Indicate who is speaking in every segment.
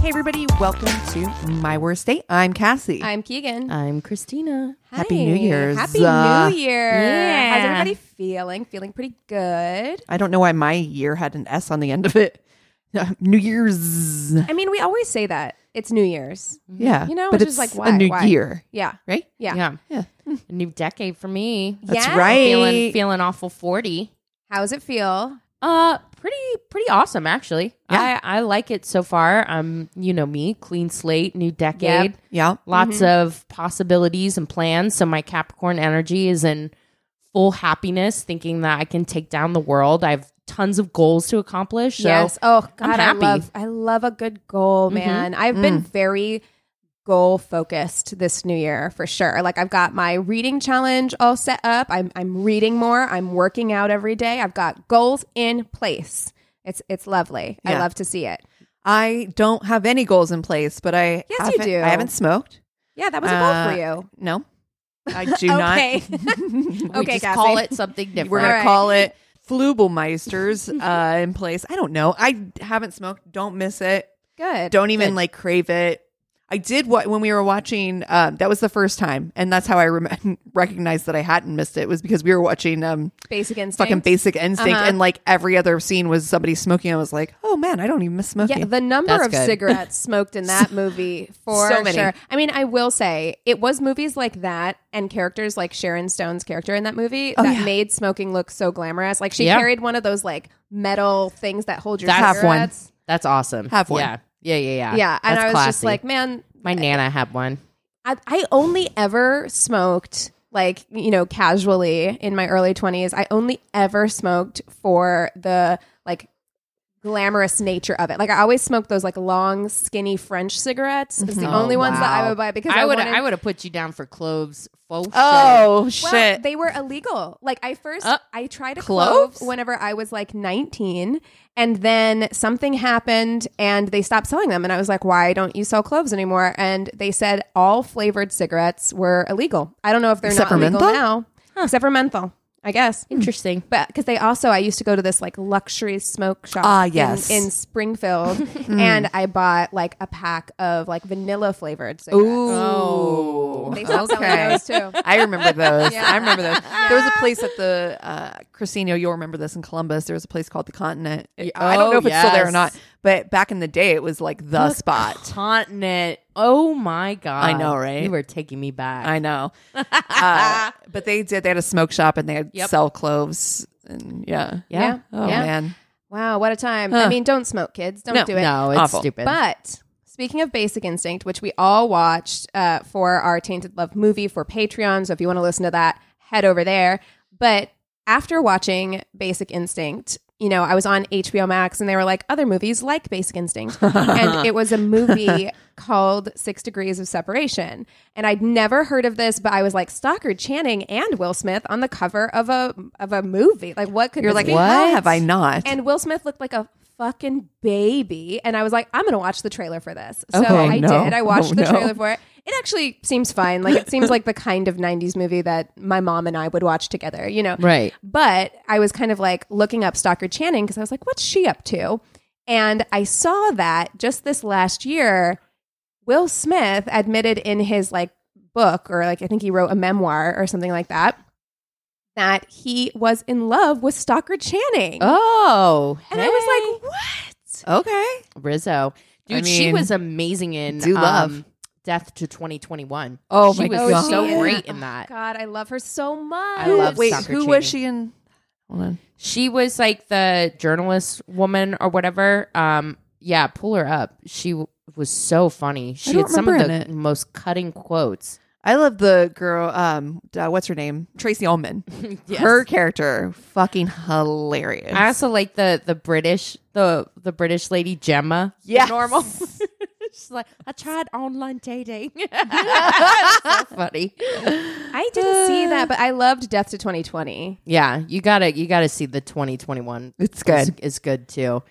Speaker 1: Hey, everybody, welcome to My Worst Date. I'm Cassie.
Speaker 2: I'm Keegan.
Speaker 3: I'm Christina.
Speaker 1: Happy New Year's.
Speaker 2: Happy
Speaker 1: Uh,
Speaker 2: New Year.
Speaker 3: yeah.
Speaker 2: How's everybody feeling? Feeling pretty good.
Speaker 1: I don't know why my year had an S on the end of it. Uh, New Year's.
Speaker 2: I mean, we always say that. It's New Year's.
Speaker 1: Yeah.
Speaker 2: Mm-hmm. You know,
Speaker 1: but
Speaker 2: which
Speaker 1: it's
Speaker 2: is like, why-
Speaker 1: a new
Speaker 2: why?
Speaker 1: year,
Speaker 2: Yeah.
Speaker 1: right?
Speaker 2: Yeah.
Speaker 3: Yeah.
Speaker 1: Yeah.
Speaker 3: A new decade for me.
Speaker 1: That's
Speaker 2: Yeah.
Speaker 1: right.
Speaker 3: Feeling feeling awful 40.
Speaker 2: How does it feel?
Speaker 3: Uh pretty pretty awesome actually.
Speaker 1: Yeah.
Speaker 3: I I like it so far. Um you know me, clean slate, new decade.
Speaker 1: yeah.
Speaker 3: Lots of possibilities and plans. So my Capricorn energy is in full happiness thinking that I can take down the world. I have tons of goals to accomplish. So
Speaker 2: yes. Oh God, I
Speaker 3: happy.
Speaker 2: love I love a good goal,
Speaker 1: Mm-hmm.
Speaker 2: man. I've been
Speaker 1: Mm.
Speaker 2: very goal focused this new year for sure. Like I've got my reading challenge all set up. I'm I'm reading more. I'm working out every day. I've got goals in place. It's it's lovely. I
Speaker 1: Yeah.
Speaker 2: love to see it.
Speaker 1: I don't have any goals in place, but I
Speaker 2: Yes, you
Speaker 1: haven't,
Speaker 2: do.
Speaker 1: I haven't smoked.
Speaker 2: Yeah, that was a
Speaker 1: Uh,
Speaker 2: goal for you.
Speaker 1: No, I do not.
Speaker 2: Okay.
Speaker 3: Uh, we
Speaker 2: okay,
Speaker 3: just
Speaker 2: Cassie.
Speaker 3: call it something different.
Speaker 1: We're gonna
Speaker 2: All right.
Speaker 1: call it Flubelmeisters uh, in place. I don't know. I haven't smoked. Don't miss it.
Speaker 2: Good.
Speaker 1: don't even
Speaker 3: Good.
Speaker 1: like crave it. I did what when we were watching. Um, that was the first time, and that's how I rem- recognized that I hadn't missed it was because we were watching um,
Speaker 2: basic instinct.
Speaker 1: fucking Basic Instinct,
Speaker 2: Uh-huh.
Speaker 1: and like every other scene was somebody smoking. I was like, oh man, I don't even miss smoking.
Speaker 2: Yeah, the number
Speaker 3: That's
Speaker 2: of
Speaker 3: good.
Speaker 2: cigarettes smoked in that movie for
Speaker 1: so many.
Speaker 2: sure. I mean, I will say it was movies like that and characters like Sharon Stone's character in that movie that
Speaker 1: yeah.
Speaker 2: made smoking look so glamorous. Like she
Speaker 3: Oh, Yeah.
Speaker 2: carried one of those like metal things that hold your
Speaker 3: That's-
Speaker 2: cigarettes.
Speaker 1: Have one.
Speaker 3: That's awesome.
Speaker 1: Have one.
Speaker 3: Yeah. Yeah, yeah, yeah.
Speaker 2: Yeah, and
Speaker 3: That's
Speaker 2: I was just
Speaker 3: classy.
Speaker 2: like, man,
Speaker 3: my nana had one.
Speaker 2: I, I only ever smoked like you know casually in my early 20s i only ever smoked for the like glamorous nature of it like i always smoked those like long skinny french cigarettes it's the
Speaker 3: Oh,
Speaker 2: only ones that i
Speaker 3: wow.
Speaker 2: would buy because
Speaker 3: I would
Speaker 2: wanted-
Speaker 3: I would have put you down for cloves. Faux
Speaker 1: oh shit!
Speaker 2: well, they were illegal. Like I first,
Speaker 3: Uh,
Speaker 2: I tried a
Speaker 3: cloves?
Speaker 2: clove whenever I was like 19, and then something happened, and they stopped selling them. And I was like, "Why don't you sell cloves anymore?" And they said all flavored cigarettes were illegal. I don't know if they're
Speaker 1: Except
Speaker 2: not
Speaker 1: for
Speaker 2: illegal
Speaker 1: menthol?
Speaker 2: now, except for menthol, I guess.
Speaker 3: Interesting.
Speaker 2: But because they also, I used to go to this like luxury smoke shop
Speaker 1: Ah,
Speaker 2: in-
Speaker 1: yes. Hmm.
Speaker 2: in, Springfield, and I bought like a pack of like vanilla flavored cigarettes.
Speaker 1: Ooh,
Speaker 2: They still sell
Speaker 1: okay.
Speaker 2: those too.
Speaker 1: Oh. I remember those.
Speaker 2: Yeah.
Speaker 1: I remember those. There was a place at the uh, Christina. You'll remember this in Columbus. There was a place called the Continent. I don't know
Speaker 3: oh,
Speaker 1: if it's still there or
Speaker 3: yes.
Speaker 1: not, but back in the day, it was like the spot.
Speaker 3: Continent. Oh my god.
Speaker 1: I know, right?
Speaker 3: You were taking me back.
Speaker 1: I know. Uh, but they did. They had a smoke shop and they had sell cloves. And yeah.
Speaker 3: yeah.
Speaker 1: Oh,
Speaker 2: Yeah.
Speaker 1: man.
Speaker 2: Wow, what a time. I mean, don't smoke, kids. Don't do it.
Speaker 3: No, it's
Speaker 1: Awful.
Speaker 3: stupid.
Speaker 2: But speaking of Basic Instinct, which we all watched uh, for our Tainted Love movie for Patreon, so if you want to listen to that, head over there. But after watching Basic Instinct, you know, I was on HBO Max and they were like other movies like Basic Instinct. and it was a movie called Six Degrees of Separation. And I'd never heard of this, but I was like Stockard Channing and Will Smith on the cover of a of a movie. Like what could
Speaker 1: You're
Speaker 2: this
Speaker 1: like,
Speaker 2: be?
Speaker 1: how have I not?
Speaker 2: And Will Smith looked like a fucking baby. And I was like, I'm going to watch the trailer for this. So
Speaker 1: Oh,
Speaker 2: I
Speaker 1: no.
Speaker 2: did. I watched
Speaker 1: Oh,
Speaker 2: the
Speaker 1: no.
Speaker 2: trailer for it. It actually seems fine. Like, it seems like the kind of 90s movie that my mom and I would watch together, you know?
Speaker 3: Right.
Speaker 2: But I was kind of like looking up Stockard Channing because I was like, what's she up to? And I saw that just this last year, Will Smith admitted in his like book, or like I think he wrote a memoir or something like that, that he was in love with Stockard Channing.
Speaker 3: Oh.
Speaker 2: And I was like, what?
Speaker 1: okay.
Speaker 3: like Rizzo. Dude,
Speaker 1: I
Speaker 3: she
Speaker 1: mean,
Speaker 3: was amazing in
Speaker 1: do love.
Speaker 3: um, Death to 2021.
Speaker 1: Oh, my
Speaker 3: she was
Speaker 1: God.
Speaker 3: so
Speaker 1: She is.
Speaker 3: great in that.
Speaker 2: God, I love her so much.
Speaker 3: I love
Speaker 1: Wait,
Speaker 3: soccer
Speaker 1: who
Speaker 3: training.
Speaker 1: was she in? Hold on.
Speaker 3: She was like the journalist woman or whatever. Um, yeah, pull her up. She w- was so funny. She
Speaker 1: don't
Speaker 3: had some of
Speaker 1: remember
Speaker 3: the
Speaker 1: in it.
Speaker 3: most cutting quotes.
Speaker 1: I love the girl. Um, uh, what's her name? Tracy Ullman. Her character, fucking hilarious.
Speaker 3: I also like the the British the the British lady Gemma.
Speaker 1: yes.
Speaker 3: normal. She's like, I tried online dating. so funny.
Speaker 2: I didn't see that, but I loved Death to 2020.
Speaker 3: Yeah, you gotta you gotta see the 2021.
Speaker 1: It's
Speaker 3: is,
Speaker 1: good.
Speaker 3: is good too.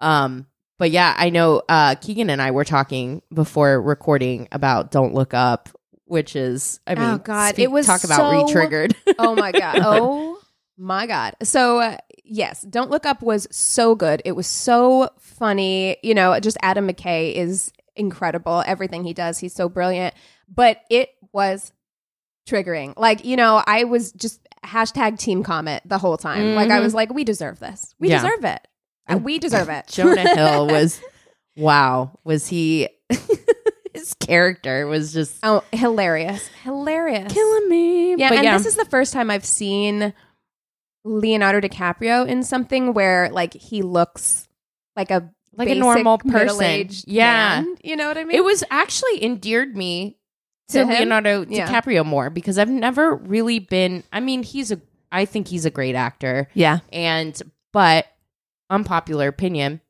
Speaker 3: Um, but yeah, I know uh, Keegan and I were talking before recording about Don't Look Up, which is I mean,
Speaker 2: Oh, God, it was
Speaker 3: talk about
Speaker 2: so-
Speaker 3: re-triggered.
Speaker 2: Oh my god. Oh my god. So uh, yes, Don't Look Up was so good. It was so funny. You know, just Adam McKay is incredible. Everything he does, he's so brilliant. But it was triggering. Like you know, I was just hashtag Team Comet the whole time. Like I
Speaker 3: Mhm.
Speaker 2: was like, we deserve this. We
Speaker 3: Yeah.
Speaker 2: deserve it. Uh, We deserve it.
Speaker 3: Jonah Hill was wow. Was he? his character was just
Speaker 2: Oh, hilarious! Hilarious.
Speaker 3: me.
Speaker 2: Yeah,
Speaker 3: but
Speaker 2: and
Speaker 3: yeah,
Speaker 2: this is the first time I've seen Leonardo DiCaprio in something where like he looks like a
Speaker 3: like
Speaker 2: basic,
Speaker 3: a normal person.
Speaker 2: middle-aged
Speaker 3: Yeah,
Speaker 2: man. you know what I mean.
Speaker 3: it was actually endeared me
Speaker 2: To
Speaker 3: to
Speaker 2: him?
Speaker 3: Leonardo
Speaker 2: Yeah.
Speaker 3: DiCaprio more because I've never really been. I mean, he's a. I think he's a great actor,
Speaker 1: Yeah.
Speaker 3: and but unpopular opinion.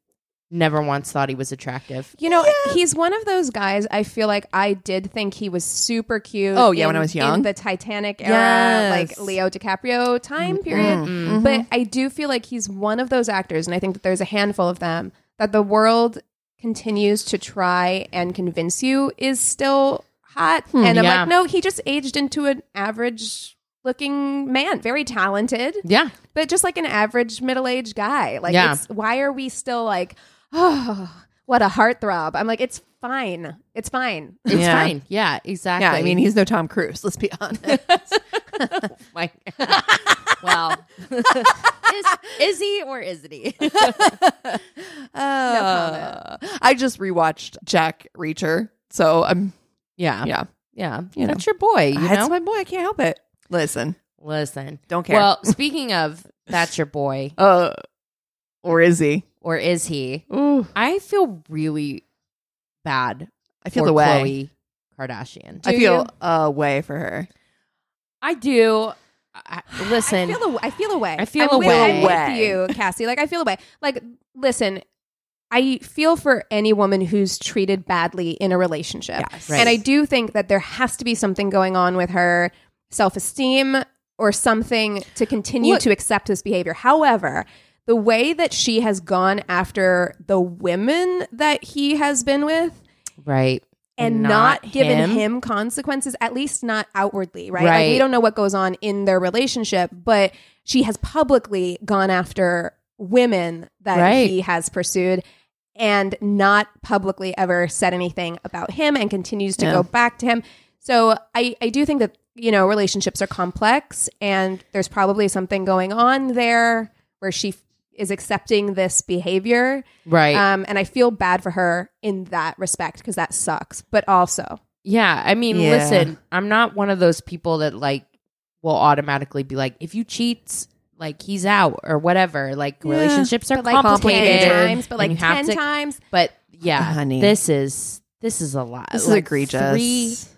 Speaker 3: Never once thought he was attractive.
Speaker 2: you know, he's one of those guys. I feel like I did think he was super cute.
Speaker 1: Oh, yeah,
Speaker 2: in-
Speaker 1: when I was young.
Speaker 2: in the Titanic era,
Speaker 1: Yes. Mm-hmm.
Speaker 2: like Leo DiCaprio time period. But I do feel like he's one of those actors, and I think that there's a handful of them that the world continues to try and convince you is still hot.
Speaker 1: Hmm,
Speaker 2: and I'm
Speaker 3: yeah.
Speaker 2: like, no, he just aged into an average looking man, very talented,
Speaker 3: Yeah,
Speaker 2: but just like an average middle aged guy. Like,
Speaker 3: Yeah.
Speaker 2: it's, why are we still like, oh, what a heartthrob? I'm like, it's fine. It's fine.
Speaker 3: it's
Speaker 1: Yeah.
Speaker 3: fine. Yeah, exactly.
Speaker 1: Yeah, I mean, he's no Tom Cruise. Let's be honest.
Speaker 3: Oh my wow. is, is he or isn't he?
Speaker 1: Uh, I just rewatched Jack Reacher, so I'm
Speaker 3: Yeah,
Speaker 1: yeah.
Speaker 3: yeah.
Speaker 1: You
Speaker 3: That's your boy. You
Speaker 1: That's
Speaker 3: know.
Speaker 1: my boy. I can't help it. Listen,
Speaker 3: Listen.
Speaker 1: Don't care.
Speaker 3: Well, speaking of, that's your boy,
Speaker 1: uh, or is he?
Speaker 3: or is he?
Speaker 1: Ooh,
Speaker 3: I feel really bad.
Speaker 1: I feel
Speaker 3: for
Speaker 1: the way.
Speaker 3: Khloe Kardashian.
Speaker 1: I
Speaker 2: Do
Speaker 1: feel a way for her.
Speaker 3: I do. I, listen,
Speaker 2: I feel a, I feel a way.
Speaker 3: I feel
Speaker 2: I'm
Speaker 3: a
Speaker 2: with-
Speaker 3: way.
Speaker 2: I'm with
Speaker 1: Way.
Speaker 2: you, Cassie. Like I feel a way. Like listen, I feel for any woman who's treated badly in a relationship,
Speaker 1: Yes.
Speaker 3: Right.
Speaker 2: and I do think that there has to be something going on with her self-esteem or something to continue
Speaker 3: Look-
Speaker 2: to accept this behavior. However. The way that she has gone after the women that he has been with
Speaker 3: right,
Speaker 2: and not, given him. consequences, at least not outwardly, right? Like,
Speaker 3: Right.
Speaker 2: we don't know what goes on in their relationship, but she has publicly gone after women that
Speaker 3: Right.
Speaker 2: he has pursued and not publicly ever said anything about him and continues to
Speaker 1: Yeah.
Speaker 2: go back to him. So I, I do think that, you know, relationships are complex and there's probably something going on there where she f- is accepting this behavior.
Speaker 3: Right.
Speaker 2: Um, and I feel bad for her in that respect because that sucks. But also,
Speaker 3: yeah. I mean,
Speaker 1: Yeah.
Speaker 3: listen, I'm not one of those people that like will automatically be like, if you cheat, like he's out or whatever. Like relationships are
Speaker 2: but like
Speaker 3: complicated.
Speaker 2: ten times, but
Speaker 3: and
Speaker 2: like
Speaker 3: you have
Speaker 2: ten
Speaker 3: to-
Speaker 2: times.
Speaker 3: But yeah,
Speaker 1: Honey.
Speaker 3: this is this is a lot.
Speaker 1: This is
Speaker 3: Like,
Speaker 1: egregious.
Speaker 3: three-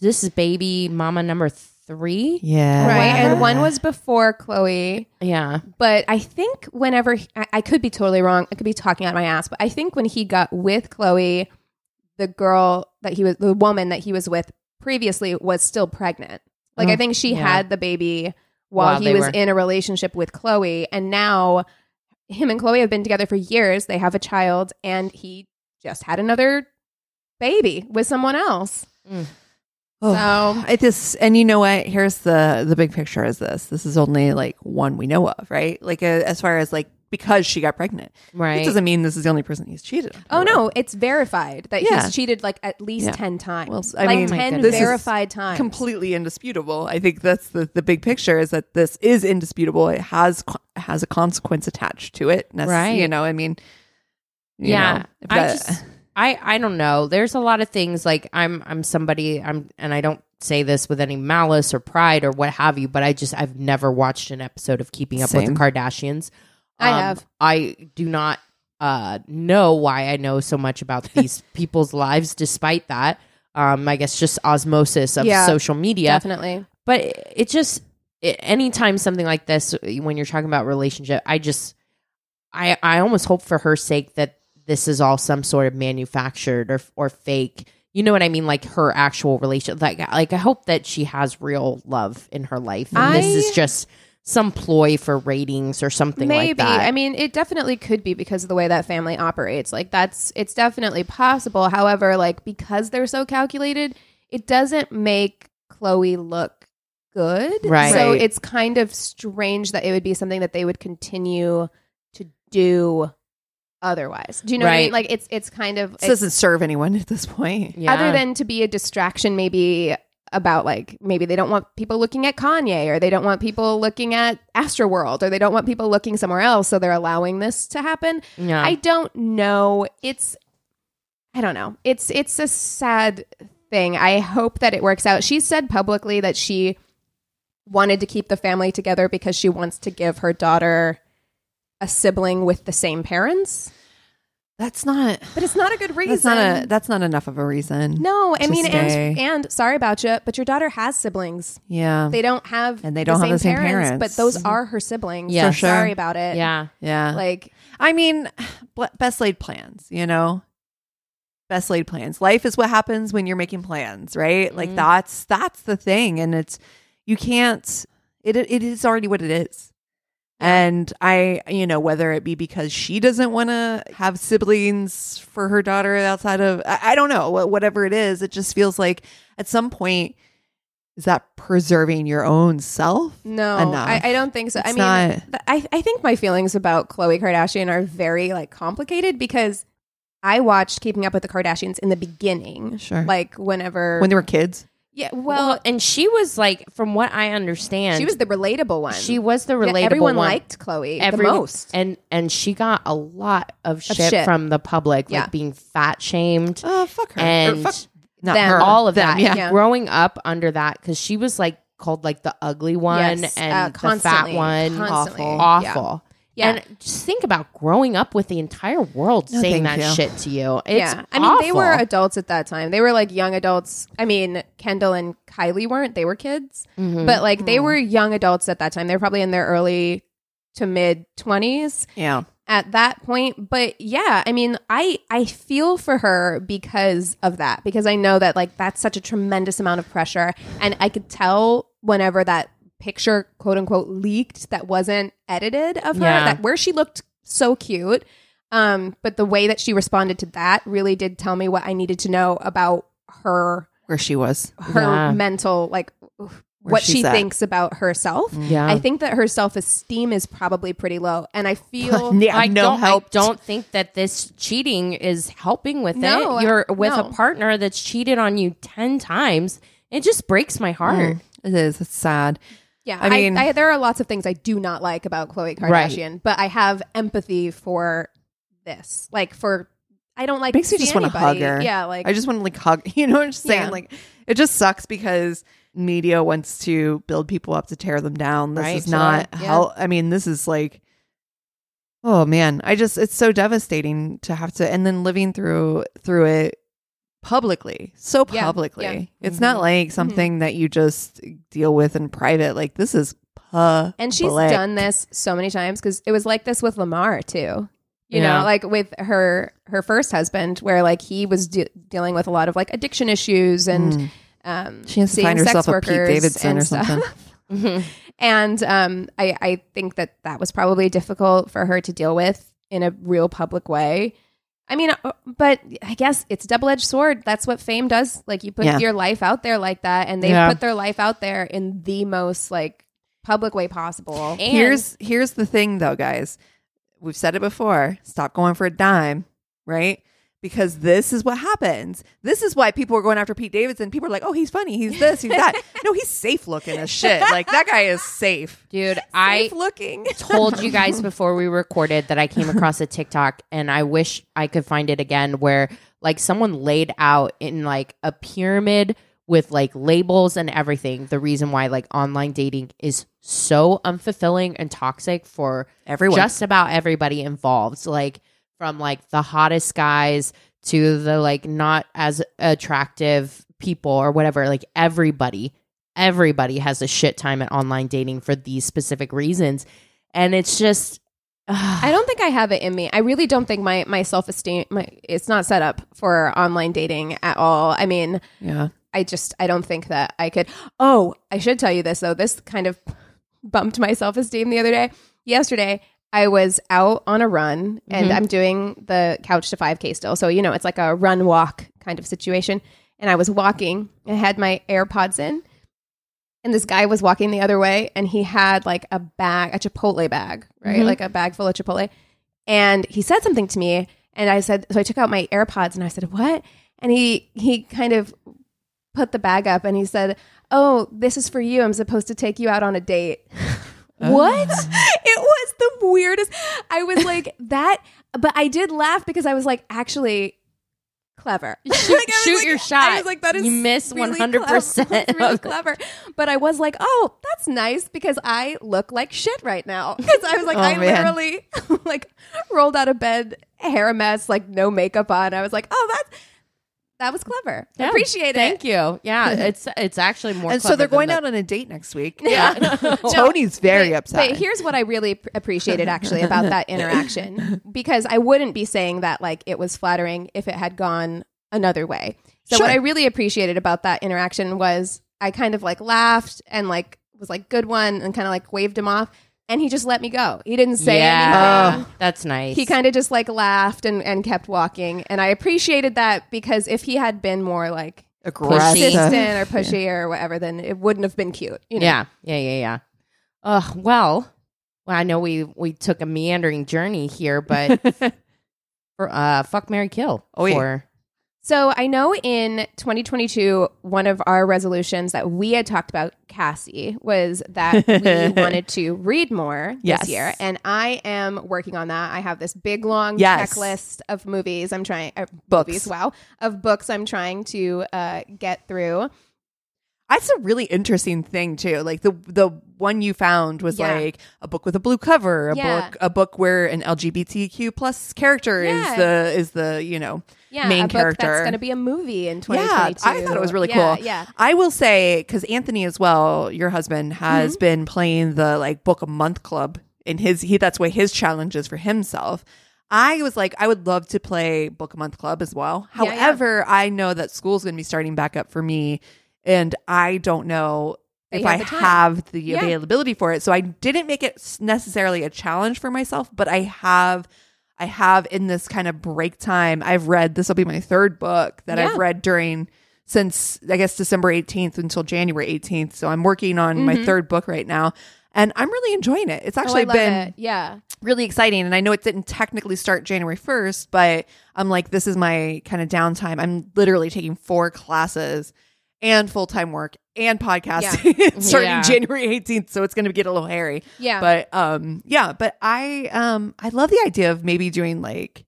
Speaker 3: this is baby mama number three.
Speaker 1: yeah,
Speaker 2: Right, and one was before Chloe,
Speaker 3: Yeah.
Speaker 2: but I think whenever he- I, I could be totally wrong, I could be talking out my ass, but I think when he got with Chloe, the girl that he was, the woman that he was with previously was still pregnant. Like I think she
Speaker 3: yeah.
Speaker 2: had the baby while
Speaker 3: While
Speaker 2: he
Speaker 3: they
Speaker 2: was
Speaker 3: were-
Speaker 2: in a relationship with Chloe, and now him and Chloe have been together for years. They have a child, and he just had another baby with someone else.
Speaker 3: um,
Speaker 1: Oh, I this, and you know what? Here's the the big picture. Is this? This is only like one we know of, right? Like uh, as far as like because she got pregnant,
Speaker 3: Right.
Speaker 1: It doesn't mean this is the only person he's cheated. on.
Speaker 2: Oh no, it's verified that
Speaker 1: Yeah.
Speaker 2: he's cheated like at least
Speaker 1: Yeah.
Speaker 2: ten times.
Speaker 1: Well, I
Speaker 2: like
Speaker 1: mean,
Speaker 3: Oh my
Speaker 2: ten
Speaker 3: goodness.
Speaker 2: verified times.
Speaker 1: completely indisputable. I think that's the the big picture is that this is indisputable. It has co- has a consequence attached to it. Nece-
Speaker 3: Right.
Speaker 1: You know, I mean, you
Speaker 3: yeah.
Speaker 1: know, if
Speaker 3: I
Speaker 1: that-
Speaker 3: just I I don't know. There's a lot of things like I'm I'm somebody I'm and I don't say this with any malice or pride or what have you, but I just I've never watched an episode of Keeping Up with
Speaker 1: Same.
Speaker 3: the Kardashians. Um,
Speaker 2: I have.
Speaker 3: I do not uh know why I know so much about these people's lives despite that. Um I guess just osmosis of
Speaker 2: Yeah.
Speaker 3: social media
Speaker 2: Definitely.
Speaker 3: but it, it just it, anytime something like e, this when you're talking about relationship i just i i almost hope for her sake that this is all some sort of manufactured or or fake. You know what I mean? Like her actual relation. Like like I hope that she has real love in her life, and this
Speaker 2: I-
Speaker 3: is just some ploy for ratings or something like
Speaker 2: Maybe.
Speaker 3: that.
Speaker 2: I mean, it definitely could be because of the way that family operates. Like that's it's definitely possible. However, like because they're so calculated, it doesn't make Chloe look good.
Speaker 3: Right.
Speaker 2: So
Speaker 1: Right.
Speaker 2: it's kind of strange that it would be something that they would continue to do otherwise. Do you know what I mean?
Speaker 3: Right.
Speaker 2: Like it's it's kind of
Speaker 1: This doesn't serve anyone at this point.
Speaker 3: yeah.
Speaker 2: other than to be a distraction maybe about like maybe they don't want people looking at Kanye or they don't want people looking at Astroworld or they don't want people looking somewhere else so they're allowing this to happen.
Speaker 3: yeah.
Speaker 2: I don't know. It's I don't know. It's it's a sad thing. I hope that it works out. She said publicly that she wanted to keep the family together because she wants to give her daughter a sibling with the same parents.
Speaker 1: That's not.
Speaker 2: But it's not a good reason.
Speaker 1: That's not a. That's not enough of a reason.
Speaker 2: No, I
Speaker 1: to
Speaker 2: mean,
Speaker 1: stay.
Speaker 2: and, and sorry about you, but your daughter has siblings.
Speaker 1: Yeah.
Speaker 2: They don't have
Speaker 1: And they don't have the same parents. Mm-hmm.
Speaker 2: but those are her siblings.
Speaker 3: Yeah.
Speaker 2: Yeah,
Speaker 3: For
Speaker 1: sure.
Speaker 2: sorry about it.
Speaker 3: yeah.
Speaker 1: yeah.
Speaker 2: like
Speaker 1: I mean, bl- best laid plans, you know? Best laid plans. Life is what happens when you're making plans, right? Like
Speaker 3: Mhm.
Speaker 1: that's that's the thing and it's you can't it it is already what it is. And I, you know, whether it be because she doesn't want to have siblings for her daughter outside of I, I don't know, wha- whatever it is, it just feels like at some point is that preserving your own self?
Speaker 2: no,
Speaker 1: Enough.
Speaker 2: I, I don't think so. I
Speaker 1: It's
Speaker 2: mean,
Speaker 1: not-
Speaker 2: th- I I think my feelings about Khloe Kardashian are very like complicated because I watched Keeping Up with the Kardashians in the beginning,
Speaker 1: Mm, Sure.
Speaker 2: like whenever
Speaker 1: When they were kids.
Speaker 2: yeah,
Speaker 3: Well,
Speaker 2: well,
Speaker 3: and she was like, from what I understand,
Speaker 2: she was the relatable one.
Speaker 3: she was the relatable
Speaker 2: Yeah, everyone
Speaker 3: one.
Speaker 2: liked Chloe
Speaker 3: Every-
Speaker 2: the most.
Speaker 3: and and she got a lot of shit,
Speaker 2: shit.
Speaker 3: from the public,
Speaker 2: Yeah.
Speaker 3: like being fat shamed
Speaker 1: Oh, fuck her. Or
Speaker 3: and
Speaker 1: fuck not
Speaker 2: them.
Speaker 1: her.
Speaker 3: all of
Speaker 1: them,
Speaker 3: that.
Speaker 1: yeah.
Speaker 2: Yeah.
Speaker 3: growing up under that because she was like called like the ugly one
Speaker 2: Yes,
Speaker 3: and
Speaker 2: uh,
Speaker 3: the fat
Speaker 2: constantly,
Speaker 3: one,
Speaker 2: constantly.
Speaker 3: awful,
Speaker 2: Yeah.
Speaker 3: awful.
Speaker 2: Yeah.
Speaker 3: And just think about growing up with the entire world
Speaker 1: No,
Speaker 3: saying
Speaker 1: thank
Speaker 3: that
Speaker 1: you.
Speaker 3: shit to you. It's
Speaker 2: I mean, they were
Speaker 3: awful.
Speaker 2: adults at that time. They were like young adults. I mean, Kendall and Kylie weren't. They were kids,
Speaker 3: Mhm.
Speaker 2: but like they were young adults at that time. They were probably in their early to mid 20s
Speaker 1: Yeah.
Speaker 2: at that point. But yeah, I mean, I I feel for her because of that because I know that like that's such a tremendous amount of pressure and I could tell whenever that picture quote unquote leaked that wasn't edited of her
Speaker 3: Yeah.
Speaker 2: that where she looked so cute um but the way that she responded to that really did tell me what I needed to know about her
Speaker 1: Where she was.
Speaker 2: her
Speaker 3: Yeah.
Speaker 2: mental like what she
Speaker 1: she's at.
Speaker 2: thinks about herself.
Speaker 3: yeah.
Speaker 2: I think that her self esteem is probably pretty low, and Oh, I feel
Speaker 1: Yeah,
Speaker 3: I
Speaker 1: no
Speaker 3: don't,
Speaker 1: help.
Speaker 3: I don't think that this cheating is helping with
Speaker 2: No, uh,
Speaker 3: it. You're with
Speaker 2: no.
Speaker 3: a partner that's cheated on you 10 times. It just breaks my heart.
Speaker 1: Mm. It is. It's sad.
Speaker 2: Yeah,
Speaker 1: I
Speaker 2: I
Speaker 1: mean-
Speaker 2: mean, I, there are lots of things I do not like about Khloe
Speaker 3: Right.
Speaker 2: Kardashian, but I have empathy for this. Like for, I don't like
Speaker 1: Makes me
Speaker 2: see
Speaker 1: just wanna
Speaker 2: anybody.
Speaker 1: hug her.
Speaker 2: Yeah, like
Speaker 1: I just want to like hug. You know what I'm just saying?
Speaker 2: Yeah.
Speaker 1: Like it just sucks because media wants to build people up to tear them down. This
Speaker 3: Right,
Speaker 1: is
Speaker 3: sure.
Speaker 1: not
Speaker 2: Yeah.
Speaker 1: how. I mean, this is like. Oh man, I just it's so devastating to have to and then living through through it publicly. So
Speaker 2: Yeah, Mm-hmm. yeah.
Speaker 1: publicly. It's not like something that you just deal with in private. Like this is public.
Speaker 2: and she's done this so many times because it was like this with Lamar too. You
Speaker 3: Yeah.
Speaker 2: know, like with her her first husband, where like he was de- dealing with a lot of like addiction issues and um,
Speaker 1: Mm. She has to
Speaker 2: seeing
Speaker 1: find herself
Speaker 2: sex
Speaker 1: a Pete
Speaker 2: workers
Speaker 1: Davidson
Speaker 2: and
Speaker 1: or
Speaker 2: stuff.
Speaker 1: something. Mm.
Speaker 2: And um, I, I think that that was probably difficult for her to deal with in a real public way. I mean, uh, but I guess it's double edged sword. That's what fame does. Like you put
Speaker 1: Yeah.
Speaker 2: your life out there like that, and they
Speaker 3: Yeah.
Speaker 2: put their life out there in the most like public way possible.
Speaker 3: And
Speaker 1: here's here's the thing though guys we've said it before stop going for a dime right because this is what happens this is why people are going after pete davidson people are like oh he's funny he's this he's that no he's safe looking as shit like that guy is safe
Speaker 3: dude, I
Speaker 1: safe looking
Speaker 3: told you guys before we recorded that I came across a TikTok and I wish I could find it again where like someone laid out in like a pyramid with like labels and everything the reason why like online dating is so unfulfilling and toxic for
Speaker 1: everyone
Speaker 3: just about everybody involved like from like the hottest guys to the like not as attractive people or whatever like everybody everybody has a shit time at online dating for these specific reasons and it's just
Speaker 2: I don't think I have it in me. I really don't think my my self esteem my it's not set up for online dating at all. I mean,
Speaker 1: Yeah.
Speaker 2: I just I don't think that I could. Oh, I should tell you this though. This kind of bumped my self esteem the other day. Yesterday, I was out on a run and I'm doing the couch to 5K still. So, you know, it's like a run walk kind of situation. And I was walking, I had my AirPods in, and this guy was walking the other way and he had like a bag, a Chipotle bag, right?
Speaker 3: Mm-hmm.
Speaker 2: Like a bag full of Chipotle. And he said something to me and I said so I took out my AirPods and I said, "What?" And he he kind of put the bag up and he said, "Oh, this is for you. I'm supposed to take you out on a date." what?
Speaker 3: Oh.
Speaker 2: It was the weirdest. I was like that, but I did laugh because I was like, actually clever.
Speaker 3: Shoot-
Speaker 2: Like, I was
Speaker 3: shoot
Speaker 2: like-
Speaker 3: your shot.
Speaker 2: I was like, that is
Speaker 3: You miss
Speaker 2: really
Speaker 3: 100%
Speaker 2: clever. That's really
Speaker 3: of it.
Speaker 2: clever. But I was like, oh, that's nice because I look like shit right now. Because I was like,
Speaker 1: Oh,
Speaker 2: I
Speaker 1: man.
Speaker 2: literally like rolled out of bed, hair a mess, like no makeup on. I was like, oh, that's that was clever.
Speaker 3: Yeah.
Speaker 2: Appreciate it.
Speaker 3: Thank you. Yeah, it's it's actually more.
Speaker 1: and so they're going out on a date next week. Yeah. Tony's very
Speaker 2: but,
Speaker 1: upset.
Speaker 2: But here's what I really p- appreciated actually about that interaction because I wouldn't be saying that like it was flattering if it had gone another way. So what
Speaker 1: Sure.
Speaker 2: I really appreciated about that interaction was I kind of like laughed and like was like good one and kind of like waved him off and he just let me go. He didn't say
Speaker 3: yeah,
Speaker 2: anything.
Speaker 3: that's
Speaker 1: Oh.
Speaker 3: nice.
Speaker 2: He kind of just like laughed and, and kept walking. And I appreciated that because if he had been more like
Speaker 1: aggressive.
Speaker 2: distant or pushy or whatever, then it wouldn't have been cute. You know?
Speaker 3: Yeah, yeah, yeah, yeah. Uh, well, well, I know we we took a meandering journey here, but for, uh, fuck Mary Kill.
Speaker 1: Oh, yeah.
Speaker 3: for-
Speaker 2: So I know in 2022, one of our resolutions that we had talked about, Cassie, was that we wanted to read more
Speaker 1: Yes.
Speaker 2: this year, and I am working on that. I have this big long
Speaker 1: Yes.
Speaker 2: checklist of movies I'm trying uh,
Speaker 1: Books.
Speaker 2: movies, wow, of books I'm trying to uh, get through.
Speaker 1: That's a really interesting thing too. Like the the one you found was
Speaker 2: Yeah.
Speaker 1: like a book with a blue cover, a
Speaker 2: Yeah.
Speaker 1: book a book where an LGBTQ plus character
Speaker 2: Yeah.
Speaker 1: is the is the you know
Speaker 2: Yeah,
Speaker 1: main
Speaker 2: a book
Speaker 1: character.
Speaker 2: that's going to be a movie in
Speaker 1: yeah,
Speaker 2: 2022.
Speaker 1: I thought it was really
Speaker 2: Yeah,
Speaker 1: cool.
Speaker 2: Yeah,
Speaker 1: I will say because Anthony as well, your husband
Speaker 2: Mm-hmm.
Speaker 1: has been playing the like book a month club in his. He that's what his challenge is for himself. I was like, I would love to play book a month club as well.
Speaker 2: Yeah, yeah.
Speaker 1: However, I know that school's going to be starting back up for me, and I don't know
Speaker 2: That
Speaker 1: if
Speaker 2: you
Speaker 1: I
Speaker 2: have the time.
Speaker 1: have the
Speaker 2: Yeah.
Speaker 1: availability for it. So I didn't make it s- necessarily a challenge for myself, but I have. I have in this kind of break time. I've read this will be my third book that
Speaker 2: Yeah.
Speaker 1: I've read during since I guess December 18th until January 18th. So I'm working on my third book right now and I'm really enjoying it. It's
Speaker 2: Mm-hmm. oh, I
Speaker 1: actually
Speaker 2: love
Speaker 1: been
Speaker 2: it. Yeah,
Speaker 1: really exciting and I know it didn't technically start January 1st, but I'm like this is my kind of downtime. I'm literally taking four classes and full-time work and podcasting starting
Speaker 3: Yeah.
Speaker 1: January 18th, so it's going to get a little hairy.
Speaker 2: yeah.
Speaker 1: But um yeah, but I um I love the idea of maybe doing like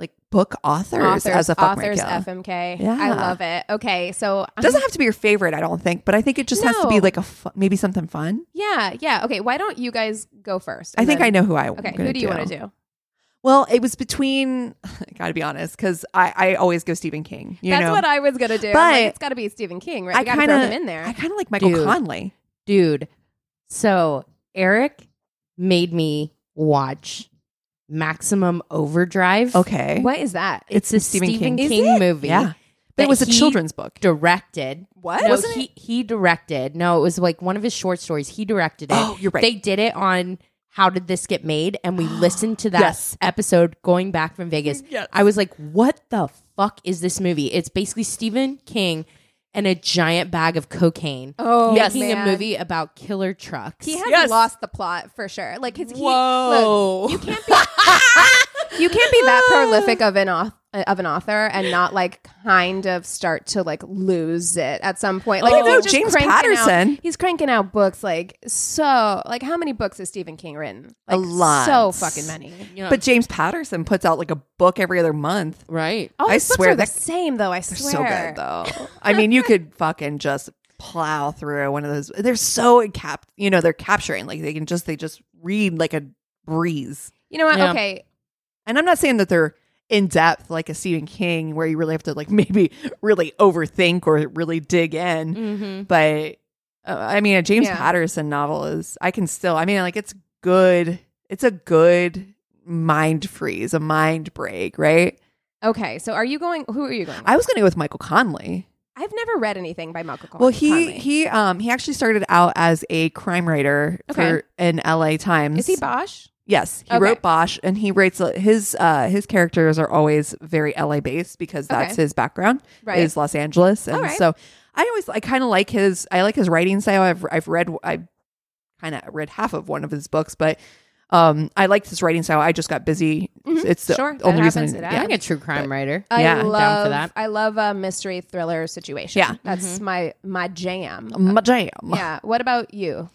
Speaker 1: like book authors, as a fuck Mary,
Speaker 2: authors
Speaker 1: Kill.
Speaker 2: FMK.
Speaker 1: Yeah.
Speaker 2: I love it. Okay, so
Speaker 1: It doesn't have to be your favorite, I don't think, but I think it just has to be
Speaker 2: No.
Speaker 1: like a fu- maybe something fun.
Speaker 2: Yeah, yeah. Okay, why don't you guys go first?
Speaker 1: I think I know who I.
Speaker 2: Okay, who do you want to do?
Speaker 1: Well, it was between. I gotta be honest, because I I always go Stephen King. You
Speaker 2: That's
Speaker 1: know,
Speaker 2: what I was gonna do. I'm
Speaker 1: But-
Speaker 2: like, it's got to be Stephen King, right?
Speaker 1: I
Speaker 2: We gotta
Speaker 1: kinda-
Speaker 2: throw him in there.
Speaker 1: I kind of like Michael
Speaker 3: Dude.
Speaker 1: Conley.
Speaker 3: dude. So Eric made me watch Maximum Overdrive.
Speaker 1: Okay,
Speaker 2: what is that?
Speaker 3: it's, a Stephen, King,
Speaker 1: Is
Speaker 3: movie.
Speaker 1: yeah, but
Speaker 3: that
Speaker 1: it was a
Speaker 3: he
Speaker 1: children's book.
Speaker 3: directed.
Speaker 2: What?
Speaker 3: No,
Speaker 2: Wasn't
Speaker 3: he he directed. No, it was like one of his short stories. He directed it.
Speaker 1: Oh, you're right.
Speaker 3: They did it on How Did This Get Made, and we listened to that
Speaker 1: Yes.
Speaker 3: episode going back from Vegas.
Speaker 1: Yes.
Speaker 3: I was like, what the fuck is this movie? It's basically Stephen King and a giant bag of cocaine
Speaker 2: Oh,
Speaker 3: making
Speaker 2: man.
Speaker 3: a movie about killer trucks.
Speaker 2: He has
Speaker 1: Yes.
Speaker 2: lost the plot for sure. Like, his he
Speaker 1: Whoa.
Speaker 2: look, you can't be you can't be that prolific of an author. Of an author and not like kind of start to like lose it at some point. Like
Speaker 1: Oh,
Speaker 2: if you're
Speaker 1: no,
Speaker 2: just
Speaker 1: James
Speaker 2: cranking out-
Speaker 1: Patterson.
Speaker 2: he's cranking out books like so. Like how many books has Stephen King written?
Speaker 1: A
Speaker 2: Like,
Speaker 1: lot.
Speaker 2: So fucking many.
Speaker 3: Yeah.
Speaker 1: But James Patterson puts out like a book every other month.
Speaker 3: right.
Speaker 2: All
Speaker 1: I
Speaker 2: his books
Speaker 1: swear
Speaker 2: are
Speaker 1: that-
Speaker 2: the same though. I
Speaker 1: They're
Speaker 2: swear.
Speaker 1: so good though. I mean, you could fucking just plow through one of those. They're so cap, you know, they're capturing like they can just they just read like a breeze.
Speaker 2: You know what?
Speaker 3: Yeah.
Speaker 2: Okay.
Speaker 1: And I'm not saying that they're in depth like a Stephen King where you really have to like maybe really overthink or really dig in,
Speaker 3: Mm-hmm.
Speaker 1: but uh, I mean, a James
Speaker 2: Yeah.
Speaker 1: Patterson novel is I can still I mean, like it's good. it's a good mind freeze, a mind break, right?
Speaker 2: Okay, so are you going? Who are you going? With?
Speaker 1: I was going to go with Michael Conley.
Speaker 2: I've never read anything by Michael Oh, Conley.
Speaker 1: Well, he he um he actually started out as a crime writer
Speaker 2: Okay.
Speaker 1: for an LA Times.
Speaker 2: is he Bosch?
Speaker 1: Yes, he
Speaker 2: Okay.
Speaker 1: wrote Bosch, and he writes his uh, his characters are always very LA based because that's
Speaker 2: Okay.
Speaker 1: his background
Speaker 2: Right.
Speaker 1: is Los Angeles, and
Speaker 2: All right.
Speaker 1: so I always I kind of like his I like his writing style. I've I've read I kind of read half of one of his books, but um I liked his writing style. I just got busy.
Speaker 2: Mhm.
Speaker 1: It's the
Speaker 2: Sure. That
Speaker 1: only reason.
Speaker 2: happens. It
Speaker 1: yeah.
Speaker 3: I think a true crime writer.
Speaker 2: I
Speaker 1: Yeah, down for
Speaker 2: love
Speaker 3: that.
Speaker 2: I love a mystery thriller situation.
Speaker 1: Yeah. Um,
Speaker 2: that's
Speaker 3: Mm-hmm.
Speaker 2: my my jam.
Speaker 1: my jam.
Speaker 2: Uh, yeah. What about you?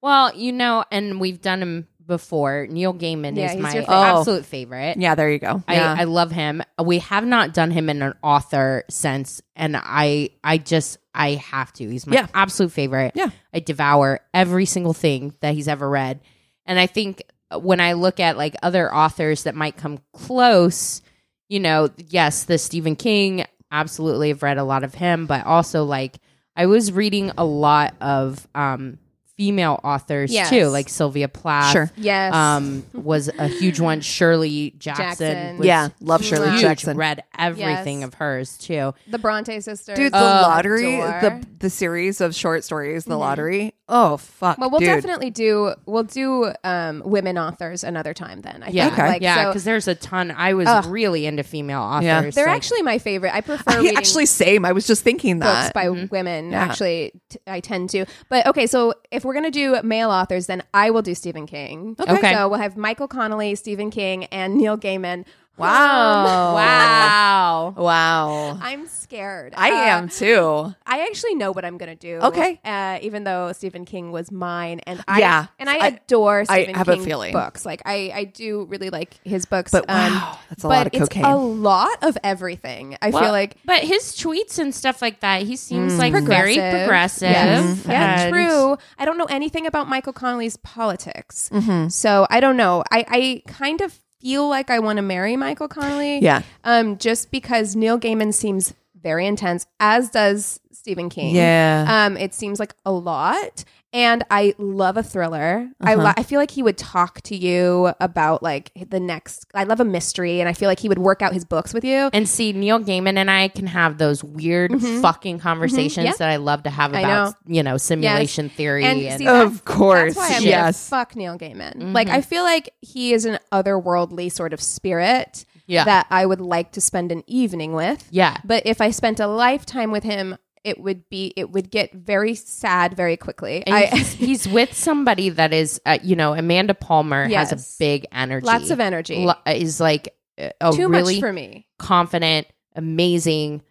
Speaker 3: Well, you know, and we've done him before. Neil Gaiman
Speaker 2: Yeah,
Speaker 3: is
Speaker 2: he's
Speaker 3: my
Speaker 2: your favorite.
Speaker 1: Oh.
Speaker 3: absolute favorite.
Speaker 1: Yeah, there you go. yeah.
Speaker 3: I, I love him. We have not done him in an author sense, and I I just I have to. He's my
Speaker 1: Yeah.
Speaker 3: absolute favorite.
Speaker 1: Yeah.
Speaker 3: I devour every single thing that he's ever read, and I think uh, when I look at like other authors that might come close, you know, yes, the Stephen King absolutely. I've read a lot of him, but also like I was reading a lot of um female authors
Speaker 2: Yes.
Speaker 3: too, like Sylvia Plath.
Speaker 1: Sure.
Speaker 2: Yes.
Speaker 3: Um, was a huge one. Shirley Jackson,
Speaker 2: Jackson.
Speaker 3: was
Speaker 1: yeah, love Shirley
Speaker 2: Wow.
Speaker 3: huge.
Speaker 1: Jackson.
Speaker 3: Read everything
Speaker 2: Yes.
Speaker 3: of hers too.
Speaker 2: the Bronte sisters.
Speaker 1: Dude, the
Speaker 3: Uh,
Speaker 1: lottery,
Speaker 2: Door.
Speaker 1: the the series of short stories, the lottery. Oh fuck,
Speaker 2: Mm-hmm. well, we'll
Speaker 1: dude.
Speaker 2: definitely do. We'll do um, women authors another time. Then I
Speaker 3: Yeah,
Speaker 2: think. Like,
Speaker 3: yeah.
Speaker 2: so
Speaker 3: Because there's a ton. I was
Speaker 2: Ugh.
Speaker 3: really into female authors.
Speaker 1: Yeah.
Speaker 2: they're
Speaker 3: like-
Speaker 2: actually my favorite. I prefer
Speaker 1: I
Speaker 2: reading
Speaker 1: actually same. I was just thinking
Speaker 2: books
Speaker 1: that. Mm-hmm.
Speaker 2: by women.
Speaker 1: Yeah.
Speaker 2: Actually, t- I tend to. But okay, so if we're gonna do male authors, then I will do Stephen King.
Speaker 3: Okay.
Speaker 2: so we'll have Michael Connolly, Stephen King, and Neil Gaiman.
Speaker 1: Oh, Wow.
Speaker 3: wow.
Speaker 1: Wow.
Speaker 2: I'm scared.
Speaker 1: I
Speaker 2: Uh,
Speaker 1: am too.
Speaker 2: I actually know what I'm gonna do.
Speaker 1: Okay.
Speaker 2: uh, even though Stephen King was mine, and I
Speaker 1: Yeah.
Speaker 2: and I,
Speaker 1: I-
Speaker 2: adore Stephen
Speaker 1: have a
Speaker 2: King
Speaker 1: feeling.
Speaker 2: books. Like I, I do really like his books. Um,
Speaker 1: But wow, that's a
Speaker 2: but
Speaker 1: lot of
Speaker 2: it's
Speaker 1: cocaine.
Speaker 2: a lot of everything. I feel like
Speaker 3: but his tweets and stuff like that. He
Speaker 1: Mm.
Speaker 3: seems like very progressive.
Speaker 2: Yes.
Speaker 3: Mm-hmm.
Speaker 2: Yeah,
Speaker 3: and-
Speaker 2: true. I don't know anything about Michael Connolly's politics.
Speaker 3: Mm-hmm.
Speaker 2: So I don't know. I, I kind of feel like I want to marry Michael Connolly.
Speaker 1: Yeah.
Speaker 2: Um, just because Neil Gaiman seems very intense, as does Stephen King.
Speaker 1: Yeah.
Speaker 2: Um, it seems like a lot. And I love a thriller. I
Speaker 3: Uh-huh.
Speaker 2: lo- I feel like he would talk to you about like the next. I love a mystery, and I feel like he would work out his books with you.
Speaker 3: And see, Neil Gaiman and I can have those weird fucking conversations
Speaker 2: Mm-hmm. Yeah.
Speaker 3: that I love to have
Speaker 2: I
Speaker 3: about, you know, simulation theory. And,
Speaker 2: see,
Speaker 1: Of
Speaker 2: that's-
Speaker 1: course,
Speaker 2: That's why I'm
Speaker 1: yes.
Speaker 2: gonna fuck Neil Gaiman.
Speaker 3: Mm-hmm.
Speaker 2: Like I feel like he is an otherworldly sort of spirit
Speaker 3: Yeah.
Speaker 2: that I would like to spend an evening with.
Speaker 3: yeah.
Speaker 2: But if I spent a lifetime with him, it would be it would get very sad very quickly.
Speaker 3: And he's,
Speaker 2: I
Speaker 3: he's with somebody that is, uh, you know, Amanda Palmer has
Speaker 2: Yes.
Speaker 3: a big energy.
Speaker 2: lots of energy.
Speaker 3: Lo- is like a a
Speaker 2: Too
Speaker 3: really
Speaker 2: much for me.
Speaker 3: confident, amazing,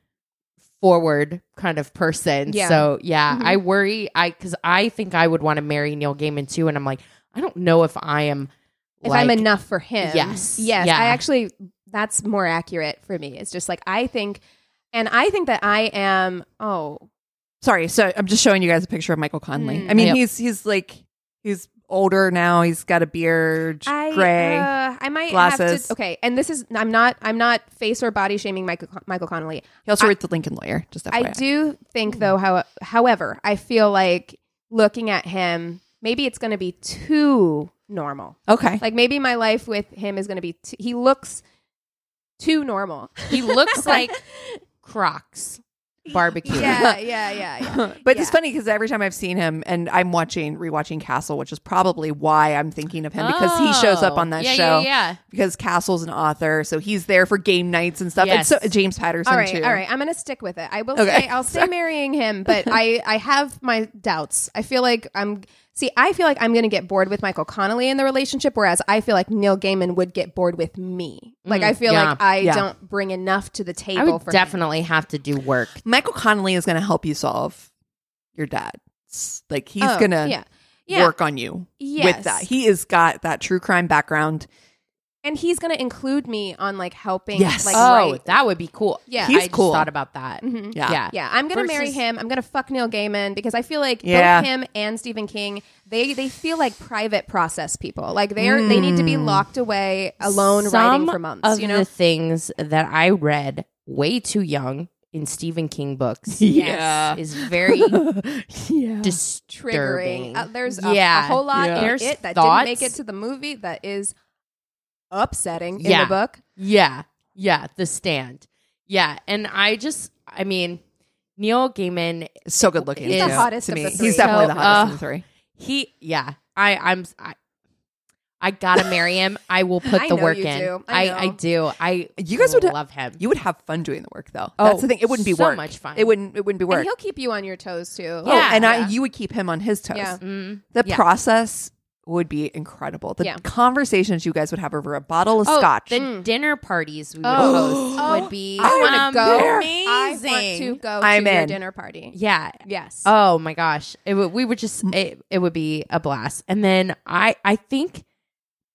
Speaker 3: forward kind of person.
Speaker 2: Yeah.
Speaker 3: So yeah,
Speaker 2: Mhm.
Speaker 3: I worry. I because I think I would want to marry Neil Gaiman too, and I'm like, I don't know if I am.
Speaker 2: If
Speaker 3: like-
Speaker 2: I'm enough for him.
Speaker 3: Yes.
Speaker 2: Yes.
Speaker 3: Yeah.
Speaker 2: I actually that's more accurate for me. It's just like I think and I think that I am oh
Speaker 1: Sorry, so I'm just showing you guys a picture of Michael Conley.
Speaker 2: Mm.
Speaker 1: I mean,
Speaker 3: Yep.
Speaker 1: he's he's like he's older now. He's got a beard,
Speaker 2: I,
Speaker 1: gray.
Speaker 2: Uh, I might have
Speaker 1: glasses.
Speaker 2: to. Okay, and this is I'm not I'm not face or body shaming Michael Michael Connolly.
Speaker 1: he also
Speaker 2: I-
Speaker 1: wrote The Lincoln Lawyer. Just FYI.
Speaker 2: I do think though, how however, I feel like looking at him, maybe it's going to be too normal.
Speaker 1: Okay.
Speaker 2: Like maybe my life with him is going to be. T- he looks too normal.
Speaker 3: He looks like Crocs barbecue.
Speaker 2: Yeah, yeah, yeah, yeah.
Speaker 1: but
Speaker 2: yeah.
Speaker 1: it's funny because every time I've seen him, and I'm watching rewatching Castle, which is probably why I'm thinking of him because he shows up
Speaker 3: Oh.
Speaker 1: on that
Speaker 3: Yeah,
Speaker 1: show.
Speaker 3: Yeah, yeah.
Speaker 1: Because Castle's an author, so he's there for game nights and stuff.
Speaker 3: Yes.
Speaker 1: And so James Patterson
Speaker 2: All right,
Speaker 1: too.
Speaker 2: all right. I'm going to stick with it. I will
Speaker 1: Okay.
Speaker 2: say I'll say marrying him, but I I have my doubts. I feel like I'm see. I feel like I'm going to get bored with Michael Connolly in the relationship, whereas I feel like Neil Gaiman would get bored with me. Like I feel
Speaker 3: yeah.
Speaker 2: like I
Speaker 1: Mm, Yeah.
Speaker 2: don't bring enough to the table.
Speaker 3: I would
Speaker 2: for him.
Speaker 3: definitely have to do work.
Speaker 1: Michael Connolly is going to help you solve your dad's. Like he's
Speaker 2: Oh,
Speaker 1: going to
Speaker 2: yeah yeah
Speaker 1: work on you
Speaker 2: Yes.
Speaker 1: with that. He has got that true crime background.
Speaker 2: and he's going to include me on like helping.
Speaker 1: Yes.
Speaker 2: like,
Speaker 3: oh,
Speaker 2: right.
Speaker 3: that would be cool.
Speaker 2: Yeah.
Speaker 1: He's
Speaker 3: I just
Speaker 1: cool.
Speaker 3: thought about that.
Speaker 2: Mhm.
Speaker 1: Yeah.
Speaker 3: Yeah.
Speaker 2: Yeah, I'm gonna marry
Speaker 3: Versus-
Speaker 2: him. I'm gonna fuck Neil Gaiman because I feel like
Speaker 1: Yeah.
Speaker 2: both him and Stephen King, they they feel like private process people. Like they're they need to be locked away alone
Speaker 3: Some
Speaker 2: writing for months.
Speaker 3: Of
Speaker 2: You know,
Speaker 3: the things that I read way too young in Stephen King books
Speaker 2: Yeah.
Speaker 3: is very
Speaker 1: yeah.
Speaker 3: disturbing.
Speaker 2: triggering. Uh, there's a,
Speaker 3: Yeah.
Speaker 2: a whole lot
Speaker 1: Yeah.
Speaker 2: in
Speaker 3: There's
Speaker 2: it that
Speaker 3: thoughts.
Speaker 2: didn't make it to the movie that is upsetting in
Speaker 3: Yeah.
Speaker 2: the book.
Speaker 3: Yeah. Yeah. The stand. Yeah. And I just, I mean, Neil Gaiman,
Speaker 1: so good looking.
Speaker 3: He's the
Speaker 1: too,
Speaker 2: hottest
Speaker 1: to
Speaker 2: of
Speaker 1: me.
Speaker 2: the
Speaker 1: He's
Speaker 2: three.
Speaker 1: definitely
Speaker 3: So,
Speaker 1: the hottest
Speaker 3: uh,
Speaker 1: of the three.
Speaker 3: he, yeah, I, I'm, I, I gotta marry him. I will put
Speaker 2: I
Speaker 3: the
Speaker 2: know
Speaker 3: work
Speaker 2: you
Speaker 3: in.
Speaker 2: do. I
Speaker 3: I,
Speaker 2: know.
Speaker 3: I, do. I
Speaker 1: You guys would-
Speaker 3: love him.
Speaker 1: You would have fun doing the work though.
Speaker 3: Oh,
Speaker 1: That's the thing. It wouldn't be
Speaker 3: so
Speaker 1: work.
Speaker 3: much fun.
Speaker 1: It wouldn't. It wouldn't be
Speaker 2: And
Speaker 1: work.
Speaker 2: he'll keep you on your toes too.
Speaker 1: Oh, and
Speaker 2: Yeah.
Speaker 1: I, you would keep him on his toes.
Speaker 2: Yeah.
Speaker 3: Mm.
Speaker 1: The
Speaker 3: Yeah.
Speaker 1: process would be incredible. The
Speaker 2: Yeah.
Speaker 1: conversations you guys would have over a bottle of
Speaker 3: Oh,
Speaker 1: scotch.
Speaker 3: The dinner parties we would
Speaker 2: Mm. Oh.
Speaker 3: host
Speaker 2: Oh,
Speaker 3: would be
Speaker 2: I want to go. I want
Speaker 3: amazing.
Speaker 2: to go
Speaker 1: I'm
Speaker 2: to your
Speaker 1: in.
Speaker 2: dinner party.
Speaker 3: Yeah.
Speaker 2: Yes.
Speaker 3: Oh my gosh. It would, we would just it, it would be a blast. And then I I think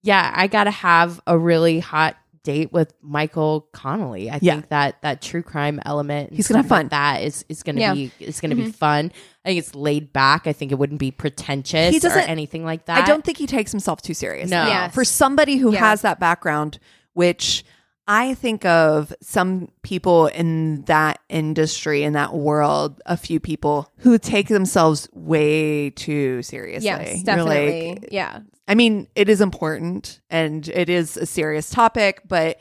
Speaker 3: yeah, I got to have a really hot date with Michael Connolly. I
Speaker 1: Yeah.
Speaker 3: think that that true crime element and
Speaker 1: He's gonna have
Speaker 3: stuff
Speaker 1: fun.
Speaker 3: like
Speaker 1: Mm-hmm.
Speaker 3: That is is going to
Speaker 2: Yeah.
Speaker 3: be it's going to be fun. I think it's laid back. I think it wouldn't be pretentious
Speaker 1: He
Speaker 3: or
Speaker 1: doesn't-
Speaker 3: anything like that.
Speaker 1: I don't think he takes himself too serious.
Speaker 3: No.
Speaker 2: Yes.
Speaker 1: For somebody who
Speaker 2: Yeah.
Speaker 1: has that background, which I think of some people in that industry, in that world, a few people who take themselves way too seriously.
Speaker 2: yes,
Speaker 1: You're like,
Speaker 2: definitely. yeah.
Speaker 1: I mean, it is important and it is a serious topic, but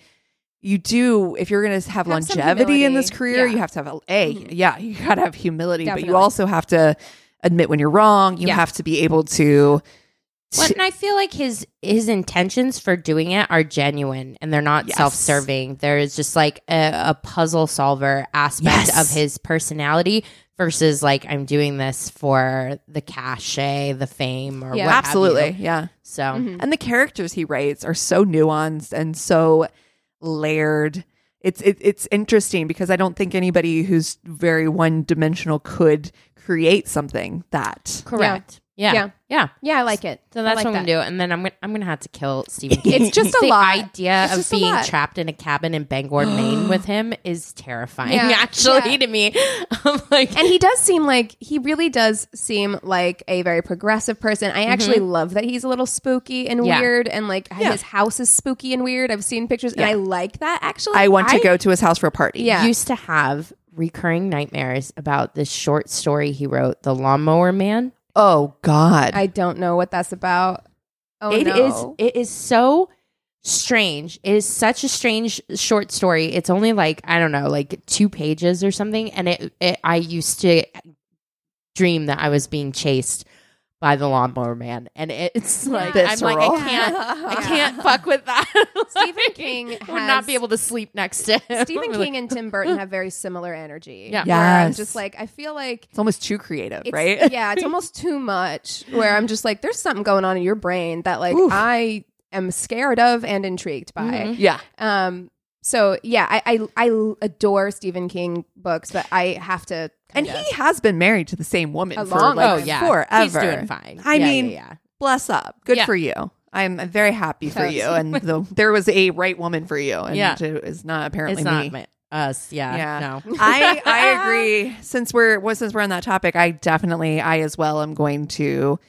Speaker 1: you do if you're going to have,
Speaker 2: Have some
Speaker 1: longevity in this
Speaker 2: humility.
Speaker 1: career,
Speaker 2: Yeah. Mm-hmm.
Speaker 1: you have to have a, a yeah, you got to have humility, but
Speaker 2: Definitely.
Speaker 1: you also have to admit when you're wrong. You
Speaker 2: Yeah.
Speaker 1: have to be able to
Speaker 3: Well, and I feel like his his intentions for doing it are genuine and they're not
Speaker 1: Yes.
Speaker 3: self serving. There is just like a, a puzzle solver aspect
Speaker 1: Yes.
Speaker 3: of his personality versus like I'm doing this for the cachet, the fame, or
Speaker 2: Yeah.
Speaker 3: what have you.
Speaker 1: absolutely, yeah.
Speaker 3: So
Speaker 2: Mhm.
Speaker 1: And the characters he writes are so nuanced and so layered. It's it, it's interesting because I don't think anybody who's very one dimensional could create something that.
Speaker 3: correct. Yeah.
Speaker 2: Yeah.
Speaker 3: yeah.
Speaker 2: Yeah, I like it.
Speaker 3: So
Speaker 2: I
Speaker 3: that's
Speaker 2: like
Speaker 3: what I'm
Speaker 2: that.
Speaker 3: gonna do, and then I'm gonna I'm gonna have to kill Stephen. King.
Speaker 2: It's just a
Speaker 3: the
Speaker 2: lot.
Speaker 3: idea
Speaker 2: It's
Speaker 3: of
Speaker 2: just a
Speaker 3: being
Speaker 2: lot.
Speaker 3: trapped in a cabin in Bangor, Maine, with him is terrifying.
Speaker 2: Yeah.
Speaker 3: Actually,
Speaker 2: Yeah.
Speaker 3: to me, I'm like,
Speaker 2: And he does seem like he really does seem like a very progressive person. I actually love that he's a little spooky and
Speaker 3: Mm-hmm. Yeah.
Speaker 2: weird, and like
Speaker 1: Yeah.
Speaker 2: his house is spooky and weird. I've seen pictures, and I like that actually.
Speaker 1: I want to
Speaker 3: I-
Speaker 1: go to his house for a party.
Speaker 2: yeah,
Speaker 3: used to have recurring nightmares about this short story he wrote, The Lawnmower Man.
Speaker 1: Oh God.
Speaker 2: I don't know what that's about. Oh
Speaker 3: It is
Speaker 2: no.
Speaker 3: it is so strange. It is such a strange short story. It's only like, I don't know, like two pages or something. And it, it I used to dream that I was being chased by the lawnmower man. And it's like I'm like,
Speaker 1: Visceral.
Speaker 3: I can't I
Speaker 2: Yeah.
Speaker 3: can't fuck with that.
Speaker 2: Stephen
Speaker 3: Like,
Speaker 2: King
Speaker 3: would
Speaker 2: has-
Speaker 3: not be able to sleep next to him.
Speaker 2: Stephen King and Tim Burton have very similar energy.
Speaker 3: Yeah.
Speaker 2: where I'm
Speaker 1: Yes.
Speaker 2: just like I feel like
Speaker 1: It's almost too creative,
Speaker 2: it's,
Speaker 1: right?
Speaker 2: yeah, it's almost too much. Where I'm just like, there's something going on in your brain that like I am scared of and intrigued by.
Speaker 3: Mhm.
Speaker 1: Yeah.
Speaker 2: Um. So yeah, I I, I adore Stephen King books, but I have to.
Speaker 1: And
Speaker 2: Kinda,
Speaker 1: he has been married to the same woman
Speaker 2: A
Speaker 1: for
Speaker 2: long
Speaker 1: like
Speaker 2: time. Oh,
Speaker 1: forever.
Speaker 3: He's doing fine.
Speaker 1: I
Speaker 3: Yeah,
Speaker 1: mean,
Speaker 3: yeah, yeah.
Speaker 1: bless up. Good
Speaker 3: Yeah.
Speaker 1: for you. I'm I'm very happy for
Speaker 2: Yes.
Speaker 1: you. And the, there was a right woman for you. And
Speaker 3: Yeah.
Speaker 1: it is not apparently
Speaker 3: it's not
Speaker 1: me.
Speaker 3: me- us. Yeah,
Speaker 1: Yeah.
Speaker 3: no.
Speaker 1: I I agree. Since we're well, since we're on that topic, I definitely I as well am going to.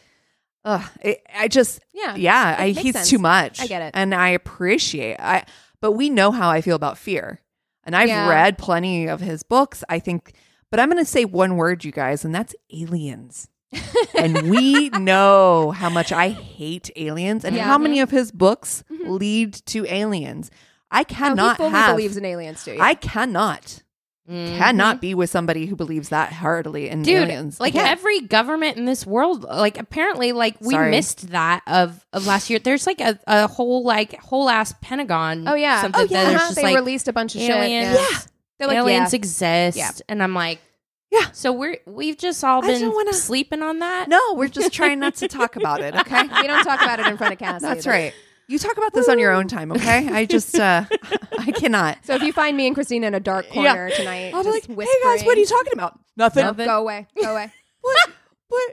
Speaker 1: Ugh, it, I just
Speaker 2: Yeah.
Speaker 1: yeah.
Speaker 2: Uh, It
Speaker 1: I,
Speaker 2: makes
Speaker 1: he's
Speaker 2: sense.
Speaker 1: too much.
Speaker 2: I get it.
Speaker 1: and I appreciate. I but we know how I feel about fear, and I've
Speaker 2: Yeah.
Speaker 1: read plenty of his books. I think, but I'm going to say one word, you guys, and that's aliens. and we know how much I hate aliens, and
Speaker 2: Yeah.
Speaker 1: how many of his books lead to aliens. I
Speaker 2: Oh, he
Speaker 1: cannot
Speaker 2: fully
Speaker 1: have.
Speaker 2: believes in aliens too.
Speaker 1: I cannot
Speaker 3: Mm.
Speaker 1: cannot be with somebody who believes that heartily in
Speaker 3: Dude,
Speaker 1: aliens.
Speaker 3: like every government in this world, like apparently, like we
Speaker 1: Sorry.
Speaker 3: missed that of, of last year. There's like a, a whole like whole ass Pentagon.
Speaker 2: oh yeah.
Speaker 3: something
Speaker 2: oh yeah.
Speaker 3: that is
Speaker 2: uh-huh.
Speaker 3: just
Speaker 2: They
Speaker 3: like
Speaker 2: released a bunch of
Speaker 3: aliens.
Speaker 2: shit. Yeah. They're like
Speaker 3: aliens
Speaker 2: yeah.
Speaker 3: exist,
Speaker 2: Yeah.
Speaker 3: and I'm like,
Speaker 1: Yeah.
Speaker 3: So we're we've just all
Speaker 1: I don't
Speaker 3: been
Speaker 1: wanna-
Speaker 3: sleeping on that.
Speaker 1: no, we're just trying not to talk about it. Okay,
Speaker 2: Okay. We don't talk about it in front of Cass.
Speaker 1: that's
Speaker 2: either.
Speaker 1: right. You talk about this on your own time. Okay, I just uh I cannot.
Speaker 2: So if you find me and Christina in a dark corner tonight,
Speaker 1: I'll be like,
Speaker 2: just
Speaker 1: hey
Speaker 2: whispering,
Speaker 1: guys, what are you talking about? Nothing.
Speaker 3: Nothing.
Speaker 2: Go away. Go away.
Speaker 1: What? What?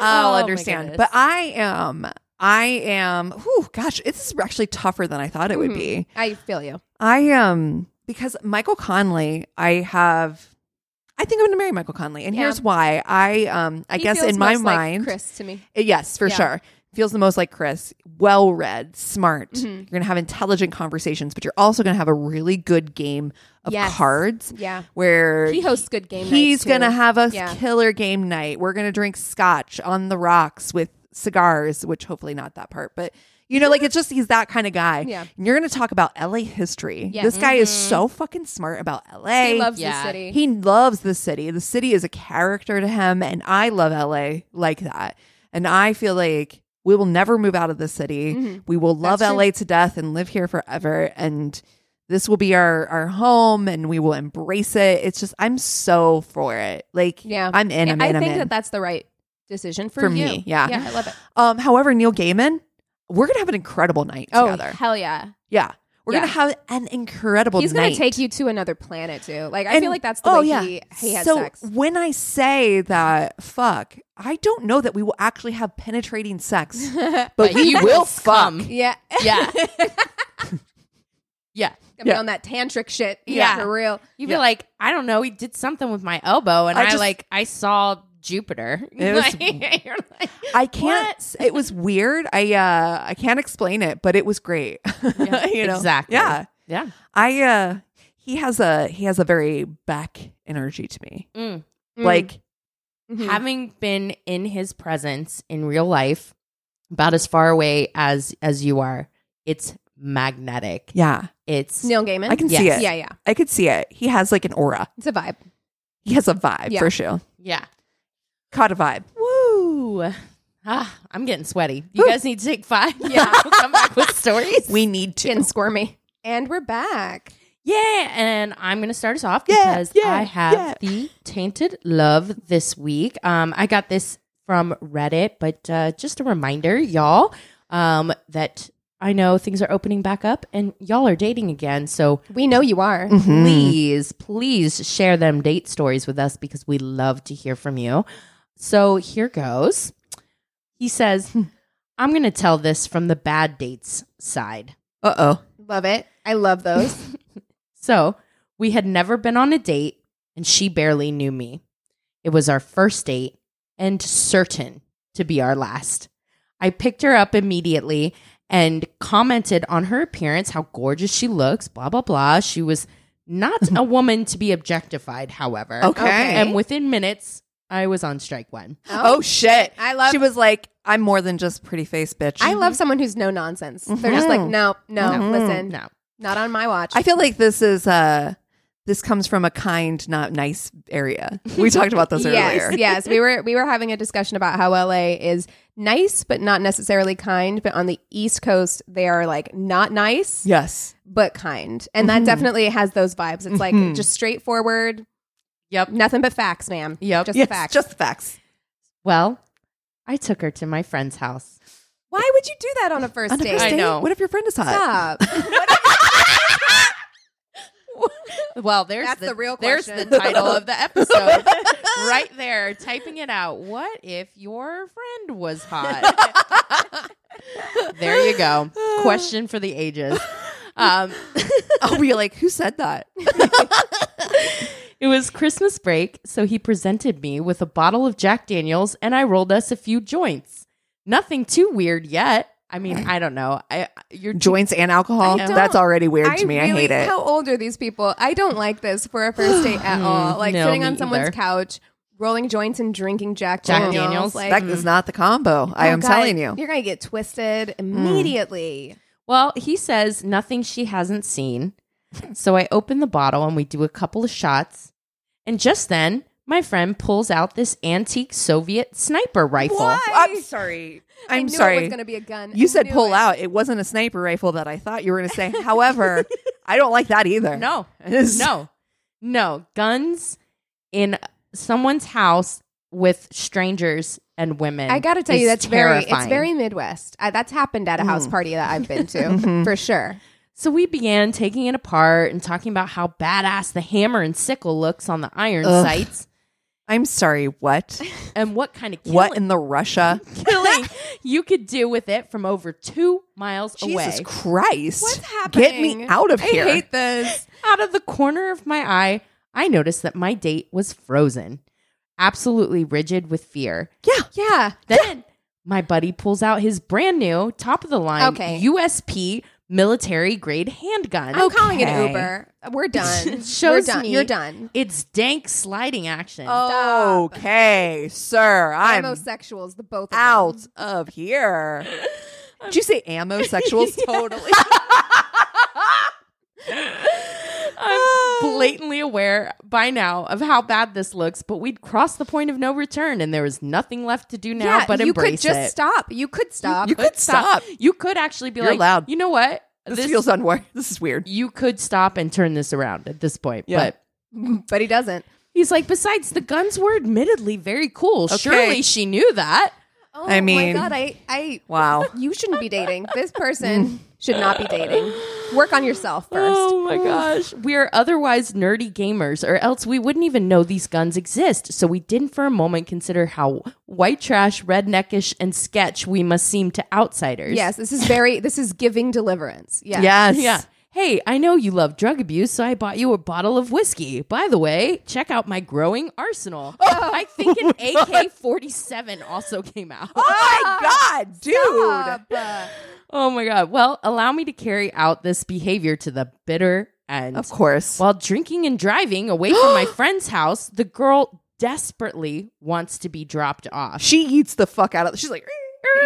Speaker 1: I'll
Speaker 3: Oh, my
Speaker 1: understand.
Speaker 3: goodness.
Speaker 1: But I am. I am. Whew, gosh, this is actually tougher than I thought it would be.
Speaker 2: I feel you.
Speaker 1: I am because Michael Conley. I have. I think I'm going to marry Michael Conley, and
Speaker 2: Yeah.
Speaker 1: here's why. I um. I
Speaker 2: He
Speaker 1: guess
Speaker 2: feels
Speaker 1: in my
Speaker 2: most like
Speaker 1: mind,
Speaker 2: Chris to me.
Speaker 1: Uh, Yes, for
Speaker 2: Yeah.
Speaker 1: sure. feels the most like Chris, well read, smart.
Speaker 2: Mhm.
Speaker 1: You're going to have intelligent conversations, but you're also going to have a really good game of
Speaker 2: Yes.
Speaker 1: cards
Speaker 2: Yeah.
Speaker 1: where
Speaker 2: He hosts good game nights,
Speaker 1: He's going to
Speaker 2: too.
Speaker 1: have a
Speaker 2: Yeah.
Speaker 1: killer game night. We're going to drink scotch on the rocks with cigars, which hopefully not that part, but you know, like it's just he's that kind of guy.
Speaker 2: Yeah.
Speaker 1: And you're going to talk about LA history.
Speaker 2: Yeah. Mm-hmm.
Speaker 1: This guy is so fucking smart about LA.
Speaker 2: He loves
Speaker 3: Yeah.
Speaker 2: the city.
Speaker 1: He loves the city. The city is a character to him, and I love LA like that. And I feel like we will never move out of the city. We will love
Speaker 2: Mm-hmm. That's true.
Speaker 1: LA to death and live here forever. And this will be our our home, and we will embrace it. It's just I'm so for it. Like
Speaker 2: Yeah.
Speaker 1: I'm in. I'm
Speaker 2: I
Speaker 1: in. I'm
Speaker 2: think
Speaker 1: in.
Speaker 2: that that's the right decision for,
Speaker 1: For
Speaker 2: you.
Speaker 1: me, yeah.
Speaker 2: Yeah, I love it.
Speaker 1: um, however, Neil Gaiman, we're gonna have an incredible night
Speaker 2: Oh,
Speaker 1: together.
Speaker 2: hell yeah.
Speaker 1: Yeah, we're
Speaker 2: Yeah.
Speaker 1: gonna have an incredible.
Speaker 2: He's
Speaker 1: night.
Speaker 2: going to take you to another planet, too. Like, I
Speaker 1: And- oh,
Speaker 2: feel like that's the way he, he has
Speaker 1: so
Speaker 2: sex.
Speaker 1: when I say that, fuck, I don't know that we will actually have penetrating sex, but,
Speaker 3: But
Speaker 1: we
Speaker 3: you will
Speaker 1: fuck.
Speaker 3: come.
Speaker 2: Yeah.
Speaker 3: Yeah. yeah.
Speaker 2: I mean,
Speaker 1: Yeah.
Speaker 2: on that tantric shit.
Speaker 3: Yeah.
Speaker 2: Yeah, for real.
Speaker 3: You'd be like, I don't know, he did something with my elbow and
Speaker 1: I
Speaker 3: I,
Speaker 1: just-
Speaker 3: like I saw Jupiter.
Speaker 1: It was-
Speaker 3: Like, you're like,
Speaker 1: I can't. It was weird. I uh, I can't explain it, but it was great. you know
Speaker 3: Exactly.
Speaker 1: Yeah,
Speaker 3: Yeah.
Speaker 1: I uh, he has a he has a very back energy to me.
Speaker 3: Mm.
Speaker 2: Mm.
Speaker 1: Like Hmm.
Speaker 2: Mhm.
Speaker 3: Having been in his presence in real life, about as far away as as you are, it's magnetic.
Speaker 1: yeah,
Speaker 3: It's
Speaker 2: Neil Gaiman.
Speaker 1: I can see
Speaker 3: Yes.
Speaker 1: it.
Speaker 2: Yeah, yeah.
Speaker 1: I could see it. He has like an aura.
Speaker 2: It's a vibe.
Speaker 1: He has a vibe
Speaker 2: Yeah.
Speaker 1: for sure.
Speaker 3: yeah.
Speaker 1: Caught a vibe.
Speaker 3: Woo. Ah, I'm getting sweaty. You guys need to take five.
Speaker 2: Yeah.
Speaker 3: We'll come back with stories.
Speaker 1: We need to.
Speaker 2: Getting squirmy. And we're back.
Speaker 3: Yeah, and I'm gonna start us off
Speaker 1: Yeah,
Speaker 3: because
Speaker 1: yeah,
Speaker 3: I have
Speaker 1: yeah.
Speaker 3: the tainted love this week. Um, I got this from Reddit, but uh, just a reminder, y'all, um, that I know things are opening back up and y'all are dating again. So
Speaker 2: We know you are.
Speaker 1: Mm.
Speaker 3: please, please share them date stories with us because we love to hear from you. So here goes. He says, "I'm gonna tell this from the bad dates side."
Speaker 1: Uh oh.
Speaker 2: Love it. I love those.
Speaker 3: So we had never been on a date, and she barely knew me. It was our first date and certain to be our last. I picked her up immediately and commented on her appearance, how gorgeous she looks, blah, blah, blah. She was not a woman to be objectified, however.
Speaker 1: Okay.
Speaker 3: And within minutes, I was on strike one.
Speaker 1: Oh, shit.
Speaker 2: I love-
Speaker 1: She was like, I'm more than just pretty face bitch.
Speaker 2: I love someone who's no nonsense. They're just like, no, no,
Speaker 1: Mhm.
Speaker 2: listen,
Speaker 3: No.
Speaker 2: not on my watch.
Speaker 1: I feel like this is uh this comes from a kind, not nice area. We talked about this
Speaker 2: yes,
Speaker 1: earlier.
Speaker 2: yes. We were we were having a discussion about how LA is nice but not necessarily kind, but on the East Coast they are like not nice
Speaker 1: Yes.
Speaker 2: but kind. And
Speaker 1: Mm-hmm.
Speaker 2: that definitely has those vibes. It's like just straightforward.
Speaker 3: Yep.
Speaker 2: Nothing but facts, ma'am.
Speaker 3: Yep.
Speaker 2: Just
Speaker 1: Yes,
Speaker 2: facts.
Speaker 1: Just the facts.
Speaker 3: Well, I took her to my friend's house.
Speaker 2: Why would you do that on a first
Speaker 1: On a
Speaker 2: date?
Speaker 1: first
Speaker 3: I
Speaker 1: date?
Speaker 3: know.
Speaker 1: What if your friend is hot?
Speaker 2: Stop.
Speaker 3: Well, there's
Speaker 2: That's the real
Speaker 3: there's
Speaker 2: question.
Speaker 3: the title of the episode right there. Typing it out. What if your friend was hot? there you go. Question for the ages. Um,
Speaker 1: Oh, were you like, who said that?
Speaker 3: it was Christmas break, so he presented me with a bottle of Jack Daniels, and I rolled us a few joints. Nothing too weird yet. I mean, I don't know. I you're
Speaker 1: Joints and alcohol.
Speaker 2: I don't-
Speaker 1: That's already weird to me. I
Speaker 2: really-
Speaker 1: hate it. Mm,
Speaker 2: How old are these people? I don't like this for a first date at all. Like
Speaker 3: No,
Speaker 2: sitting
Speaker 3: me
Speaker 2: on someone's
Speaker 3: either.
Speaker 2: couch, rolling joints and drinking Jack,
Speaker 3: Jack
Speaker 2: Daniels.
Speaker 3: Daniels.
Speaker 2: Like,
Speaker 1: That is not the combo. I
Speaker 2: oh,
Speaker 1: am
Speaker 2: God,
Speaker 1: telling you. Mm.
Speaker 2: you're gonna get twisted immediately.
Speaker 3: Well, he says nothing she hasn't seen. So I open the bottle and we do a couple of shots. And just then, my friend pulls out this antique Soviet sniper rifle.
Speaker 1: I'm sorry.
Speaker 2: I
Speaker 1: I'm
Speaker 2: knew It
Speaker 1: sorry.
Speaker 2: was gonna be a gun.
Speaker 1: You
Speaker 2: I
Speaker 1: said
Speaker 2: knew
Speaker 1: pull
Speaker 2: it.
Speaker 1: out. It wasn't a sniper rifle that I thought you were going to say. However, I don't like that either.
Speaker 3: No,
Speaker 1: It's-
Speaker 3: no, no. Guns in someone's house with strangers and women.
Speaker 2: I gotta tell
Speaker 3: is
Speaker 2: you, that's very. It's
Speaker 3: terrifying.
Speaker 2: very Midwest. I, that's happened at a
Speaker 1: Mm.
Speaker 2: house party that I've been to
Speaker 1: Mm-hmm.
Speaker 2: for sure.
Speaker 3: So we began taking it apart and talking about how badass the hammer and sickle looks on the iron
Speaker 1: Ugh.
Speaker 3: sights
Speaker 1: I'm sorry. What?
Speaker 3: and what kind of killing,
Speaker 1: What in the Russia?
Speaker 3: killing you could do with it from over two miles away.
Speaker 1: Jesus Christ.
Speaker 2: What's happening?
Speaker 1: Get me out of
Speaker 2: I
Speaker 1: here.
Speaker 2: hate this.
Speaker 3: Out of the corner of my eye, I noticed that my date was frozen, absolutely rigid with fear.
Speaker 1: yeah.
Speaker 2: Yeah.
Speaker 3: Then my buddy pulls out his brand new top of the line
Speaker 2: Okay.
Speaker 3: USP military grade handgun.
Speaker 2: I'm calling it
Speaker 1: Okay.
Speaker 2: Uber. We're done.
Speaker 3: Shows
Speaker 2: We're done.
Speaker 3: me-
Speaker 2: You're done. Oh.
Speaker 3: It's dank sliding action.
Speaker 2: Stop.
Speaker 1: Okay, sir. I'm
Speaker 2: Homosexuals, the both of
Speaker 1: out
Speaker 2: them.
Speaker 1: of here. Did you say amosexuals? Totally.
Speaker 3: I'm blatantly aware by now of how bad this looks, but we'd crossed the point of no return and there was nothing left to do now
Speaker 2: Yeah,
Speaker 3: but
Speaker 2: you
Speaker 3: embrace
Speaker 2: could just
Speaker 3: it.
Speaker 2: stop. You could stop.
Speaker 3: You could
Speaker 1: stop.
Speaker 3: stop. You could actually be
Speaker 1: You're
Speaker 3: like,
Speaker 1: allowed.
Speaker 3: you know what?
Speaker 1: This, feels unworthy. This is weird.
Speaker 3: you could stop and turn this around at this point.
Speaker 1: Yeah.
Speaker 3: But
Speaker 2: but he doesn't.
Speaker 3: he's like, besides, the guns were admittedly very cool.
Speaker 1: Okay.
Speaker 3: Surely she knew that.
Speaker 2: Oh
Speaker 1: I mean-
Speaker 2: my god, I, I
Speaker 1: Wow.
Speaker 2: you shouldn't be dating. This person should not be dating. Work on yourself first.
Speaker 3: Oh my gosh. We are otherwise nerdy gamers, or else we wouldn't even know these guns exist. So we didn't for a moment consider how white trash, redneckish, and sketch we must seem to outsiders.
Speaker 2: Yes, this is very this is giving deliverance. Yes.
Speaker 1: Yes.
Speaker 3: Yeah. Hey, I know you love drug abuse, so I bought you a bottle of whiskey. By the way, check out my growing arsenal.
Speaker 1: Oh.
Speaker 3: I think an AK 47 also came out.
Speaker 1: Oh my god, dude.
Speaker 2: Stop. Uh,
Speaker 3: Oh my God. Well, allow me to carry out this behavior to the bitter end.
Speaker 1: Of course.
Speaker 3: While drinking and driving away from my friend's house, the girl desperately wants to be dropped off.
Speaker 1: she eats the fuck out of She's like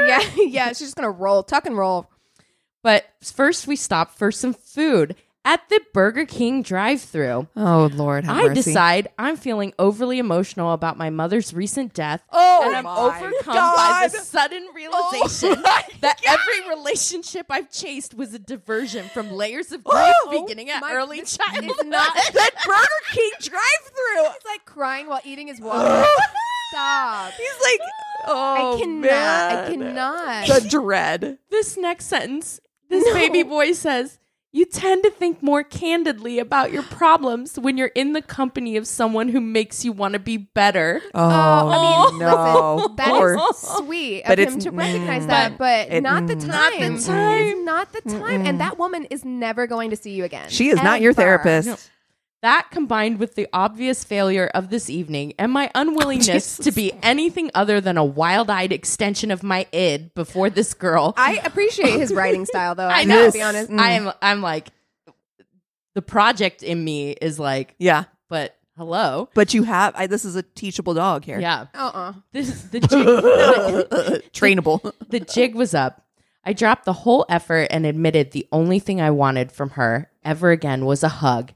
Speaker 2: yeah, yeah. She's just gonna roll, tuck and roll.
Speaker 3: But first, we stop for some food at the Burger King drive thru.
Speaker 1: Oh Lord, have
Speaker 3: I decide I'm feeling overly emotional about my mother's recent death.
Speaker 1: Oh
Speaker 3: and I'm
Speaker 1: my
Speaker 3: overcome by
Speaker 1: God. Oh
Speaker 3: the sudden realization that every relationship I've chased was a diversion from layers of grief
Speaker 1: Oh
Speaker 3: beginning at
Speaker 2: my-
Speaker 3: early
Speaker 2: this
Speaker 3: childhood.
Speaker 2: is not-
Speaker 1: that Burger King drive-through.
Speaker 2: It's like crying while eating his water. Stop.
Speaker 1: He's like, oh,
Speaker 2: I cannot. I
Speaker 1: man."
Speaker 2: cannot.
Speaker 1: The dread.
Speaker 3: this next sentence, this baby boy says, You tend to think more candidly about your problems when you're in the company of someone who makes you want to be better.
Speaker 1: Oh,
Speaker 2: I mean,
Speaker 1: no.
Speaker 2: listen, that
Speaker 1: Poor-
Speaker 2: is sweet of
Speaker 1: But
Speaker 2: him
Speaker 1: it's-
Speaker 2: to recognize
Speaker 1: mm,
Speaker 2: that, but
Speaker 1: it-
Speaker 2: not the
Speaker 1: mm.
Speaker 2: time.
Speaker 1: Not
Speaker 3: the time.
Speaker 2: It is Not the time. And that woman is never going to see you again.
Speaker 1: she is not your
Speaker 2: Ever.
Speaker 1: therapist.
Speaker 3: That combined with the obvious failure of this evening and my unwillingness
Speaker 1: Jesus.
Speaker 3: to be anything other than a wild eyed extension of my id before this girl. I,
Speaker 2: I appreciate his writing style, though. I,
Speaker 3: know.
Speaker 2: know. To be honest,
Speaker 3: I am I'm like the project in me is like,
Speaker 1: Yeah,
Speaker 3: but hello.
Speaker 1: but you have. I, this is a teachable dog here.
Speaker 3: Yeah.
Speaker 2: uh uh
Speaker 3: This is the jig,
Speaker 1: Trainable.
Speaker 3: the jig was up. I dropped the whole effort and admitted the only thing I wanted from her ever again was a hug.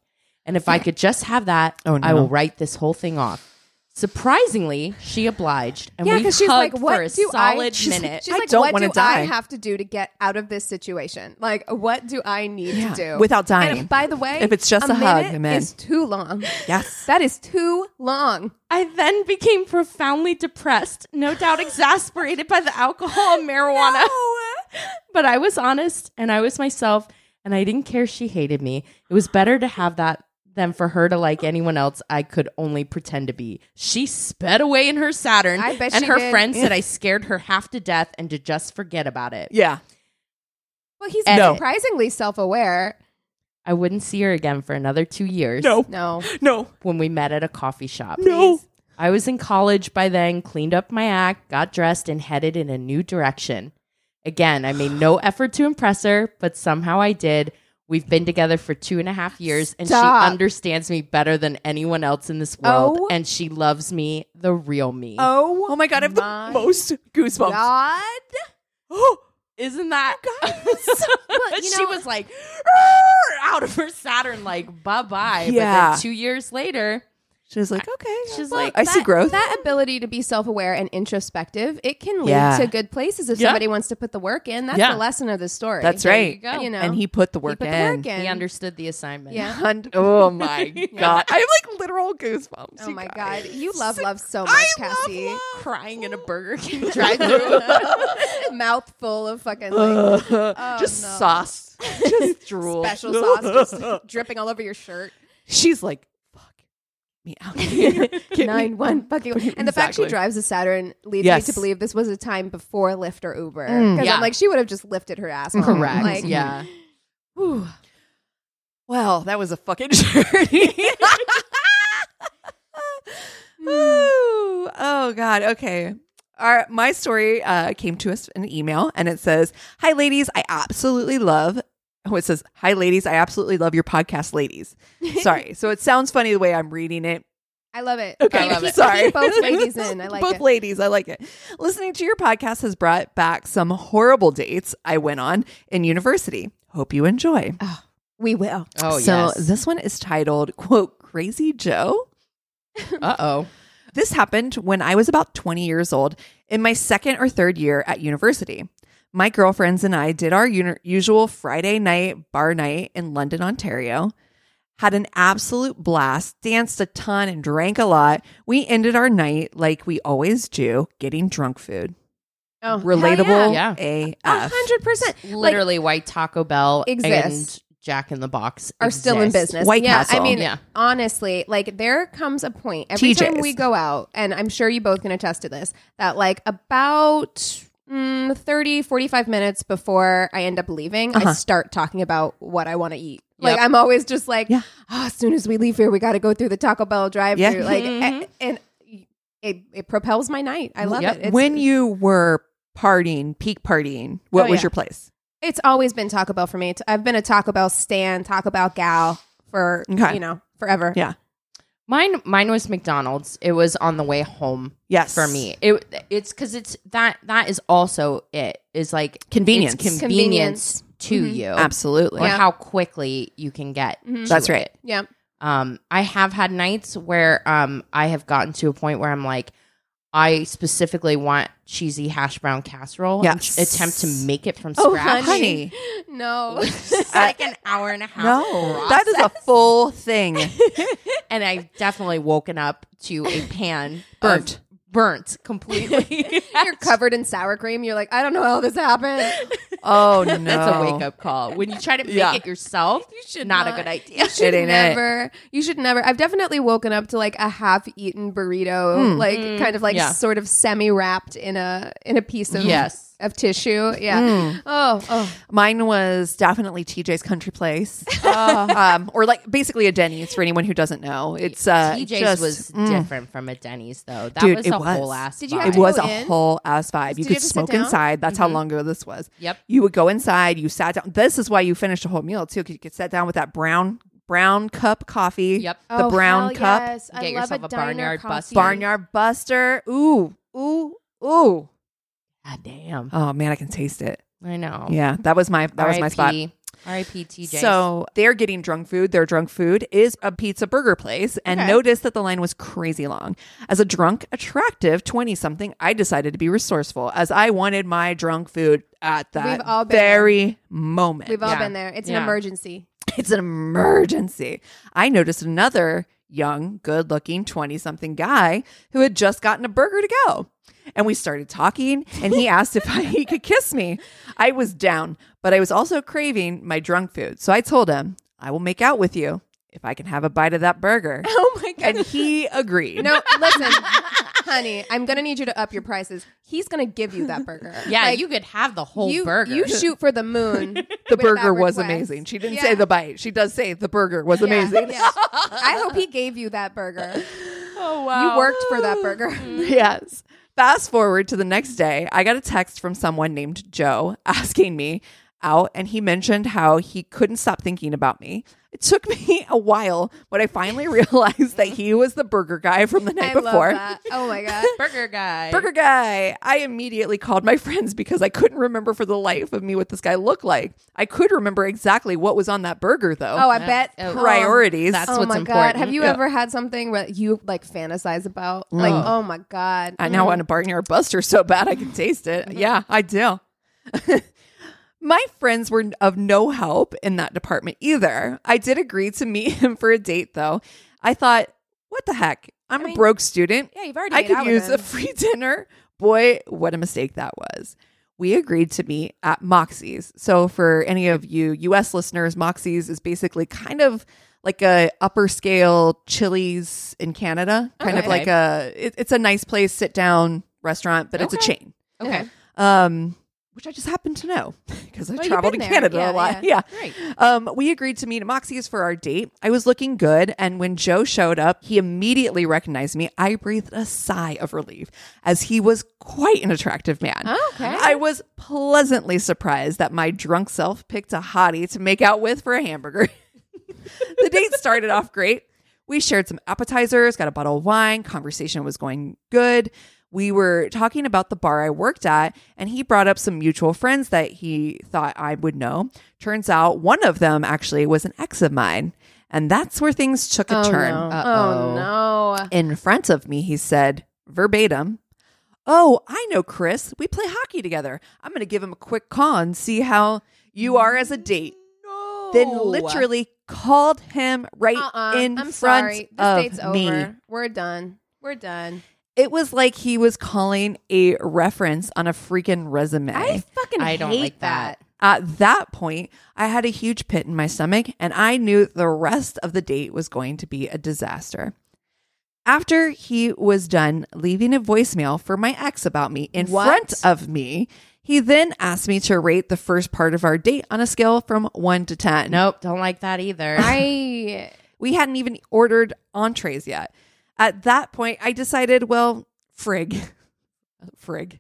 Speaker 3: And if I could just have that,
Speaker 1: Oh,
Speaker 3: I
Speaker 1: no.
Speaker 3: will write this whole thing off. Surprisingly, she obliged, and
Speaker 2: Yeah,
Speaker 3: we hugged
Speaker 2: she's like, "What
Speaker 3: for a
Speaker 2: do I-"
Speaker 3: solid
Speaker 1: She's like,
Speaker 3: minute.
Speaker 2: She's
Speaker 1: I
Speaker 2: like,
Speaker 1: don't
Speaker 2: what
Speaker 1: wanna
Speaker 2: do
Speaker 1: die."
Speaker 2: I have to do to get out of this situation? Like, what do I need
Speaker 1: Yeah,
Speaker 2: to do
Speaker 1: without dying.
Speaker 2: And by the way,
Speaker 1: If it's just a hug,
Speaker 2: minute
Speaker 1: I'm in.
Speaker 2: is too long.
Speaker 1: Yes.
Speaker 2: that is too long.
Speaker 3: I then became profoundly depressed, no doubt exasperated by the alcohol and marijuana. But I was honest and I was myself and I didn't care she hated me. It was better to have that than for her to like anyone else I could only pretend to be. She sped away in her Saturn
Speaker 2: I bet
Speaker 3: and
Speaker 2: she
Speaker 3: her
Speaker 2: did.
Speaker 3: friend said I scared her half to death and to just forget about it.
Speaker 1: Yeah.
Speaker 2: Well, he's
Speaker 3: No.
Speaker 2: surprisingly self-aware.
Speaker 3: I wouldn't see her again for another 2 years
Speaker 1: No.
Speaker 2: No,
Speaker 1: No.
Speaker 3: when we met at a coffee shop.
Speaker 1: No.
Speaker 3: I was in college by then, cleaned up my act, got dressed, and headed in a new direction. Again, I made no effort to impress her, but somehow I did. We've been together for two and a half years, and
Speaker 2: Stop.
Speaker 3: she understands me better than anyone else in this world,
Speaker 2: Oh.
Speaker 3: and she loves me, the real me.
Speaker 1: Oh. Oh my god, I have
Speaker 2: my
Speaker 1: the most goosebumps.
Speaker 2: God.
Speaker 1: Oh,
Speaker 3: Isn't that?
Speaker 2: you
Speaker 3: she
Speaker 2: know-
Speaker 3: was like "Arr!" out of her Saturn, like bye bye. But
Speaker 1: Yeah.
Speaker 3: then two years later,
Speaker 1: she was like, okay.
Speaker 3: She's
Speaker 1: Well,
Speaker 3: like,
Speaker 1: I see
Speaker 2: That-
Speaker 1: growth.
Speaker 2: That ability to be self-aware and introspective, it can lead
Speaker 1: Yeah.
Speaker 2: to good places if
Speaker 3: Yeah.
Speaker 2: somebody wants to put the work in. That's
Speaker 3: Yeah.
Speaker 2: the lesson of the story.
Speaker 1: That's
Speaker 3: There
Speaker 1: right.
Speaker 3: you go.
Speaker 2: You know,
Speaker 1: and he put the
Speaker 2: He
Speaker 1: work
Speaker 2: put the
Speaker 1: in.
Speaker 2: work in.
Speaker 3: he understood the assignment.
Speaker 2: Yeah.
Speaker 1: Hun- oh my god, I have like literal goosebumps.
Speaker 2: Oh
Speaker 1: you
Speaker 2: my
Speaker 1: guys.
Speaker 2: god, you love love so much,
Speaker 1: I love
Speaker 2: Cassie.
Speaker 1: love.
Speaker 3: crying in a Burger King drive-thru.
Speaker 2: Mouthful of fucking like,
Speaker 1: Ugh. just
Speaker 2: no.
Speaker 1: sauce, just drool,
Speaker 2: special sauce just dripping all over your shirt.
Speaker 1: She's like, "Fuck me out of here." Get me-
Speaker 2: Nine one fucking. And the fact she
Speaker 1: Exactly.
Speaker 2: drives a Saturn leads
Speaker 1: Yes.
Speaker 2: me to believe this was a time before Lyft or Uber. Because
Speaker 1: Mm.
Speaker 3: Yeah.
Speaker 2: I'm like, she would have just lifted her ass. off.
Speaker 3: Correct.
Speaker 2: Like,
Speaker 3: yeah.
Speaker 1: Well, that was a fucking journey. Hmm. Ooh. Oh god. Okay. our my story uh, came to us in an email, and it says, "Hi, ladies, I absolutely love." Oh, it says, "Hi, ladies, I absolutely love your podcast, ladies." Sorry, so it sounds funny the way I'm reading it.
Speaker 2: I love it.
Speaker 1: Okay,
Speaker 2: I love it.
Speaker 1: sorry.
Speaker 2: Keep both ladies in. I like
Speaker 1: both
Speaker 2: it.
Speaker 1: ladies. I like it. Listening to your podcast has brought back some horrible dates I went on in university. Hope you enjoy.
Speaker 2: we will.
Speaker 3: Oh
Speaker 1: so
Speaker 3: yes.
Speaker 1: this one is titled quote Crazy Joe.
Speaker 3: uh oh.
Speaker 1: This happened when I was about 20 years old in my second or third year at university. My girlfriends and I did our uni- usual Friday night bar night in London, Ontario. Had an absolute blast, danced a ton and drank a lot. We ended our night like we always do, getting drunk food.
Speaker 2: Oh,
Speaker 1: Relatable
Speaker 3: yeah.
Speaker 2: A
Speaker 1: AF.
Speaker 2: hundred percent.
Speaker 3: Literally, white Taco Bell
Speaker 2: Exist.
Speaker 3: and Jack in the Box
Speaker 2: are still in
Speaker 3: exist.
Speaker 2: business.
Speaker 1: White
Speaker 2: yeah,
Speaker 1: Castle.
Speaker 2: I mean,
Speaker 3: Yeah.
Speaker 2: honestly, like there comes a point every time
Speaker 1: TJ's.
Speaker 2: we go out, and I'm sure you both can attest to this, that like about mm, 30, 45 minutes before I end up leaving,
Speaker 1: Uh-huh.
Speaker 2: I start talking about what I want to eat. Like
Speaker 3: Yep.
Speaker 2: I'm always just like,
Speaker 1: Yeah.
Speaker 2: "Ah, as soon as we leave here, we got to go through the Taco Bell drive-through.
Speaker 1: Yeah.
Speaker 2: Like,
Speaker 3: Mm-hmm.
Speaker 2: a- and it, it propels my night. I love
Speaker 3: Yep.
Speaker 2: it. It's,
Speaker 1: when you were partying, peak partying, what
Speaker 2: Oh,
Speaker 1: was
Speaker 2: yeah.
Speaker 1: your place?
Speaker 2: it's always been Taco Bell for me. It's- I've been a Taco Bell stan, Taco Bell gal for
Speaker 1: Okay.
Speaker 2: you know forever.
Speaker 1: Yeah.
Speaker 3: Mine, mine was McDonald's. It was on the way home
Speaker 1: Yes.
Speaker 3: for me. It, it's because it's that that is also it is like
Speaker 1: Convenience.
Speaker 3: it's convenience, to
Speaker 2: Mhm.
Speaker 3: you,
Speaker 1: Absolutely.
Speaker 3: or
Speaker 2: Yeah.
Speaker 3: how quickly you can get.
Speaker 2: Mhm.
Speaker 1: That's right.
Speaker 2: Yeah.
Speaker 3: Um, I have had nights where um I have gotten to a point where I'm like, I specifically want cheesy hash brown casserole. and
Speaker 1: Yes. Uh,
Speaker 3: attempt to make it from
Speaker 2: Oh,
Speaker 3: scratch.
Speaker 2: honey.
Speaker 1: Honey.
Speaker 2: No.
Speaker 3: It's like an hour and a half.
Speaker 1: No, that is a full thing.
Speaker 3: and I've definitely woken up to a pan
Speaker 1: Burnt.
Speaker 3: of- burnt completely.
Speaker 2: You're covered in sour cream. You're like, I don't know how this happened.
Speaker 1: Oh no,
Speaker 3: That's a wake up call. When you try to make
Speaker 1: Yeah.
Speaker 3: it yourself, you should not,
Speaker 2: not.
Speaker 3: a good idea.
Speaker 2: should
Speaker 1: It ain't it.
Speaker 2: never. You should never. I've definitely woken up to like a half-eaten
Speaker 1: Hmm.
Speaker 2: burrito, like kind of like
Speaker 3: Mm, Yeah.
Speaker 2: sort of semi-wrapped in a in a piece of
Speaker 3: Yes.
Speaker 2: of tissue. Yeah.
Speaker 1: Hmm.
Speaker 2: Oh, oh,
Speaker 1: Mine was definitely TJ's Country Place, um, or like basically a Denny's for anyone who doesn't know. It's uh,
Speaker 3: TJ's
Speaker 1: just-
Speaker 3: was
Speaker 1: mm,
Speaker 3: different from a Denny's though. That
Speaker 1: Dude,
Speaker 3: was
Speaker 1: it
Speaker 3: a
Speaker 1: was.
Speaker 3: whole ass.
Speaker 2: Did you
Speaker 3: vibe.
Speaker 2: have
Speaker 1: It
Speaker 2: to
Speaker 1: was
Speaker 2: go
Speaker 1: a
Speaker 2: in?
Speaker 1: whole ass vibe. You
Speaker 2: Did you
Speaker 1: could
Speaker 2: have to sit
Speaker 1: smoke
Speaker 2: down?
Speaker 1: inside. That's how long ago this was.
Speaker 3: Yep.
Speaker 1: You would go inside. You sat down. This is why you finished a whole meal too, because you could sit down with that brown brown cup coffee.
Speaker 3: Yep.
Speaker 1: The
Speaker 2: Oh,
Speaker 1: brown
Speaker 2: hell
Speaker 1: cup,
Speaker 2: Yes. I
Speaker 3: Get
Speaker 2: love
Speaker 3: yourself
Speaker 2: a,
Speaker 3: a
Speaker 2: diner
Speaker 3: Barnyard
Speaker 2: coffee.
Speaker 3: Buster.
Speaker 1: Barnyard Buster. Ooh, ooh, ooh.
Speaker 3: God damn.
Speaker 1: Oh man, I can taste it.
Speaker 3: I know.
Speaker 1: Yeah, that was my that was my spot.
Speaker 3: R.I.P. R.I.P. TJ's.
Speaker 1: So they're getting drunk food. Their drunk food is a pizza burger place. And
Speaker 2: Okay.
Speaker 1: noticed that the line was crazy long. As a drunk, attractive 20 something, I decided to be resourceful as I wanted my drunk food at that
Speaker 2: We've all been there.
Speaker 1: very moment.
Speaker 2: We've all
Speaker 3: Yeah.
Speaker 2: been there. It's an
Speaker 3: Yeah.
Speaker 2: emergency.
Speaker 1: it's an emergency. I noticed another young, good looking 20 something guy who had just gotten a burger to go. And we started talking, and he asked if I, he could kiss me. I was down, but I was also craving my drunk food. So I told him, I will make out with you if I can have a bite of that burger.
Speaker 2: Oh my
Speaker 1: And he agreed.
Speaker 2: No, listen, honey. I'm gonna need you to up your prices. He's gonna give you that burger.
Speaker 3: yeah,
Speaker 2: Like,
Speaker 3: you could have the whole
Speaker 2: you,
Speaker 3: burger.
Speaker 2: You shoot for the moon.
Speaker 1: the
Speaker 2: with that
Speaker 1: burger was
Speaker 2: request.
Speaker 1: amazing. She didn't
Speaker 2: Yeah.
Speaker 1: say the bite. She does say the burger was
Speaker 2: Yeah,
Speaker 1: amazing.
Speaker 2: yeah. I hope he gave you that burger.
Speaker 3: Oh
Speaker 2: You worked for that burger.
Speaker 1: Yes. Fast forward to the next day, I got a text from someone named Joe asking me out, and he mentioned how he couldn't stop thinking about me. It took me a while, but I finally realized that he was the burger guy from the night
Speaker 2: I
Speaker 1: before.
Speaker 2: love that. Oh my god.
Speaker 3: burger guy.
Speaker 1: Burger guy. I immediately called my friends because I couldn't remember for the life of me what this guy looked like. I could remember exactly what was on that burger, though.
Speaker 2: Oh, I bet
Speaker 3: Oh.
Speaker 1: priorities.
Speaker 3: That's
Speaker 2: Oh
Speaker 3: what's
Speaker 2: my
Speaker 3: important.
Speaker 2: god. Have you
Speaker 1: Yeah.
Speaker 2: ever had something that you like fantasize about? Like,
Speaker 3: Mm.
Speaker 2: oh my god.
Speaker 1: I now want a barnyard buster so bad I can taste it. Yeah, I do. My friends were of no help in that department either. I did agree to meet him for a date though. I thought, what the heck? I'm
Speaker 2: mean,
Speaker 1: a broke student.
Speaker 2: Yeah, you've already.
Speaker 1: I
Speaker 2: made
Speaker 1: could
Speaker 2: out with
Speaker 1: use a
Speaker 2: him.
Speaker 1: free dinner. Boy, what a mistake that was. We agreed to meet at Moxie's. So for any of you US listeners, Moxie's is basically kind of like a upper scale Chili's in Canada. Kind of
Speaker 3: Okay.
Speaker 1: like a it- it's a nice place, sit down restaurant, but it's a
Speaker 3: Okay.
Speaker 1: chain.
Speaker 3: Okay.
Speaker 1: Um, which I just happen to know because I
Speaker 2: Oh, you've
Speaker 1: traveled in
Speaker 2: been there.
Speaker 1: Canada
Speaker 2: Yeah,
Speaker 1: a lot.
Speaker 2: yeah.
Speaker 1: Yeah.
Speaker 3: Great.
Speaker 1: Um, we agreed to meet at Moxie's for our date. I was looking good. And when Joe showed up, he immediately recognized me. I breathed a sigh of relief as he was quite an attractive man.
Speaker 2: okay.
Speaker 1: I was pleasantly surprised that my drunk self picked a hottie to make out with for a hamburger. the date started off great. We shared some appetizers, got a bottle of wine, conversation was going good. We were talking about the bar I worked at, and he brought up some mutual friends that he thought I would know. Turns out one of them actually was an ex of mine. And that's where things took a
Speaker 2: oh,
Speaker 1: turn.
Speaker 2: No.
Speaker 3: Uh-oh.
Speaker 2: Oh no.
Speaker 1: In front of me, he said, verbatim, Oh, I know Chris. We play hockey together. I'm going to give him a quick call and see how you are as a date. Then literally called him right
Speaker 2: Uh-uh.
Speaker 1: in
Speaker 2: I'm
Speaker 1: front
Speaker 2: sorry. This
Speaker 1: of
Speaker 2: date's
Speaker 1: me.
Speaker 2: over. We're done. We're done.
Speaker 1: It was like he was calling a reference on a freaking resume.
Speaker 2: I fucking
Speaker 3: I don't
Speaker 2: hate
Speaker 3: like that.
Speaker 1: At that point, I had a huge pit in my stomach, and I knew the rest of the date was going to be a disaster. After he was done leaving a voicemail for my ex about me in
Speaker 2: What?
Speaker 1: front of me, he then asked me to rate the first part of our date on a scale from one to 10.
Speaker 3: Nope, don't like that either.
Speaker 2: I
Speaker 1: We hadn't even ordered entrees yet. At that point, I decided, well, frig. Frig.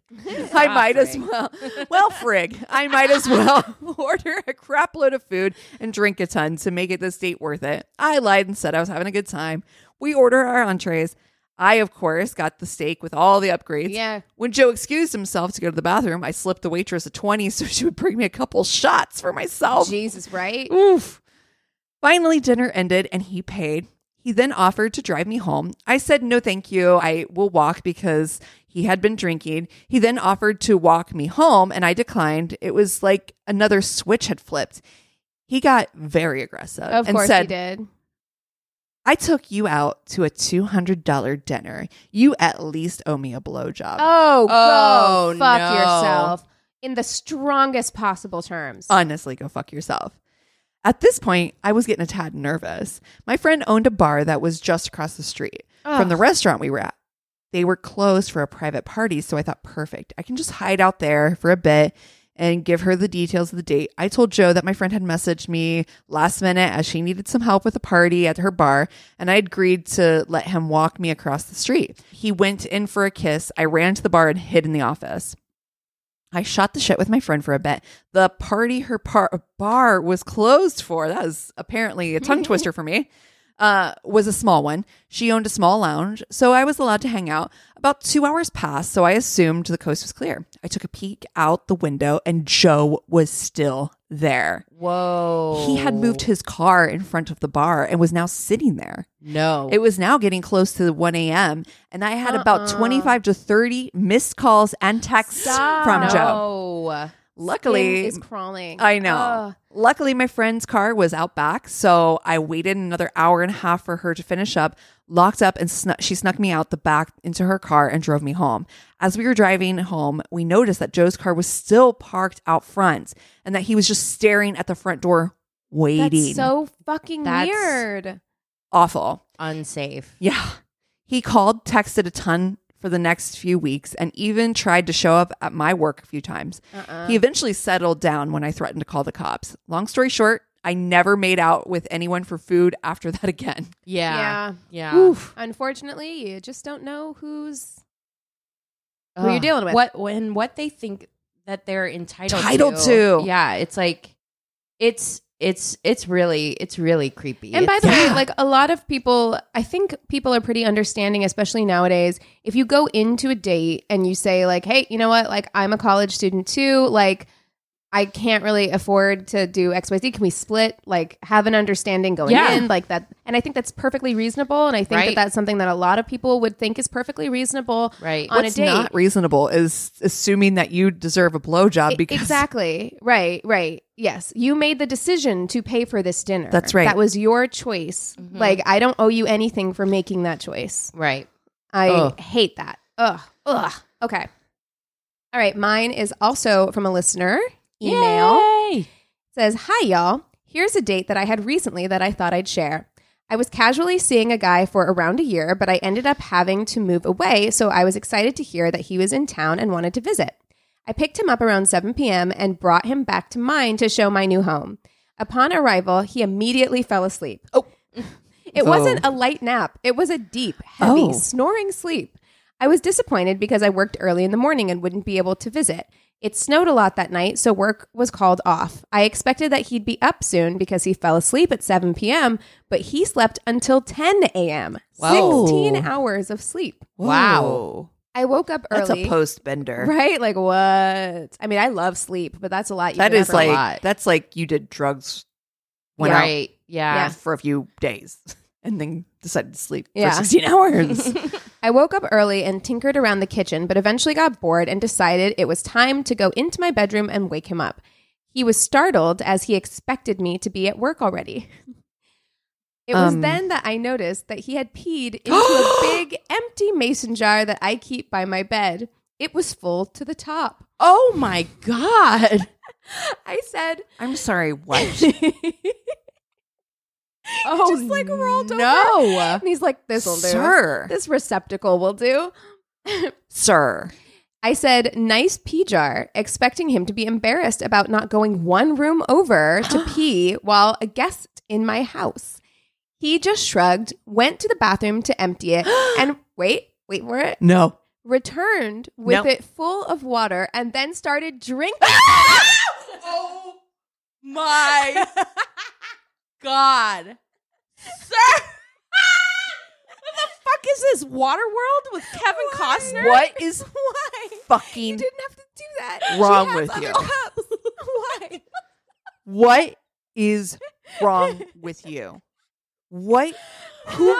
Speaker 1: I might as well. Well, frig. I might as well order a crap load of food and drink a ton to make it this date worth it. I lied and said I was having a good time. We order our entrees. I, of course, got the steak with all the upgrades.
Speaker 2: Yeah.
Speaker 1: When Joe excused himself to go to the bathroom, I slipped the waitress a 20 so she would bring me a couple shots for myself.
Speaker 2: Jesus, right?
Speaker 1: Oof. Finally, dinner ended and he paid. He then offered to drive me home. I said, no, thank you. I will walk because he had been drinking. He then offered to walk me home and I declined. It was like another switch had flipped. He got very aggressive
Speaker 2: Of
Speaker 1: and
Speaker 2: course
Speaker 1: said,
Speaker 2: he did.
Speaker 1: I took you out to a $200 dinner. You at least owe me a blowjob.
Speaker 2: Oh,
Speaker 3: Oh,
Speaker 2: go fuck
Speaker 3: no.
Speaker 2: yourself in the strongest possible terms.
Speaker 3: Uh,
Speaker 1: honestly go fuck yourself. At this point, I was getting a tad nervous. My friend owned a bar that was just across the street from the restaurant we were at. They were closed for a private party, so I thought, perfect. I can just hide out there for a bit and give her the details of the date. I told Joe that my friend had messaged me last minute as she needed some help with a party at her bar, and I agreed to let him walk me across the street. He went in for a kiss. I ran to the bar and hid in the office. I shot the shit with my friend for a bit. The party her par- bar was closed for, that was apparently a tongue twister for me, uh, was a small one. She owned a small lounge, so I was allowed to hang out. About two hours passed, so I assumed the coast was clear. I took a peek out the window, and Joe was still there.
Speaker 3: Whoa.
Speaker 1: He had moved his car in front of the bar and was now sitting there.
Speaker 3: No.
Speaker 1: It was now getting close to 1 a.m., and I had about 25 to 30 missed calls and texts from
Speaker 3: no.
Speaker 1: Joe.
Speaker 2: Skin
Speaker 1: Luckily,
Speaker 2: is Ah. crawling.
Speaker 1: I know.
Speaker 2: Ugh.
Speaker 1: Luckily, my friend's car was out back, so I waited another hour and a half for her to finish up, locked up, and snu- she snuck me out the back into her car and drove me home. As we were driving home, we noticed that Joe's car was still parked out front and that he was just staring at the front door, waiting.
Speaker 2: That's so fucking
Speaker 3: That's-
Speaker 2: weird.
Speaker 1: awful.
Speaker 3: Unsafe.
Speaker 1: Yeah. He called, texted a ton for the next few weeks, and even tried to show up at my work a few times.
Speaker 2: Uh-uh.
Speaker 1: He eventually settled down when I threatened to call the cops. Long story short, I never made out with anyone for food after that again.
Speaker 3: Yeah.
Speaker 2: yeah.
Speaker 3: Yeah.
Speaker 1: Oof.
Speaker 2: Unfortunately, you just don't know who's
Speaker 3: Who
Speaker 2: who you're dealing with.
Speaker 3: What when what they think that they're entitled
Speaker 1: Titled
Speaker 3: to.
Speaker 1: to.
Speaker 3: Yeah, it's like it's it's it's really it's really creepy.
Speaker 2: And by
Speaker 3: It's-
Speaker 2: the way,
Speaker 1: Yeah.
Speaker 2: like a lot of people, I think people are pretty understanding, especially nowadays. If you go into a date and you say, like, hey, you know what? Like, I'm a college student too. Like, I can't really afford to do XYZ. Can we split? Like, have an understanding going
Speaker 3: Yeah.
Speaker 2: in, like that. And I think that's perfectly reasonable. And I think
Speaker 3: Right.
Speaker 2: that that's something that a lot of people would think is perfectly reasonable
Speaker 3: Right.
Speaker 2: on
Speaker 1: What's
Speaker 2: a date.
Speaker 1: not reasonable is assuming that you deserve a blowjob
Speaker 2: E-
Speaker 1: because
Speaker 2: exactly right right yes you made the decision to pay for this dinner
Speaker 1: That's right.
Speaker 2: that was your choice like i don't owe you anything for making that choice
Speaker 3: right.
Speaker 2: i
Speaker 1: Oh.
Speaker 3: Ugh.
Speaker 2: hate that ugh ugh okay all right mine is also from a listener email
Speaker 3: Yay.
Speaker 2: says, Hi, y'all. Here's a date that I had recently that I thought I'd share. I was casually seeing a guy for around a year, but I ended up having to move away, so I was excited to hear that he was in town and wanted to visit. I picked him up around 7 p.m. and brought him back to mine to show my new home. Upon arrival, he immediately fell asleep.
Speaker 1: Oh.
Speaker 2: It wasn't a light nap. It was a deep, heavy,
Speaker 1: Oh.
Speaker 2: snoring sleep. I was disappointed because I worked early in the morning and wouldn't be able to visit. It snowed a lot that night, so work was called off. I expected that he'd be up soon because he fell asleep at 7 p.m., but he slept until 10 a.m.
Speaker 1: Whoa.
Speaker 2: 16 hours of sleep.
Speaker 1: Wow.
Speaker 2: I woke up
Speaker 1: That's
Speaker 2: early.
Speaker 1: a post bender.
Speaker 2: Right? Like what? I mean, I love sleep, but that's a lot. You
Speaker 1: That
Speaker 2: can
Speaker 1: is
Speaker 2: have for a
Speaker 1: like
Speaker 2: lot.
Speaker 3: lot.
Speaker 1: that's like you did drugs went out
Speaker 3: right. Yeah.
Speaker 1: for a few days and then decided to sleep
Speaker 2: Yeah.
Speaker 1: for 16 hours.
Speaker 2: I woke up early and tinkered around the kitchen, but eventually got bored and decided it was time to go into my bedroom and wake him up. He was startled as he expected me to be at work already. It was
Speaker 1: Um.
Speaker 2: then that I noticed that he had peed into a big empty mason jar that I keep by my bed. It was full to the top.
Speaker 1: oh my god.
Speaker 2: I said,
Speaker 1: I'm sorry, what?
Speaker 2: oh, just like rolled over.
Speaker 1: no.
Speaker 2: And he's like, this will do.
Speaker 1: Sir.
Speaker 2: This receptacle will do.
Speaker 1: Sir.
Speaker 2: I said, nice pee jar, expecting him to be embarrassed about not going one room over to pee while a guest in my house. He just shrugged, went to the bathroom to empty it, and wait, wait for it,
Speaker 1: No.
Speaker 2: returned with
Speaker 1: No.
Speaker 2: it full of water and then started drinking.
Speaker 1: Oh my god. Sir. what the fuck is this? Water World with Kevin Costner? What is
Speaker 2: Why? You
Speaker 1: fucking
Speaker 2: didn't have to do that.
Speaker 1: Wrong
Speaker 2: She has
Speaker 1: with
Speaker 2: other
Speaker 1: you.
Speaker 2: cups. Why?
Speaker 1: What is wrong with you? What who raised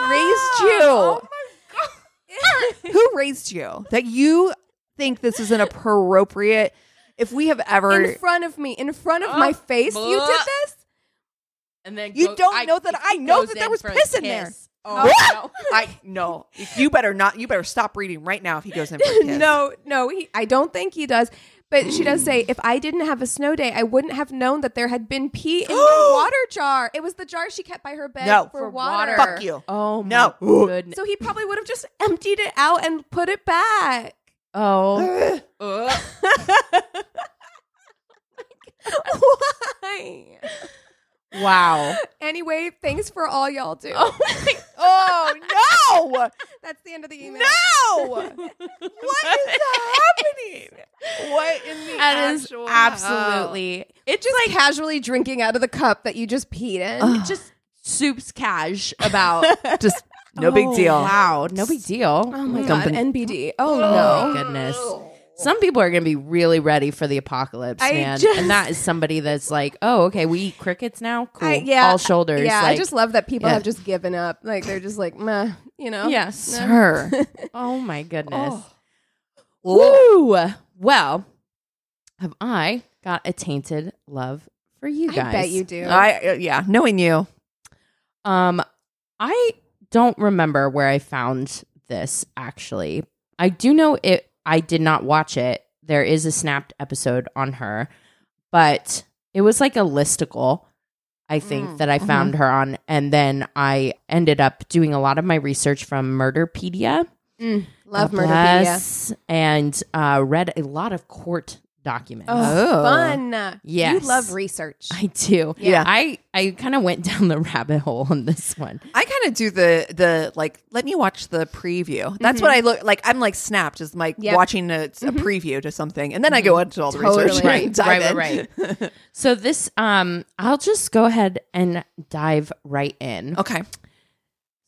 Speaker 1: you?
Speaker 2: Oh my God.
Speaker 1: who raised you that you think this is an appropriate if we have ever
Speaker 2: in front of me, in front of
Speaker 3: Oh,
Speaker 2: my face. You
Speaker 3: blah.
Speaker 2: did this?
Speaker 3: And then
Speaker 1: You don't know that I know
Speaker 3: goes
Speaker 1: that there
Speaker 3: in
Speaker 1: was
Speaker 3: for a
Speaker 1: piss in there.
Speaker 3: kiss. Oh,
Speaker 1: i no you better not you better stop reading right now if he goes in for a kiss.
Speaker 2: No, no, he, I don't think he does. But she does say, if I didn't have a snow day, I wouldn't have known that there had been pee in my water jar. It was the jar she kept by her bed
Speaker 1: No.
Speaker 2: for,
Speaker 1: For
Speaker 2: water.
Speaker 1: fuck you
Speaker 3: Oh my
Speaker 1: No.
Speaker 3: goodness.
Speaker 2: So he probably would have just emptied it out and put it back.
Speaker 3: Oh.
Speaker 2: Why?
Speaker 3: wow.
Speaker 2: Anyway, thanks for all y'all do.
Speaker 1: oh no
Speaker 2: That's the end of the email.
Speaker 1: no what is happening what in the
Speaker 3: That is
Speaker 1: actual
Speaker 3: absolutely
Speaker 2: It just like casually drinking out of the cup that you just peed in.
Speaker 3: just soups cash about.
Speaker 1: just no big
Speaker 3: Oh,
Speaker 1: deal
Speaker 3: Wow. No big deal.
Speaker 2: oh my
Speaker 1: Dumping-
Speaker 2: god, NBD. Oh,
Speaker 3: Oh
Speaker 2: no.
Speaker 3: my goodness. Some people are going to be really ready for the apocalypse,
Speaker 2: I
Speaker 3: man.
Speaker 2: just-
Speaker 3: and that is somebody that's like, oh, okay, we eat crickets now. Cool.
Speaker 2: I- yeah,
Speaker 3: All shoulders.
Speaker 2: Yeah, I
Speaker 3: like-
Speaker 2: just love that people
Speaker 3: Yeah.
Speaker 2: have just given up. Like they're just like, meh, you know.
Speaker 3: Yeah, sir. oh my goodness.
Speaker 2: Oh.
Speaker 3: Woo. Well, have I got a tainted love for you
Speaker 2: I
Speaker 3: guys?
Speaker 2: bet you do.
Speaker 1: i uh, yeah knowing you
Speaker 3: Um, I don't remember where I found this actually. I do know it. I did not watch it. There is a snapped episode on her, but it was like a listicle. I think
Speaker 1: Mm,
Speaker 3: that
Speaker 2: uh-huh.
Speaker 3: I found her on, and then I ended up doing a lot of my research from Murderpedia.
Speaker 2: Mm, love
Speaker 3: God
Speaker 2: Murderpedia.
Speaker 3: bless, and uh, read a lot of court documents.
Speaker 1: Oh.
Speaker 2: fun. you
Speaker 3: Yes.
Speaker 2: love research.
Speaker 3: I do.
Speaker 1: Yeah.
Speaker 3: I I kind of went down the rabbit hole on this one.
Speaker 1: I kind of do the the like. Let me watch the preview. That's what I look like. I'm like snapped as like
Speaker 2: Yep.
Speaker 1: watching a, a preview to something, and then I go into all the research.
Speaker 2: Totally.
Speaker 1: Right, and dive
Speaker 3: Right, right,
Speaker 1: in.
Speaker 3: So this um I'll just go ahead and dive right in.
Speaker 1: okay.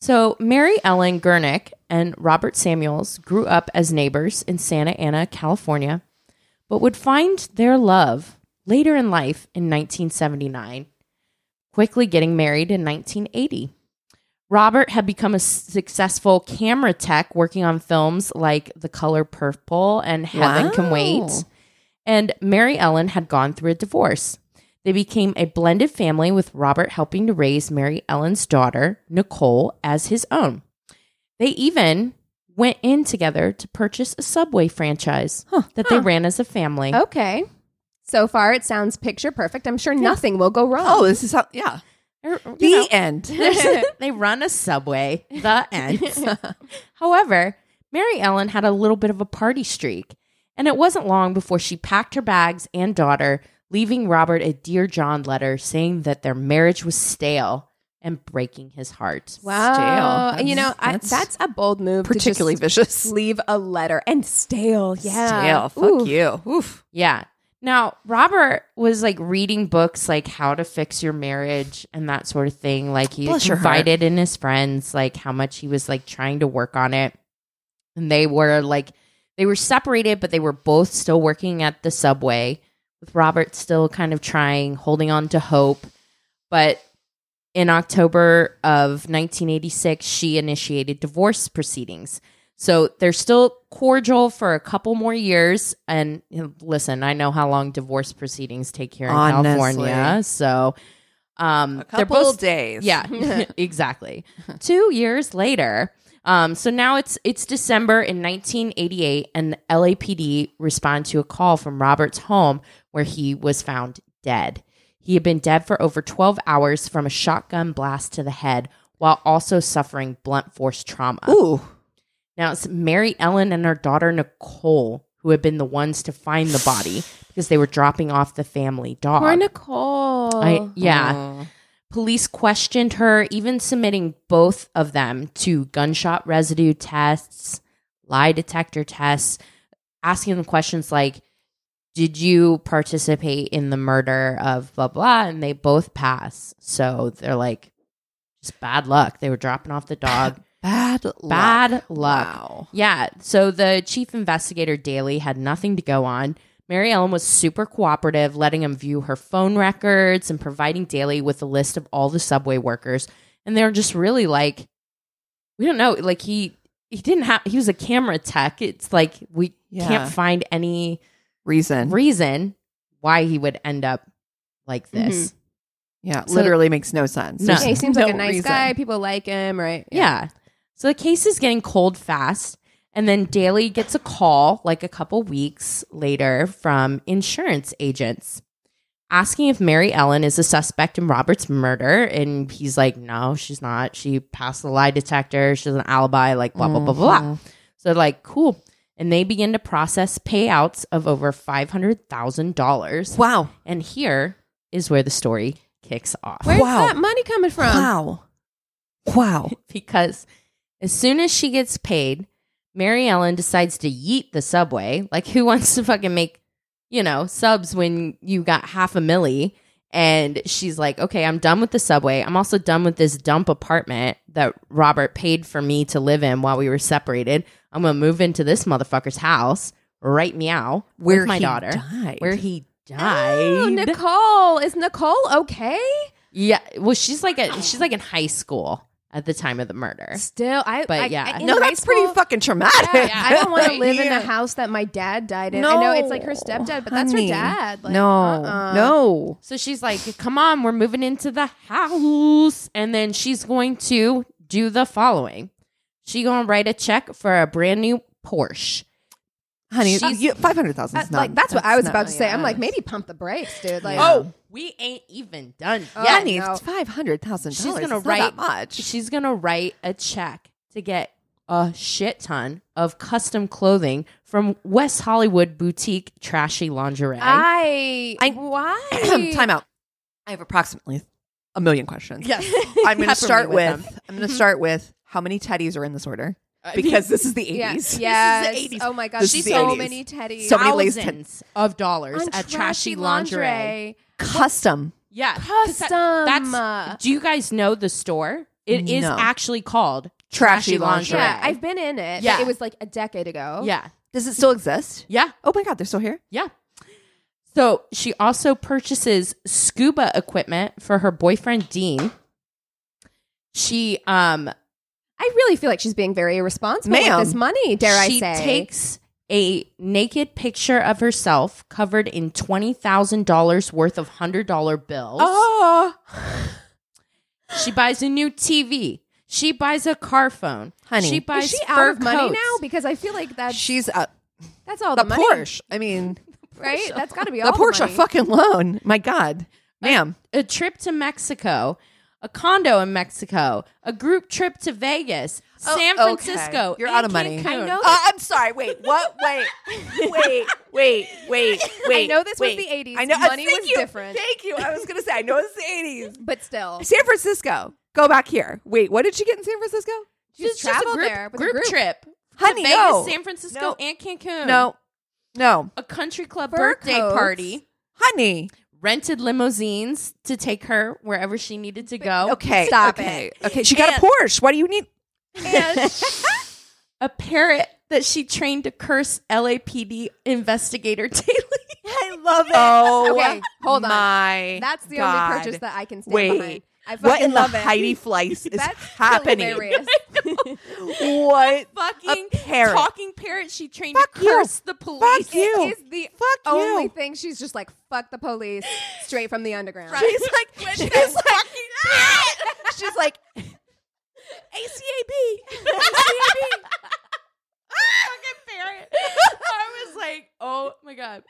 Speaker 3: So Mary Ellen Gernick and Robert Samuels grew up as neighbors in Santa Ana, California, but would find their love later in life in 1979, quickly getting married in 1980. Robert had become a successful camera tech working on films like The Color Purple and Heaven Can
Speaker 1: Wow.
Speaker 3: Wait. And Mary Ellen had gone through a divorce. They became a blended family with Robert helping to raise Mary Ellen's daughter, Nicole, as his own. They even went in together to purchase a Subway franchise that they ran as a family.
Speaker 2: okay. So far, it sounds picture perfect. I'm sure nothing will go wrong.
Speaker 1: Oh, this is how. Yeah.
Speaker 3: Or, you
Speaker 1: The
Speaker 3: know,
Speaker 1: end.
Speaker 3: there's- they run a Subway, the end. However, Mary Ellen had a little bit of a party streak And it wasn't long before she packed her bags and daughter, leaving Robert a Dear John letter saying that their marriage was stale and breaking his heart.
Speaker 2: Wow.
Speaker 1: Stale.
Speaker 2: You know, I,
Speaker 1: That's-
Speaker 2: that's, a bold move.
Speaker 1: Particularly
Speaker 2: to just
Speaker 1: vicious.
Speaker 2: leave a letter and stale. Yeah.
Speaker 1: Stale. Fuck
Speaker 2: Ooh.
Speaker 1: you. Oof.
Speaker 3: Yeah. Now, Robert was like reading books like How to Fix Your Marriage and that sort of thing. Like he
Speaker 1: Bless your
Speaker 3: confided in his friends like how much he was like trying to work on it. And they were like they were separated, but they were both still working at the subway with Robert still kind of trying, holding on to hope. But in October of 1986, she initiated divorce proceedings. So they're still cordial for a couple more years. And you know, listen, I know how long divorce proceedings take here in
Speaker 1: Honestly.
Speaker 3: California. So um,
Speaker 1: A
Speaker 3: they're
Speaker 1: couple
Speaker 3: both
Speaker 1: days.
Speaker 3: yeah, exactly. Two years later. Um, so now it's it's December in 1988, and LAPD respond to a call from Robert's home where he was found dead. He had been dead for over 12 hours from a shotgun blast to the head, while also suffering blunt force trauma.
Speaker 1: Ooh.
Speaker 3: Now it's Mary Ellen and her daughter Nicole who had been the ones to find the body because they were dropping off the family dog.
Speaker 2: Poor Nicole.
Speaker 3: I, yeah.
Speaker 1: Mm.
Speaker 3: Police questioned her, even submitting both of them to gunshot residue tests, lie detector tests, asking them questions like, Did you participate in the murder of blah, blah? And they both pass. So they're like, Just bad luck. They were dropping off the dog.
Speaker 1: Bad
Speaker 3: bad luck.
Speaker 1: Wow.
Speaker 3: Yeah. So the chief investigator Daly had nothing to go on. Mary Ellen was super cooperative, letting him view her phone records and providing Daly with a list of all the subway workers. And they're just really like, we don't know. Like he he didn't have he was a camera tech. It's like we
Speaker 1: Yeah.
Speaker 3: can't find any
Speaker 1: Reason.
Speaker 3: reason why he would end up like this.
Speaker 1: yeah.
Speaker 3: So-
Speaker 1: literally makes no sense.
Speaker 3: No.
Speaker 1: There's
Speaker 2: Yeah, he seems like a
Speaker 1: no
Speaker 2: nice
Speaker 1: reason.
Speaker 2: guy. People like him, right?
Speaker 3: Yeah. So the case is getting cold fast. And then Daly gets a call like a couple weeks later from insurance agents asking if Mary Ellen is a suspect in Robert's murder. And he's like, no, she's not. She passed the lie detector. She's an alibi, like blah, blah, blah, blah,
Speaker 1: Mm-hmm.
Speaker 3: blah. So they're like, cool. And they begin to process payouts of over $500,000.
Speaker 1: Wow.
Speaker 3: And here is where the story kicks off.
Speaker 2: Where's
Speaker 1: Wow.
Speaker 2: that money coming from?
Speaker 1: Wow. Wow.
Speaker 3: because as soon as she gets paid, Mary Ellen decides to yeet the subway. Like, who wants to fucking make, you know, subs when you got half a milli? And she's like, okay, I'm done with the subway. I'm also done with this dump apartment that Robert paid for me to live in while we were separated. I'm going to move into this motherfucker's house, right meow, with my
Speaker 1: he
Speaker 3: daughter,
Speaker 1: died.
Speaker 3: where he died.
Speaker 2: Oh, Nicole. Is Nicole okay?
Speaker 3: yeah. Well, she's like, a, she's like in high school at the time of the murder.
Speaker 2: Still, I.
Speaker 3: But
Speaker 2: I,
Speaker 3: yeah.
Speaker 2: I- in
Speaker 1: no,
Speaker 2: high
Speaker 1: that's pretty
Speaker 2: school-
Speaker 1: fucking traumatic.
Speaker 2: Yeah, I don't want to
Speaker 1: Right
Speaker 2: live in
Speaker 1: here.
Speaker 2: the house that my dad died in. I know it's like her
Speaker 1: No,
Speaker 2: stepdad, but
Speaker 1: honey.
Speaker 2: that's her dad. Like,
Speaker 1: no,
Speaker 2: uh-uh.
Speaker 1: no.
Speaker 3: So she's like, come on, we're moving into the house. And then she's going to do the following. She going to write a check for a brand new Porsche.
Speaker 1: Honey,
Speaker 3: She's-
Speaker 1: you, 500,000
Speaker 2: Uh,
Speaker 1: is not.
Speaker 2: like that's, what I was
Speaker 1: not-
Speaker 2: about to say. I'm
Speaker 1: yeah.
Speaker 2: like, maybe pump the brakes, dude. Like,
Speaker 3: Oh, we ain't even done yet.
Speaker 2: Oh,
Speaker 1: Honey,
Speaker 2: no.
Speaker 1: it's $500,000.
Speaker 3: She's gonna
Speaker 1: It's not
Speaker 3: write-
Speaker 1: that much.
Speaker 3: She's going to write a check to get a shit ton of custom clothing from West Hollywood boutique trashy lingerie.
Speaker 2: I,
Speaker 1: I-
Speaker 2: why?
Speaker 1: Time out. I have approximately a million questions.
Speaker 3: yes.
Speaker 1: I'm going to
Speaker 3: Pepper me
Speaker 1: start
Speaker 3: with
Speaker 1: with, I'm
Speaker 2: Mm-hmm.
Speaker 1: going to start with how many teddies are in this order? Because this is the 80s.
Speaker 2: Uh, Yeah,
Speaker 1: This is the
Speaker 2: yes.
Speaker 1: 80s.
Speaker 2: Oh my gosh,
Speaker 1: This is
Speaker 2: she's
Speaker 1: the
Speaker 2: so
Speaker 1: 80s.
Speaker 2: many teddies.
Speaker 1: So many lace
Speaker 3: thousands of dollars
Speaker 2: On
Speaker 3: at trashy lingerie.
Speaker 1: Custom.
Speaker 3: Yeah. 'cause
Speaker 2: Custom. uh,
Speaker 3: that's do you guys know the store? It is
Speaker 1: No.
Speaker 3: actually called
Speaker 1: Trashy
Speaker 3: Trashy,
Speaker 1: lingerie.
Speaker 3: Lingerie.
Speaker 2: yeah, I've been in it.
Speaker 3: Yeah.
Speaker 2: but it was like a decade ago.
Speaker 3: yeah.
Speaker 1: Does it still exist?
Speaker 3: Yeah.
Speaker 1: Oh my God, they're still here?
Speaker 3: Yeah. So she also purchases scuba equipment for her boyfriend Dean. She um
Speaker 2: I really feel like she's being very irresponsible
Speaker 1: Ma'am.
Speaker 2: with this money. Dare
Speaker 3: she
Speaker 2: I say?
Speaker 3: takes a naked picture of herself covered in twenty thousand dollars worth of hundred dollar bills.
Speaker 1: Oh,
Speaker 3: She buys a new TV. She buys a car phone.
Speaker 1: Honey.
Speaker 3: she buys
Speaker 2: is she
Speaker 3: fur
Speaker 2: out of money
Speaker 3: coats.
Speaker 2: now? Because I feel like that's
Speaker 1: she's a,
Speaker 2: that's all
Speaker 1: the
Speaker 2: the, money,
Speaker 1: Porsche. I mean,
Speaker 2: right? That's got to be
Speaker 1: the
Speaker 2: all
Speaker 1: Porsche
Speaker 2: The money.
Speaker 1: fucking loan. My God. Ma'am.
Speaker 3: a trip to Mexico, a condo in Mexico, a group trip to Vegas, San
Speaker 1: Oh, okay.
Speaker 3: Francisco.
Speaker 1: You're
Speaker 3: and
Speaker 1: out of money.
Speaker 3: Cancun. Oh,
Speaker 2: I know
Speaker 1: Uh, I'm sorry. Wait. What? Wait. Wait. Wait. Wait. Wait.
Speaker 2: know this was
Speaker 1: wait.
Speaker 2: the 80s.
Speaker 1: I know. uh,
Speaker 2: Money
Speaker 1: thank
Speaker 2: was
Speaker 1: you.
Speaker 2: different.
Speaker 1: Thank you. I was gonna say. I know it's the 80s.
Speaker 2: but still,
Speaker 1: San Francisco. Go back here. Wait. What did she get in San Francisco?
Speaker 3: Just, just a
Speaker 2: traveled
Speaker 3: group,
Speaker 2: there with a
Speaker 3: group,
Speaker 2: group.
Speaker 3: trip.
Speaker 1: Honey,
Speaker 3: Vegas,
Speaker 1: no.
Speaker 3: San Francisco,
Speaker 1: No.
Speaker 3: and Cancun.
Speaker 1: No. No.
Speaker 3: A country club
Speaker 2: Fur
Speaker 3: birthday
Speaker 2: coats.
Speaker 3: party.
Speaker 1: Honey.
Speaker 3: Rented limousines to take her wherever she needed to go.
Speaker 1: Okay.
Speaker 2: Stop
Speaker 1: okay. Okay. She got
Speaker 3: And-
Speaker 1: a Porsche. What do you need?
Speaker 3: And a parrot that she trained to curse LAPD investigator daily.
Speaker 1: I love it. Oh.
Speaker 2: Okay, hold on.
Speaker 1: My
Speaker 2: that's the only
Speaker 1: God.
Speaker 2: purchase that I can stand
Speaker 1: Wait.
Speaker 2: behind. I fucking
Speaker 1: What in the
Speaker 2: love it.
Speaker 1: Heidi Fleiss is
Speaker 2: That's
Speaker 1: happening?
Speaker 2: hilarious.
Speaker 1: What?
Speaker 3: Fucking
Speaker 1: A parrot.
Speaker 3: talking parrot she trained
Speaker 1: Fuck
Speaker 3: to
Speaker 1: you.
Speaker 3: curse the police.
Speaker 1: you.
Speaker 2: It is the
Speaker 1: Fuck
Speaker 2: only
Speaker 1: you.
Speaker 2: thing she's just like fuck the police straight from the underground.
Speaker 1: She's like, she's like, she's like, ACAB.
Speaker 3: fucking parrot. I was like, oh my god.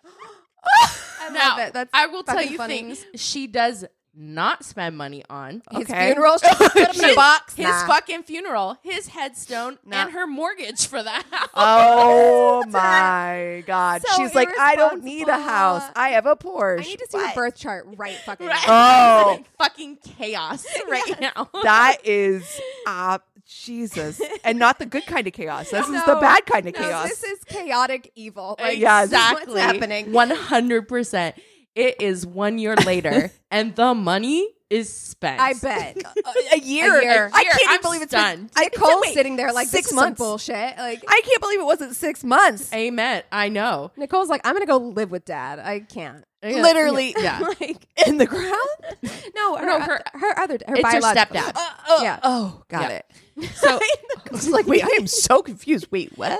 Speaker 2: I
Speaker 3: Now,
Speaker 2: love it. That's
Speaker 3: I will tell
Speaker 2: fucking
Speaker 3: you
Speaker 2: funny.
Speaker 3: things she does not spend money on.
Speaker 2: His
Speaker 1: Okay.
Speaker 2: funeral, she put him in a
Speaker 3: His-
Speaker 2: box.
Speaker 3: His
Speaker 2: Nah.
Speaker 3: fucking funeral, his headstone,
Speaker 1: Nah.
Speaker 3: and her mortgage for that house.
Speaker 1: Oh my God.
Speaker 2: So
Speaker 1: she's like, I don't need a
Speaker 2: irresponsible.
Speaker 1: house. I have a Porsche.
Speaker 2: I need to see your
Speaker 1: What?
Speaker 2: birth chart right fucking
Speaker 3: Right?
Speaker 2: now.
Speaker 1: Oh.
Speaker 3: Like fucking chaos right now.
Speaker 1: That is, uh, Jesus. And not the good kind of chaos. This is the
Speaker 2: No,
Speaker 1: bad kind of
Speaker 2: No,
Speaker 1: chaos. Uh,
Speaker 2: This is chaotic evil. Like,
Speaker 1: Yes.
Speaker 2: what's
Speaker 3: exactly.
Speaker 2: happening?
Speaker 3: One hundred percent. It is one year later, and the money is spent.
Speaker 2: I bet.
Speaker 1: a, year.
Speaker 2: A year.
Speaker 1: I can't even
Speaker 3: I'm
Speaker 1: believe it's
Speaker 3: stunned.
Speaker 1: been. I,
Speaker 2: Nicole's
Speaker 1: wait,
Speaker 2: sitting there like
Speaker 1: six
Speaker 2: this is some
Speaker 1: months.
Speaker 2: bullshit. Like
Speaker 1: I can't believe it wasn't six months.
Speaker 3: Amen. I know.
Speaker 2: Nicole's like, I'm gonna go live with dad. I can't.
Speaker 3: Yeah.
Speaker 1: Literally.
Speaker 3: Yeah.
Speaker 2: like
Speaker 1: In the ground?
Speaker 2: no, her her,
Speaker 3: No, her-
Speaker 2: her other her
Speaker 3: it's her
Speaker 2: biological-
Speaker 3: stepdad.
Speaker 1: Uh, oh,
Speaker 2: Yeah.
Speaker 1: oh, got
Speaker 3: Yeah.
Speaker 1: it.
Speaker 3: So
Speaker 1: She's like, wait, I am so confused. Wait, what?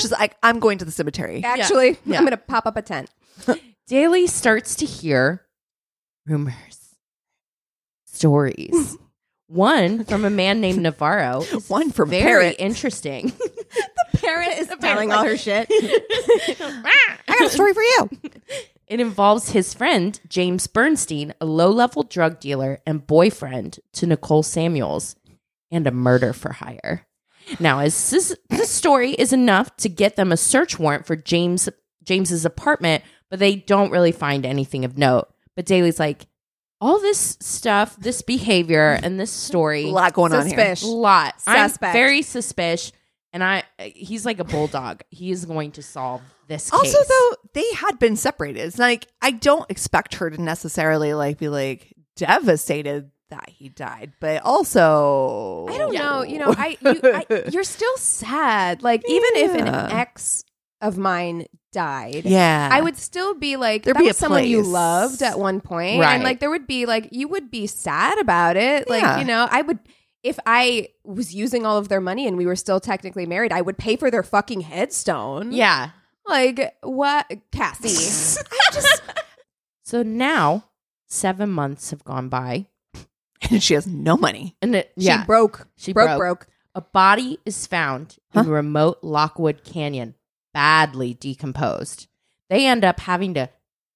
Speaker 1: She's like, I'm going to the cemetery.
Speaker 2: Actually,
Speaker 3: Yeah.
Speaker 2: I'm gonna pop up a tent.
Speaker 3: Daly starts to hear rumors, stories. One from a man named Navarro. is
Speaker 1: One from
Speaker 3: very
Speaker 1: Parrot.
Speaker 3: interesting.
Speaker 2: Parent is
Speaker 3: telling all her
Speaker 2: shit.
Speaker 1: I got a story for you.
Speaker 3: It involves his friend, James Bernstein, a low level drug dealer and boyfriend to Nicole Samuels, and a murder for hire. Now, as this, this story is enough to get them a search warrant for James James's apartment, but they don't really find anything of note. But Daly's like, all this stuff, this behavior, and this
Speaker 1: A
Speaker 3: story,
Speaker 1: lot going on here.
Speaker 2: Suspicious.
Speaker 3: lot, I'm
Speaker 2: Suspect.
Speaker 3: very suspicious. And I, he's like a bulldog. He is going to solve this.
Speaker 1: Also,
Speaker 3: case.
Speaker 1: though, they had been separated. It's like I don't expect her to necessarily like be like devastated that he died, but also
Speaker 2: I don't know. You know, I, you, I you're still sad. Like even if an
Speaker 1: Yeah.
Speaker 2: ex of mine died,
Speaker 1: yeah,
Speaker 2: I would still be like
Speaker 1: There'd
Speaker 2: that
Speaker 1: be
Speaker 2: was
Speaker 1: a
Speaker 2: someone you
Speaker 1: place.
Speaker 2: loved at one point,
Speaker 3: Right.
Speaker 2: and like there would be like you would be sad about it.
Speaker 1: Yeah.
Speaker 2: Like you know, I would if I was using all of their money and we were still technically married, I would pay for their fucking headstone.
Speaker 3: yeah.
Speaker 2: like what, Cassie?
Speaker 3: So now seven months have gone by,
Speaker 1: And she has no money.
Speaker 3: and it,
Speaker 2: She broke.
Speaker 3: she
Speaker 2: broke, broke.
Speaker 3: A body is found in remote Lockwood Canyon, badly decomposed. They end up having to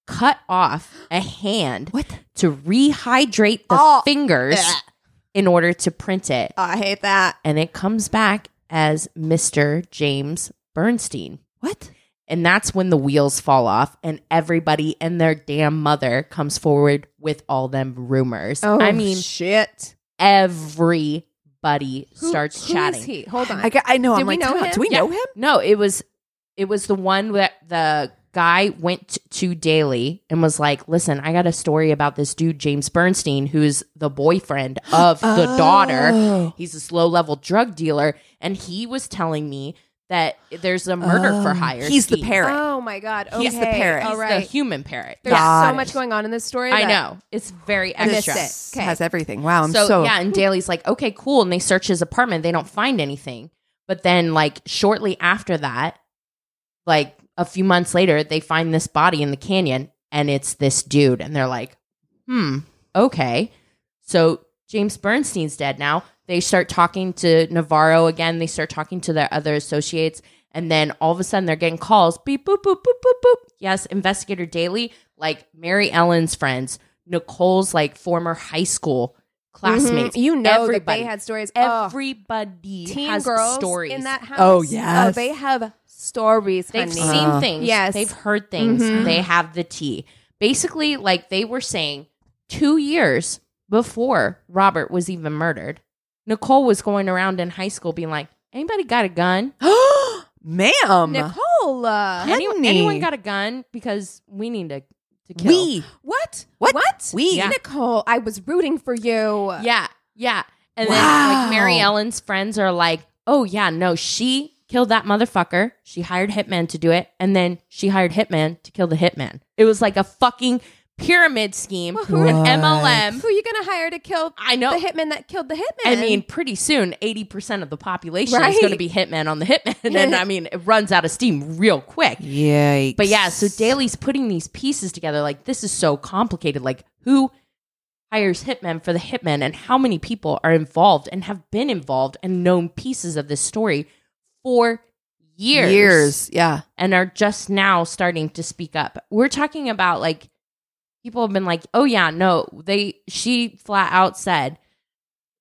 Speaker 3: cut off a hand
Speaker 1: What?
Speaker 3: to rehydrate the
Speaker 2: Oh,
Speaker 3: fingers
Speaker 2: bleh.
Speaker 3: in order to print it,
Speaker 2: I hate that.
Speaker 3: and it comes back as Mister James Bernstein.
Speaker 1: What?
Speaker 3: And that's when the wheels fall off, and everybody and their damn mother comes forward with all them rumors.
Speaker 2: Oh,
Speaker 3: I mean,
Speaker 2: shit.
Speaker 3: everybody
Speaker 2: Who-
Speaker 3: starts
Speaker 2: who
Speaker 3: chatting.
Speaker 2: is he? Hold on.
Speaker 1: I, got- I know.
Speaker 2: Did
Speaker 1: I'm
Speaker 2: we
Speaker 1: like,
Speaker 2: know
Speaker 1: "Tom,
Speaker 2: him?"
Speaker 1: do we
Speaker 3: Yeah.
Speaker 1: know him?
Speaker 3: No, it was it was the one that the guy went t- to daily and was like, "Listen, I got a story about this dude James Bernstein, who's the boyfriend of the daughter.
Speaker 1: Oh.
Speaker 3: He's this low level drug dealer, and he was telling me that there's a murder for
Speaker 1: Oh,
Speaker 3: hire.
Speaker 1: He's the
Speaker 3: scheme.
Speaker 1: parrot.
Speaker 2: Oh my god. Okay.
Speaker 1: He's the parrot.
Speaker 2: All
Speaker 3: He's the
Speaker 2: Oh, right.
Speaker 3: human parrot.
Speaker 2: There's
Speaker 1: Got
Speaker 2: so
Speaker 1: it.
Speaker 2: much going on in this story.
Speaker 3: I
Speaker 2: that- Mhm.
Speaker 3: know it's very
Speaker 2: I missed
Speaker 3: extra.
Speaker 2: it.
Speaker 1: This
Speaker 2: Okay.
Speaker 1: Has everything. Wow. I'm
Speaker 3: so,
Speaker 1: so,
Speaker 3: yeah, and Daly's like, okay, cool. And they search his apartment. They don't find anything. But then, like shortly after that, like a few months later, they find this body in the canyon, and it's this dude. And they're like, hmm, okay. So James Bernstein's dead now. They start talking to Navarro again. They start talking to their other associates. And then all of a sudden they're getting calls. Beep, boop, boop, boop, boop, boop. Yes, Investigator Daily, like Mary Ellen's friends, Nicole's like former high school
Speaker 2: Mm-hmm.
Speaker 3: classmates.
Speaker 2: You know
Speaker 3: everybody.
Speaker 2: that they had stories. Every
Speaker 3: everybody
Speaker 2: teen
Speaker 3: has
Speaker 2: girls
Speaker 3: stories
Speaker 2: in that house.
Speaker 1: Oh, yes.
Speaker 2: they have stories.
Speaker 3: They've
Speaker 2: honey.
Speaker 3: seen
Speaker 1: Uh,
Speaker 3: things.
Speaker 2: Yes.
Speaker 3: They've heard things.
Speaker 2: Mhm.
Speaker 3: They have the tea. Basically, like they were saying, two years before Robert was even murdered, Nicole was going around in high school being like, anybody got a gun?
Speaker 1: Ma'am.
Speaker 2: Um, Nicole. uh,
Speaker 1: Honey.
Speaker 3: Anyone, anyone got a gun? Because we need to, to kill.
Speaker 1: We.
Speaker 2: What?
Speaker 1: What?
Speaker 2: What?
Speaker 1: We.
Speaker 3: Yeah.
Speaker 2: Nicole, I was rooting for you.
Speaker 3: Yeah. Yeah. And then
Speaker 1: Wow.
Speaker 3: like Mary Ellen's friends are like, oh yeah, no, she killed that motherfucker. She hired Hitman to do it. And then she hired Hitman to kill the Hitman. It was like a fucking pyramid scheme.
Speaker 2: Well, who-
Speaker 3: an
Speaker 1: What?
Speaker 3: MLM.
Speaker 2: Who you gonna hire to kill
Speaker 3: I know.
Speaker 2: the hitman that killed the hitman?
Speaker 3: I mean, pretty soon, 80% of the population is
Speaker 2: Right.
Speaker 3: going to be Hitman on the Hitman. and I mean, it runs out of steam real quick.
Speaker 1: Yikes.
Speaker 3: But yeah, so Daly's putting these pieces together. Like, this is so complicated. Like, who hires hitmen for the hitmen, and how many people are involved and have been involved and known pieces of this story for years,
Speaker 1: Years. Yeah.
Speaker 3: and are just now starting to speak up. We're talking about like people have been like, oh yeah, no, they she flat out said.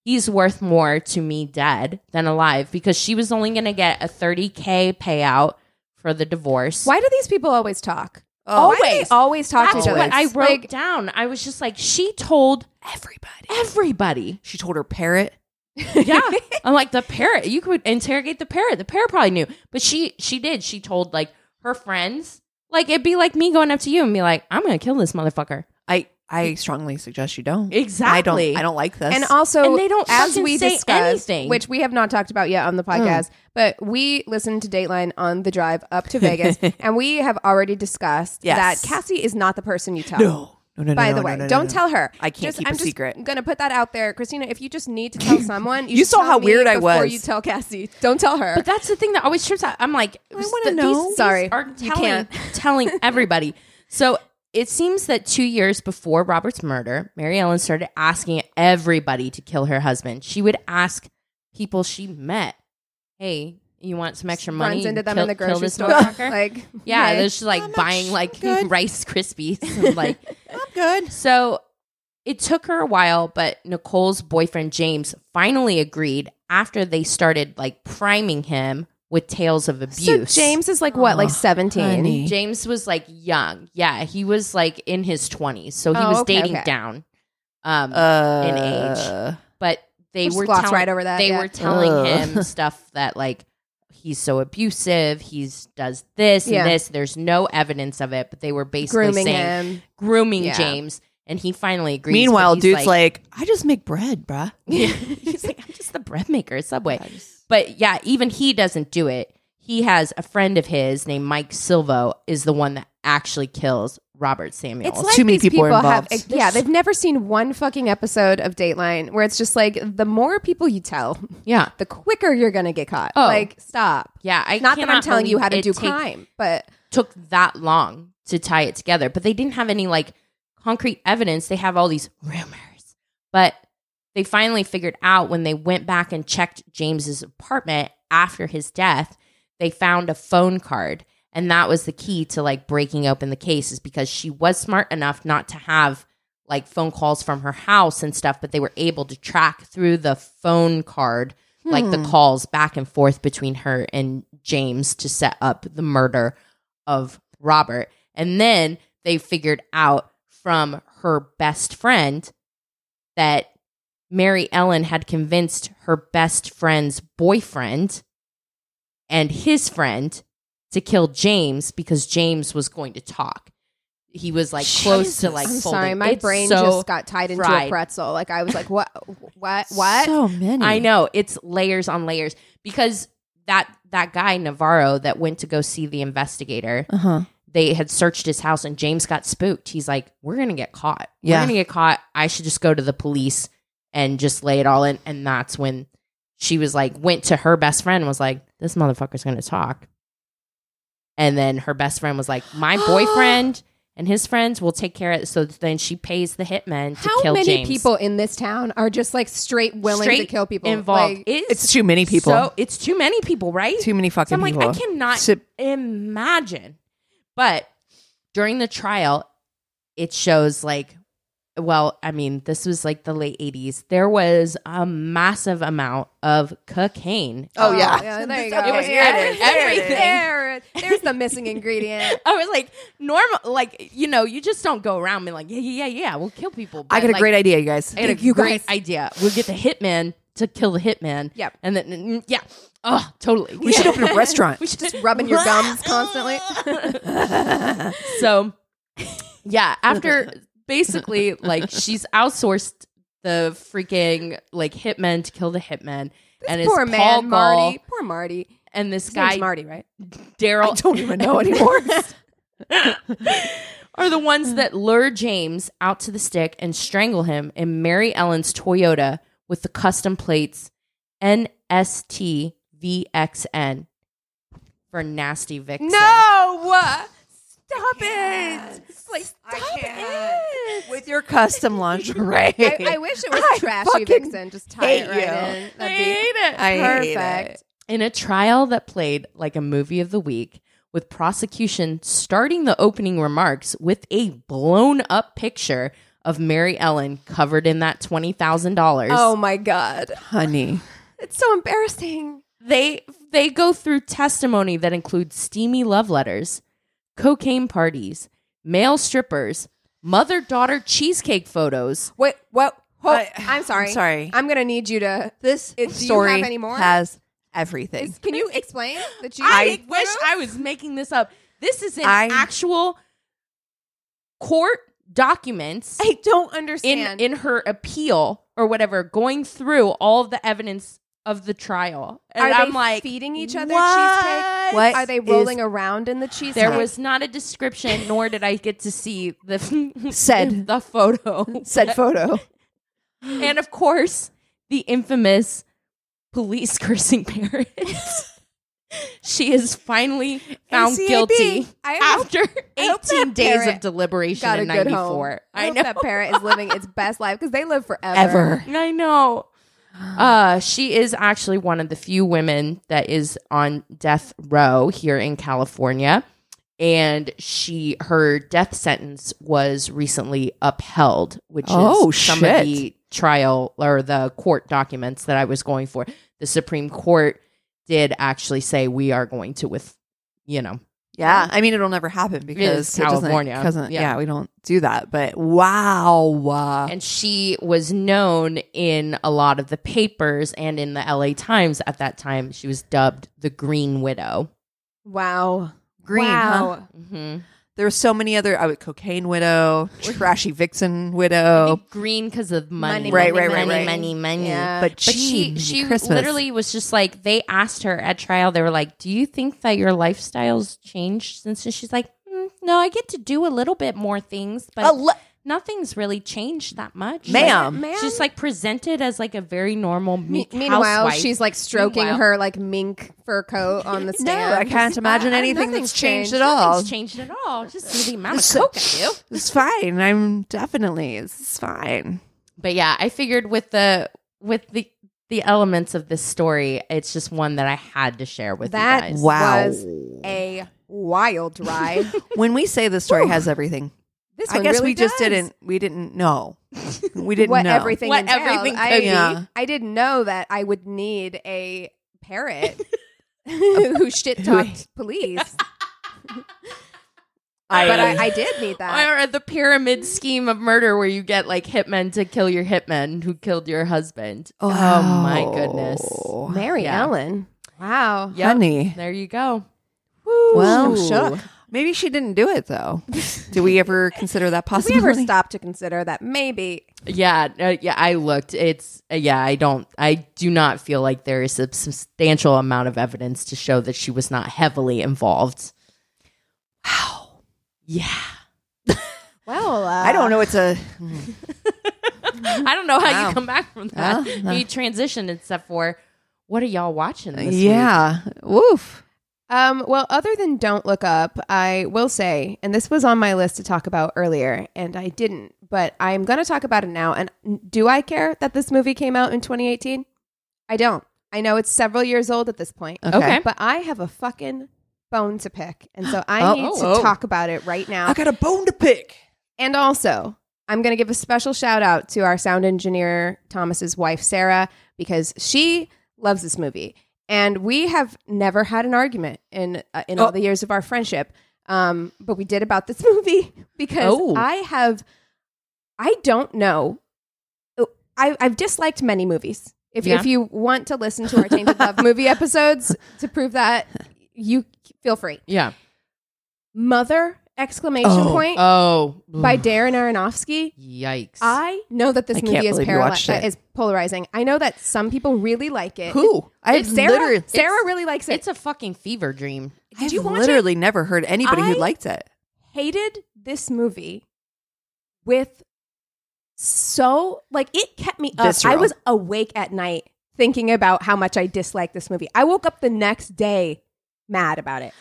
Speaker 3: He's worth more to me dead than alive because she was only going to get a 30K payout for the divorce.
Speaker 2: why do these people always talk?
Speaker 1: Oh.
Speaker 2: Why do they
Speaker 3: Always.
Speaker 2: always talk
Speaker 3: That's
Speaker 2: to each other.
Speaker 3: what I wrote
Speaker 2: Like,
Speaker 3: down. I was just like, she told
Speaker 1: Everybody.
Speaker 3: everybody.
Speaker 1: She told her parrot.
Speaker 3: Yeah, I'm like the parrot. You could interrogate the parrot. The parrot probably knew, but she she did. She told like her friends. Like it'd be like me going up to you and be like, I'm gonna kill this motherfucker.
Speaker 1: I I strongly suggest you don't. I
Speaker 3: Exactly.
Speaker 1: don't. I don't like this.
Speaker 2: and also
Speaker 3: And they don't
Speaker 2: as
Speaker 3: fucking
Speaker 2: we
Speaker 3: say
Speaker 2: discussed,
Speaker 3: anything.
Speaker 2: which we have not talked about yet on the podcast, but we listened to Dateline on the drive up to Vegas, and we have already discussed
Speaker 1: Yes.
Speaker 2: that Cassie is not the person you tell.
Speaker 1: no. No. No. no
Speaker 2: By
Speaker 1: no,
Speaker 2: the
Speaker 1: no,
Speaker 2: way,
Speaker 1: no, no,
Speaker 2: don't
Speaker 1: no.
Speaker 2: tell her.
Speaker 1: I can't
Speaker 2: Just-
Speaker 1: keep
Speaker 2: I'm
Speaker 1: a
Speaker 2: just
Speaker 1: secret.
Speaker 2: Gonna put that out there, Christina. If you just need to tell someone, you,
Speaker 1: You
Speaker 2: should
Speaker 1: saw
Speaker 2: tell
Speaker 1: how
Speaker 2: me
Speaker 1: weird I
Speaker 2: before
Speaker 1: was.
Speaker 2: You tell Cassie. Don't tell her.
Speaker 3: But that's the thing that always trips out. I'm like, I
Speaker 1: wanna know.
Speaker 2: Sorry,
Speaker 3: are
Speaker 2: you
Speaker 3: telling,
Speaker 2: can't.
Speaker 3: telling everybody. So it seems that two years before Robert's murder, Mary Ellen started asking everybody to kill her husband. She would ask people she met, "Hey, you want some extra money?
Speaker 2: runs
Speaker 3: You
Speaker 2: into them
Speaker 3: kill-
Speaker 2: in the
Speaker 3: kill
Speaker 2: grocery
Speaker 3: this
Speaker 2: store.
Speaker 3: motherfucker?"
Speaker 2: like,
Speaker 3: yeah,
Speaker 2: okay.
Speaker 3: they're just like
Speaker 1: How much?
Speaker 3: buying like
Speaker 1: Good.
Speaker 3: Rice Krispies. and, like
Speaker 1: I'm good.
Speaker 3: so it took her a while, but Nicole's boyfriend James finally agreed after they started like priming him with tales of
Speaker 2: so
Speaker 3: abuse.
Speaker 2: James is like what, like seventeen?
Speaker 1: honey.
Speaker 3: James was like young. Yeah, he was like in his 20s. So he
Speaker 2: Oh,
Speaker 3: was
Speaker 2: okay,
Speaker 3: dating
Speaker 2: okay.
Speaker 3: down. Um
Speaker 1: Uh,
Speaker 3: but they
Speaker 2: We'll just
Speaker 3: were
Speaker 2: gloss
Speaker 3: telling,
Speaker 2: right over that,
Speaker 3: they
Speaker 2: yeah.
Speaker 3: were telling
Speaker 1: Ugh.
Speaker 3: him stuff that like he's so abusive, he's does this
Speaker 2: Yeah.
Speaker 3: and this. There's no evidence of it, but they were basically
Speaker 2: grooming
Speaker 3: saying
Speaker 2: him.
Speaker 3: grooming
Speaker 2: Yeah.
Speaker 3: James, and he finally agrees. but
Speaker 1: Meanwhile,
Speaker 3: he's
Speaker 1: dude's like, I just make bread, bruh.
Speaker 3: he's like, I'm just the bread maker at Subway. But yeah, even he doesn't do it. He has a friend of his named Mike Silvo is the one that actually kills Robert Samuels.
Speaker 2: It's like
Speaker 1: Too many
Speaker 2: these
Speaker 1: people are
Speaker 2: have.
Speaker 1: involved.
Speaker 2: Yeah, they've never seen one fucking episode of Dateline where it's just like the more people you tell,
Speaker 3: yeah,
Speaker 2: the quicker you're gonna get caught.
Speaker 3: Oh.
Speaker 2: Like, stop.
Speaker 3: yeah. I
Speaker 2: Not that I'm
Speaker 3: cannot
Speaker 2: telling you
Speaker 3: believe
Speaker 2: how to
Speaker 3: it
Speaker 2: do
Speaker 3: take-
Speaker 2: crime, but
Speaker 3: Took that long to tie it together, but they didn't have any like concrete evidence. They have all these rumors, but they finally figured out when they went back and checked James's apartment after his death, they found a phone card. And that was the key to like breaking open the case is because she was smart enough not to have like phone calls from her house and stuff, but they were able to track through the phone card, like
Speaker 2: hmm.
Speaker 3: the calls back and forth between her and James to set up the murder of Robert. And then they figured out from her best friend that Mary Ellen had convinced her best friend's boyfriend and his friend to kill James because James was going to talk. He was like close to
Speaker 1: Jesus.
Speaker 3: like.
Speaker 2: I'm
Speaker 3: folding.
Speaker 2: sorry, my
Speaker 3: It's
Speaker 2: brain
Speaker 3: so-
Speaker 2: just got tied into a
Speaker 3: fried.
Speaker 2: pretzel. Like I was like, what, what, what?
Speaker 1: So many.
Speaker 2: Hmm.
Speaker 3: I know it's layers on layers because that that guy Navarro that went to go see the investigator,
Speaker 1: Uh huh.
Speaker 3: they had searched his house and James got spooked. He's like, "We're gonna get caught.
Speaker 1: Yeah.
Speaker 3: We're gonna get caught. I should just go to the police and just lay it all in." And that's when she was like, went to her best friend and was like, "This motherfucker's gonna talk." And then her best friend was like, "My boyfriend." And his friends will take care of it. So then she pays the hitman to
Speaker 2: How
Speaker 3: kill
Speaker 2: many
Speaker 3: James.
Speaker 2: people in this town are just like straight willing to
Speaker 3: Straight
Speaker 2: kill people?
Speaker 3: involved?
Speaker 2: Like,
Speaker 3: It is
Speaker 1: It's too many people.
Speaker 3: so it's too many people, right?
Speaker 1: too many
Speaker 3: So
Speaker 1: fucking
Speaker 3: I'm like,
Speaker 1: people.
Speaker 3: I cannot
Speaker 1: So-
Speaker 3: imagine. But during the trial, it shows like well, I mean, this was like the late 80s. There was a massive amount of cocaine. Um,
Speaker 1: Oh, yeah.
Speaker 2: there you
Speaker 1: Okay,
Speaker 2: go.
Speaker 3: It was
Speaker 1: here it
Speaker 3: every-
Speaker 1: is, here it is.
Speaker 3: everything.
Speaker 2: There- there's the missing ingredient.
Speaker 3: I was like, normal, like, you know, you just don't go around being like, yeah, yeah, yeah, yeah, we'll kill people.
Speaker 1: I
Speaker 3: But,
Speaker 1: got a
Speaker 3: like,
Speaker 1: great idea, you guys.
Speaker 3: I had a
Speaker 1: you
Speaker 3: great
Speaker 1: guys.
Speaker 3: idea. We'll get the hitman to kill the hitman.
Speaker 2: Yep.
Speaker 3: And then, mm, yeah. Oh, totally.
Speaker 1: we should open a restaurant.
Speaker 3: we should just
Speaker 2: Rubbing your gums constantly.
Speaker 3: so yeah after basically like she's outsourced the freaking like hitmen to kill the hitmen and it's
Speaker 2: Poor
Speaker 3: Paul
Speaker 2: man,
Speaker 3: Gall
Speaker 2: Marty. Poor Marty.
Speaker 3: and this
Speaker 2: His name's
Speaker 3: guy
Speaker 2: Marty, right?
Speaker 3: Daryl
Speaker 1: don't even know anymore.
Speaker 3: are the ones that lure James out to the stick and strangle him in Mary Ellen's Toyota with the custom plates NSTVXN for nasty vixen.
Speaker 2: No, stop it! Like stop it!
Speaker 1: With your custom lingerie.
Speaker 2: I, I wish it was
Speaker 1: I
Speaker 2: trashy
Speaker 1: fucking
Speaker 2: vixen. Just tie
Speaker 1: hate
Speaker 2: it right
Speaker 1: you.
Speaker 2: in.
Speaker 3: I
Speaker 2: That'd be
Speaker 3: hate it.
Speaker 1: I hate
Speaker 2: perfect.
Speaker 3: In a trial that played like a movie of the week, with prosecution starting the opening remarks with a blown up picture of Mary Ellen covered in that $20,000.
Speaker 2: Oh my god,
Speaker 1: Honey.
Speaker 2: it's so embarrassing.
Speaker 3: They they go through testimony that includes steamy love letters, cocaine parties, male strippers, mother-daughter cheesecake photos.
Speaker 2: Wait, what? Whoa,
Speaker 1: I-
Speaker 2: I'm sorry.
Speaker 1: I'm sorry.
Speaker 2: I'm gonna need you to.
Speaker 1: This
Speaker 2: It- do you
Speaker 1: story
Speaker 2: have any more?
Speaker 1: has everything.
Speaker 2: Is, can you explain the cheese?
Speaker 3: I wish I was making this up. This is an
Speaker 1: I-
Speaker 3: actual court documents.
Speaker 2: I don't
Speaker 3: in
Speaker 2: understand.
Speaker 3: in her appeal or whatever, going through all of the evidence of the trial. And
Speaker 2: are they
Speaker 3: I'm like,
Speaker 2: feeding each other
Speaker 3: "What?"
Speaker 2: cheesecake?
Speaker 1: What
Speaker 2: Are they
Speaker 1: is-
Speaker 2: rolling around in the cheesecake?
Speaker 3: There was not a description, nor did I get to see the
Speaker 1: Said.
Speaker 3: the photo.
Speaker 1: Said photo.
Speaker 3: and of course, the infamous police cursing parents. she is finally found
Speaker 1: NCAB.
Speaker 3: guilty
Speaker 2: I hope-
Speaker 3: after
Speaker 2: I hope that
Speaker 3: 18 days of
Speaker 2: parent
Speaker 3: deliberation
Speaker 2: got a
Speaker 3: in
Speaker 2: good
Speaker 3: 94.
Speaker 2: home. I,
Speaker 3: I
Speaker 2: hope
Speaker 3: know.
Speaker 2: that parent is living its best life because they live forever.
Speaker 1: Ever.
Speaker 3: I know. Uh, she is actually one of the few women that is on death row here in California, and she her death sentence was recently upheld, which
Speaker 1: Oh,
Speaker 3: is some
Speaker 1: shit.
Speaker 3: of the trial or the court documents that I was going for. The Supreme Court did actually say we are going to with, you know,
Speaker 1: Yeah. I mean, it'll never happen because it doesn't-
Speaker 3: California.
Speaker 1: doesn't- yeah.
Speaker 3: Yeah.
Speaker 1: we don't do that. But wow.
Speaker 3: and she was known in a lot of the papers and in the LA Times at that time. She was dubbed the Green Widow.
Speaker 2: Wow.
Speaker 1: Green,
Speaker 2: Wow.
Speaker 1: huh?
Speaker 3: Mm-hmm.
Speaker 1: There were so many other. I would cocaine widow, trashy vixen
Speaker 3: Oh,
Speaker 1: widow.
Speaker 3: green because of money,
Speaker 2: Money,
Speaker 1: Right, right, right,
Speaker 3: money,
Speaker 1: right.
Speaker 3: money, money.
Speaker 2: Yeah.
Speaker 1: But,
Speaker 3: But she,
Speaker 1: gee,
Speaker 3: she
Speaker 1: Christmas.
Speaker 3: literally was just like they asked her at trial. They were like, "Do you think that your lifestyle's changed since?" And she's like, "Mm, "No, I get to do a little bit more things, but
Speaker 1: A li-
Speaker 3: nothing's really changed that much,
Speaker 1: Ma'am.
Speaker 3: Like, she's like presented as like a very normal.
Speaker 2: Me-
Speaker 3: meek
Speaker 2: meanwhile,
Speaker 3: housewife.
Speaker 2: she's like stroking
Speaker 3: Meanwhile-
Speaker 2: her like mink fur coat on the
Speaker 1: no,
Speaker 2: stand.
Speaker 1: I can't imagine
Speaker 2: I- I-
Speaker 1: anything that's
Speaker 2: nothing's
Speaker 1: changed,
Speaker 2: changed.
Speaker 1: at all.
Speaker 3: Nothing's changed at all. Just the amount of
Speaker 1: So-
Speaker 3: coke I do.
Speaker 1: It's fine. I'm definitely. It's fine.
Speaker 3: But yeah, I figured with the with the the elements of this story, it's just one that I had to share with
Speaker 2: That
Speaker 3: you guys.
Speaker 1: Wow.
Speaker 2: was a wild ride.
Speaker 1: When we say the story has everything,
Speaker 2: this
Speaker 1: I
Speaker 2: one
Speaker 1: guess
Speaker 2: really
Speaker 1: we just
Speaker 2: does.
Speaker 1: didn't. We didn't know. We didn't
Speaker 2: what
Speaker 1: know
Speaker 2: everything
Speaker 3: What
Speaker 2: entailed.
Speaker 3: everything
Speaker 2: I,
Speaker 3: could
Speaker 1: be. Yeah.
Speaker 2: I didn't know that I would need a parrot who shit talked police,
Speaker 1: I,
Speaker 2: but I, I did need that.
Speaker 3: Or the pyramid scheme of murder where you get like hitmen to kill your hitman who killed your husband. Oh my goodness.
Speaker 1: Wow.
Speaker 2: Mary
Speaker 3: Yeah.
Speaker 2: Ellen. Wow.
Speaker 3: Yep.
Speaker 1: honey.
Speaker 3: There you go.
Speaker 1: Well,
Speaker 2: shook.
Speaker 1: maybe she didn't do it though. Do we ever consider that
Speaker 2: We
Speaker 1: possibility?
Speaker 2: ever stop to consider that maybe
Speaker 3: Yeah, uh, yeah, I looked. It's uh, yeah, I don't I do not feel like there is a substantial amount of evidence to show that she was not heavily involved. Wow. Yeah.
Speaker 2: Well, uh,
Speaker 1: I don't know. It's a
Speaker 2: Mm-hmm.
Speaker 3: I don't know how
Speaker 1: Wow.
Speaker 3: you come back from that.
Speaker 1: Well, uh,
Speaker 3: you transition except for what are y'all watching this week?
Speaker 1: yeah. Woof.
Speaker 2: Um, well, other than don't look up, I will say, and this was on my list to talk about earlier, and I didn't, but I'm going to talk about it now. And do I care that this movie came out in 2018? I don't. I know it's several years old at this point,
Speaker 1: Okay.
Speaker 3: Okay.
Speaker 2: but I have a fucking bone to pick, and so I
Speaker 1: Oh.
Speaker 2: need to
Speaker 1: Oh.
Speaker 2: talk about it right now.
Speaker 1: I got a bone to pick.
Speaker 2: And also, I'm going to give a special shout out to our sound engineer, Thomas's wife, Sarah, because she loves this movie. And we have never had an argument in, uh, in
Speaker 3: Oh.
Speaker 2: all the years of our friendship. Um, but we did about this movie because
Speaker 3: Oh.
Speaker 2: I have, I don't know. Uh, I, I've disliked many movies. If,
Speaker 3: Yeah.
Speaker 2: if you want to listen to our Tainted Love movie episodes to prove that, you feel free.
Speaker 3: Yeah.
Speaker 2: Mother exclamation point
Speaker 3: Oh.
Speaker 2: by
Speaker 3: Ugh.
Speaker 2: Darren Aronofsky.
Speaker 3: Yikes.
Speaker 2: I know that this
Speaker 1: I can't
Speaker 2: movie is
Speaker 1: believe you
Speaker 2: paralyzing.
Speaker 1: watched it.
Speaker 2: is polarizing. I know that some people really like it.
Speaker 1: Who? I've
Speaker 2: It's Sarah,
Speaker 1: literally
Speaker 2: Sarah really likes it.
Speaker 3: it's a fucking fever dream.
Speaker 2: Did
Speaker 1: I've
Speaker 2: you watch it?
Speaker 1: literally never heard anybody
Speaker 2: I-
Speaker 1: who liked it.
Speaker 2: Hated this movie with so like it kept me up.
Speaker 1: Visceral.
Speaker 2: I was awake at night thinking about how much I disliked this movie. I woke up the next day mad about it.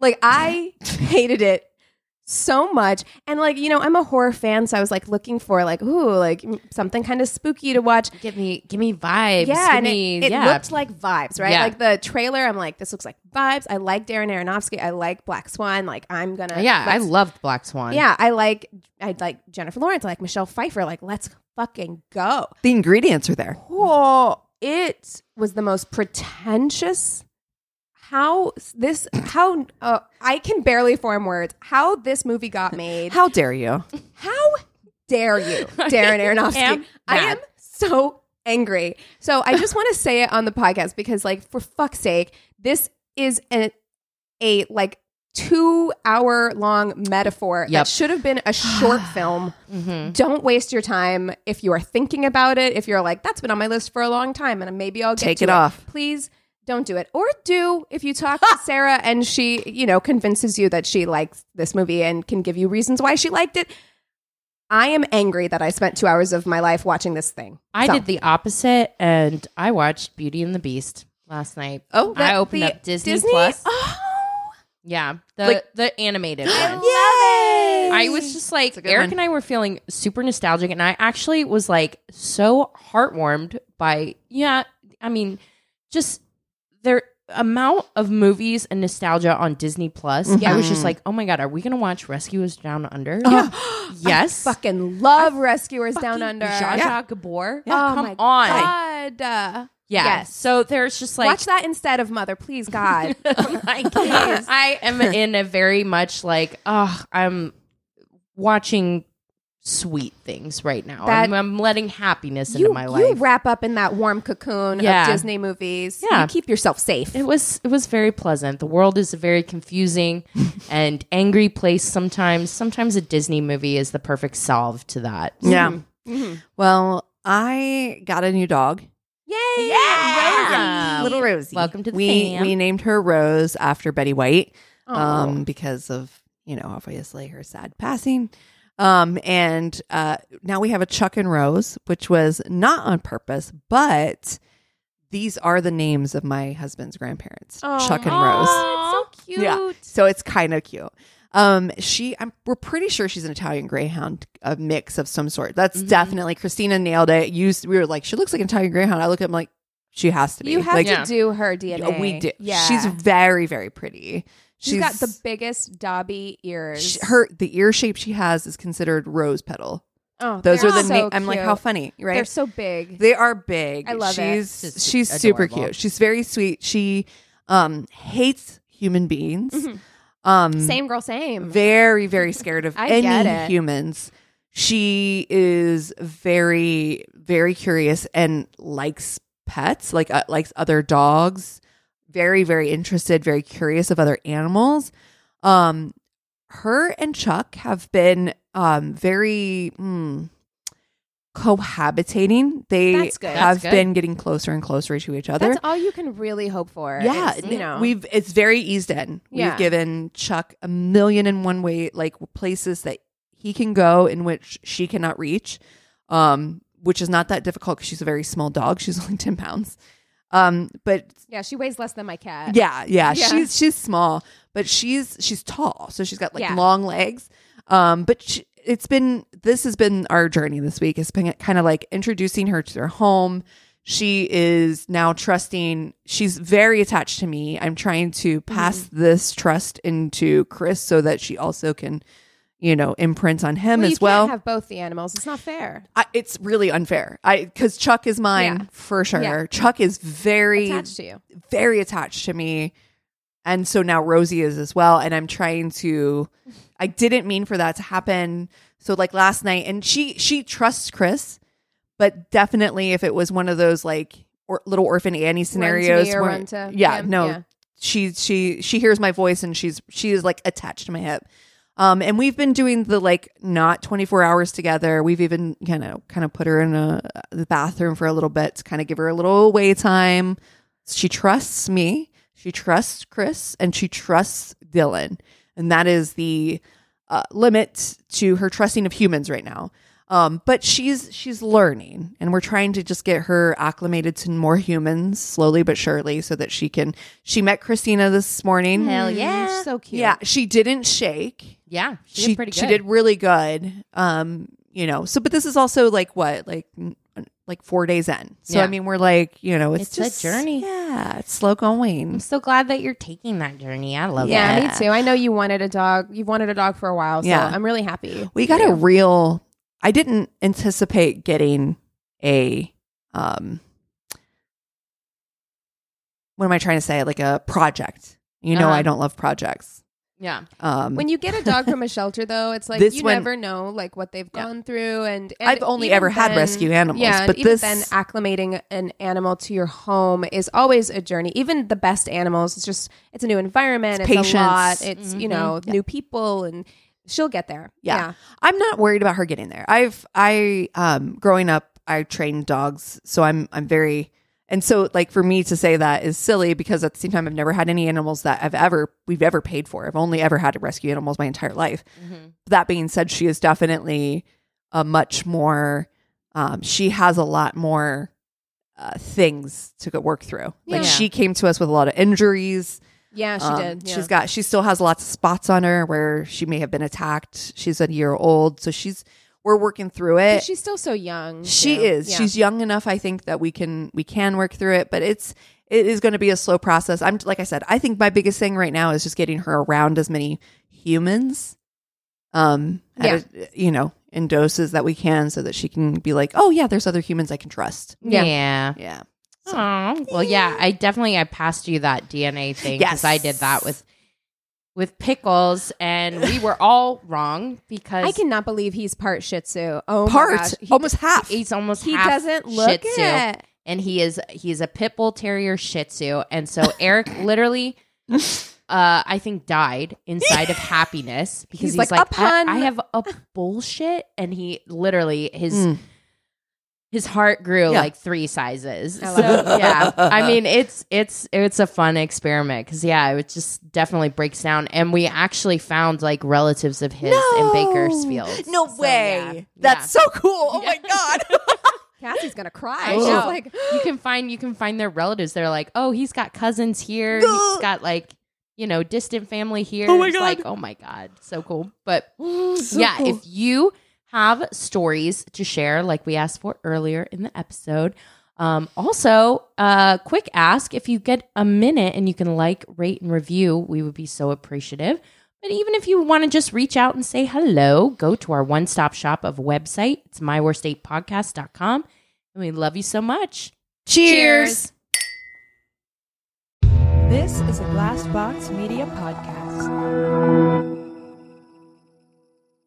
Speaker 2: Like I hated it so much and like you know i'm a horror fan so i was like looking for like ooh like m- something kind of spooky to watch
Speaker 3: Give me, give me vibes.
Speaker 2: Yeah,
Speaker 3: give
Speaker 2: and
Speaker 3: me,
Speaker 2: it, it
Speaker 3: yeah.
Speaker 2: looked like vibes, right?
Speaker 3: Yeah.
Speaker 2: Like the trailer, I'm like, this looks like vibes. I like Darren Aronofsky. I like Black Swan. Like I'm gonna,
Speaker 3: yeah, I
Speaker 2: let's-
Speaker 3: loved Black Swan.
Speaker 2: yeah, I like, I like Jennifer Lawrence. I like Michelle Pfeiffer. Like let's fucking go.
Speaker 1: The ingredients are there.
Speaker 2: Oh, it was the most pretentious. How s- this? How uh, I can barely form words. How this movie got made?
Speaker 1: How dare you?
Speaker 2: How dare you, Darren Aronofsky?
Speaker 3: am
Speaker 2: I
Speaker 3: mad.
Speaker 2: am so angry. So I just want to say it on the podcast because, like, for fuck's sake, this is a, a like two hour long metaphor
Speaker 3: Yep.
Speaker 2: that should have been a short film.
Speaker 1: Mm-hmm.
Speaker 3: Mhm.
Speaker 2: Don't waste your time if you are thinking about it. If you're like, that's been on my list for a long time, and maybe I'll get
Speaker 1: Take
Speaker 2: to
Speaker 1: it off.
Speaker 2: Please don't do it, or do if you talk to Sarah and she, you know, convinces you that she likes this movie and can give you reasons why she liked it. I am angry that I spent two hours of my life watching this thing.
Speaker 3: I
Speaker 2: So,
Speaker 3: did the opposite, and I watched Beauty and the Beast last night.
Speaker 2: Oh,
Speaker 3: I
Speaker 2: the-
Speaker 3: opened
Speaker 2: the
Speaker 3: up Disney, Plus.
Speaker 2: Oh,
Speaker 3: Yeah, the
Speaker 1: Like-
Speaker 3: the animated one.
Speaker 2: yay!
Speaker 3: I was just like
Speaker 1: a good
Speaker 3: Eric
Speaker 1: one.
Speaker 3: and I were feeling super nostalgic, and I actually was like so heartwarmed by yeah. I mean, just their amount of movies and nostalgia on Disney Plus. I was
Speaker 2: Mm-hmm.
Speaker 3: just like, oh my god, are we gonna watch Rescuers Down Under? yes,
Speaker 2: fucking love Rescuers Down Under.
Speaker 3: Zsa Zsa
Speaker 1: Yeah.
Speaker 3: Gabor.
Speaker 2: Oh
Speaker 3: come
Speaker 2: my
Speaker 3: on,
Speaker 2: God. Uh,
Speaker 3: yeah.
Speaker 2: Yes.
Speaker 3: So there's just like
Speaker 2: Watch that instead of Mother, please, God.
Speaker 3: like, I am in a very much like, oh, I'm watching sweet things right now.
Speaker 2: That-
Speaker 3: I'm, I'm letting happiness
Speaker 2: you,
Speaker 3: into my
Speaker 2: you
Speaker 3: life.
Speaker 2: wrap up in that warm cocoon
Speaker 3: Yeah.
Speaker 2: of Disney movies.
Speaker 3: Yeah.
Speaker 2: You keep yourself safe.
Speaker 3: it was it was very pleasant. The world is a very confusing and angry place sometimes. Sometimes a Disney movie is the perfect solve to that.
Speaker 1: Yeah.
Speaker 2: Mm-hmm.
Speaker 1: Well, I got a new dog.
Speaker 2: Yay!
Speaker 3: Yeah.
Speaker 1: Little Rosie.
Speaker 3: Welcome to the
Speaker 1: we
Speaker 3: fam.
Speaker 1: we named her Rose after Betty White,
Speaker 2: Aw.
Speaker 1: um, because of you know obviously her sad passing. Um, and uh, now we have a Chuck and Rose, which was not on purpose, but these are the names of my husband's grandparents, Chuck and Rose.
Speaker 2: Aw, it's so cute.
Speaker 1: Yeah. So it's kind of cute. Um, she, I'm, we're pretty sure she's an Italian Greyhound, a mix of some sort. That's
Speaker 2: Mm-hmm.
Speaker 1: definitely Christina nailed it. Used, we were like, she looks like an Italian Greyhound. I look at him like, she has to be.
Speaker 2: You have
Speaker 1: like,
Speaker 2: to
Speaker 3: Yeah.
Speaker 2: do her DNA.
Speaker 1: Oh, we do.
Speaker 2: Yeah.
Speaker 1: She's very, very pretty.
Speaker 2: she's got the biggest Dobby ears.
Speaker 1: she- her the ear shape she has is considered rose petal.
Speaker 2: oh,
Speaker 1: Those
Speaker 2: they're
Speaker 1: are the
Speaker 2: so
Speaker 1: na- I'm like,
Speaker 2: cute.
Speaker 1: how funny, right?
Speaker 2: They're so big.
Speaker 1: They are big.
Speaker 2: I love it.
Speaker 1: she's,
Speaker 3: It's just
Speaker 1: She's super
Speaker 3: adorable.
Speaker 1: cute. She's very sweet. She um hates human beings. Um
Speaker 2: Mm-hmm. same girl, same.
Speaker 1: very very scared of
Speaker 2: I
Speaker 1: any
Speaker 2: get it.
Speaker 1: humans she is very very curious and likes pets like uh, likes other dogs very very interested very curious of other animals um her and chuck have been um very mm, cohabitating they
Speaker 2: That's good.
Speaker 1: have
Speaker 3: That's good.
Speaker 1: been getting closer and closer to each other
Speaker 2: That's all you can really hope for.
Speaker 1: yeah,
Speaker 2: is, you
Speaker 1: th-
Speaker 2: know.
Speaker 1: we've it's very eased in.
Speaker 2: Yeah.
Speaker 1: We've given Chuck a million and one way like places that he can go in which she cannot reach, um, which is not that difficult because she's a very small dog. She's only ten pounds, um, but
Speaker 2: yeah, she weighs less than my cat.
Speaker 1: yeah, yeah,
Speaker 2: Yeah.
Speaker 1: she's she's small, but she's she's tall, so she's got like
Speaker 2: Yeah.
Speaker 1: long legs. Um, but she, it's been this has been our journey this week. It's been kind of like introducing her to their home. She is now trusting. She's very attached to
Speaker 2: Mm-hmm.
Speaker 1: me. I'm trying to pass this trust into Chris so that she also can, you know, imprints on him
Speaker 2: you
Speaker 1: as well.
Speaker 2: Can't have both the animals. It's not fair.
Speaker 1: I, it's really unfair. I because Chuck is mine
Speaker 2: Yeah.
Speaker 1: for sure.
Speaker 2: Yeah.
Speaker 1: Chuck is very
Speaker 2: Attached to
Speaker 1: eh,
Speaker 2: you.
Speaker 1: very attached to me. And so now Rosie is as well. And I'm trying to I didn't mean for that to happen. So like last night and she she trusts Chris, but definitely if it was one of those like or, little orphan Annie scenarios
Speaker 2: or
Speaker 1: where-
Speaker 2: run to
Speaker 1: yeah,
Speaker 2: him,
Speaker 1: no.
Speaker 2: yeah.
Speaker 1: She she she hears my voice and she's she is like attached to my hip. Um and we've been doing the like not 24 hours together. We've even kind of kind of put her in a, the bathroom for a little bit to kind of give her a little away time she trusts me she trusts chris and she trusts dylan and that is the uh, limit to her trusting of humans right now um, but she's she's learning and we're trying to just get her acclimated to more humans slowly but surely so that she can she met christina this morning
Speaker 3: Hell yeah. She's so cute.
Speaker 1: yeah she didn't shake
Speaker 3: Yeah. She,
Speaker 1: she
Speaker 3: did pretty good.
Speaker 1: she did really good um you know so but this is also like what like n- like four days in so
Speaker 3: Yeah.
Speaker 1: i mean we're like you know it's,
Speaker 3: It's a
Speaker 1: just
Speaker 3: journey.
Speaker 1: yeah it's slow going
Speaker 3: I'm so glad that you're taking that journey. I love
Speaker 2: Yeah,
Speaker 3: that.
Speaker 2: me too. I know you wanted a dog. You've wanted a dog for a while, so
Speaker 1: Yeah.
Speaker 2: I'm really happy.
Speaker 1: we got a real i didn't anticipate getting a um what am i trying to say like a project you know
Speaker 3: Uh-huh.
Speaker 1: i don't love projects
Speaker 3: Yeah.
Speaker 1: um
Speaker 2: When you get a dog from a shelter, though, it's like
Speaker 1: This
Speaker 2: you
Speaker 1: one-
Speaker 2: never know like what they've
Speaker 1: Yeah.
Speaker 2: gone through, and, and
Speaker 1: i've only
Speaker 2: even
Speaker 1: ever had
Speaker 2: then-
Speaker 1: rescue animals
Speaker 2: Yeah,
Speaker 1: but
Speaker 2: and even
Speaker 1: this
Speaker 2: then acclimating an animal to your home is always a journey. Even the best animals, it's just it's a new environment,
Speaker 1: It's
Speaker 2: it's, a lot,
Speaker 1: patience. Mm-hmm.
Speaker 2: it's you know new people, and she'll get there.
Speaker 1: Yeah. I'm not worried about her getting there. I've I um growing up I trained dogs, so I'm I'm very and so like for me to say that is silly because at the same time I've never had any animals that I've ever we've ever paid for. I've only ever had to rescue animals my entire life.
Speaker 3: Mm-hmm.
Speaker 1: That being said, she is definitely a much more um she has a lot more uh, things to go work through. Like
Speaker 3: Yeah.
Speaker 1: she came to us with a lot of injuries.
Speaker 2: yeah, she
Speaker 1: Um,
Speaker 2: did. Yeah.
Speaker 1: She's got. She still has lots of spots on her where she may have been attacked. She's a year old, so she's. We're working through
Speaker 2: But
Speaker 1: it.
Speaker 2: she's still so young.
Speaker 1: She
Speaker 2: too.
Speaker 1: is.
Speaker 2: Mm-hmm. Yeah.
Speaker 1: She's young enough. I think that we can we can work through it, but it's it is going to be a slow process. I'm like I said. I think my biggest thing right now is just getting her around as many humans, um, at a- you know, in doses that we can, so that she can be like, oh yeah, there's other humans I can trust.
Speaker 3: Yeah.
Speaker 2: Yeah.
Speaker 1: Yeah.
Speaker 3: Aw. Well, yeah, I definitely I passed you that DNA thing because
Speaker 1: Yes.
Speaker 3: I did that with with pickles, and we were all wrong because
Speaker 2: I cannot believe he's part Shih Tzu. Oh, my
Speaker 1: Part
Speaker 2: gosh. He,
Speaker 1: almost half.
Speaker 3: he's almost
Speaker 2: he
Speaker 3: half
Speaker 2: doesn't
Speaker 3: Shih
Speaker 2: look
Speaker 3: Tzu,
Speaker 2: it.
Speaker 3: and he is he's a pit bull terrier Shih Tzu, and so Eric literally. Uh, I think died inside of happiness because he's,
Speaker 2: He's like,
Speaker 3: like, I,
Speaker 2: "Upon-"
Speaker 3: I have a bullshit, and he literally his his heart grew
Speaker 1: Yeah.
Speaker 3: like three sizes.
Speaker 2: I
Speaker 3: so
Speaker 2: love it.
Speaker 3: yeah, I mean it's it's it's a fun experiment because yeah, it just definitely breaks down. And we actually found like relatives of his in Bakersfield.
Speaker 1: No
Speaker 3: So,
Speaker 1: way.
Speaker 3: yeah.
Speaker 1: That's so cool. Oh my god.
Speaker 2: Cassie's gonna cry.
Speaker 3: I
Speaker 2: She's
Speaker 3: know.
Speaker 2: like,
Speaker 3: you can find you can find their relatives. They're like, oh, he's got cousins here. he's got like you know distant family here.
Speaker 1: Oh my
Speaker 3: It's
Speaker 1: God.
Speaker 3: like oh my god, so cool. But yeah, if you have stories to share, like we asked for earlier in the episode. Um, also, uh, quick ask if you get a minute and you can like, rate, and review, we would be so appreciative. But even if you want to just reach out and say hello, go to our one stop shop of website. It's myworstatepodcast.com. And we love you so much.
Speaker 2: Cheers.
Speaker 4: This is a Glass Box Media Podcast.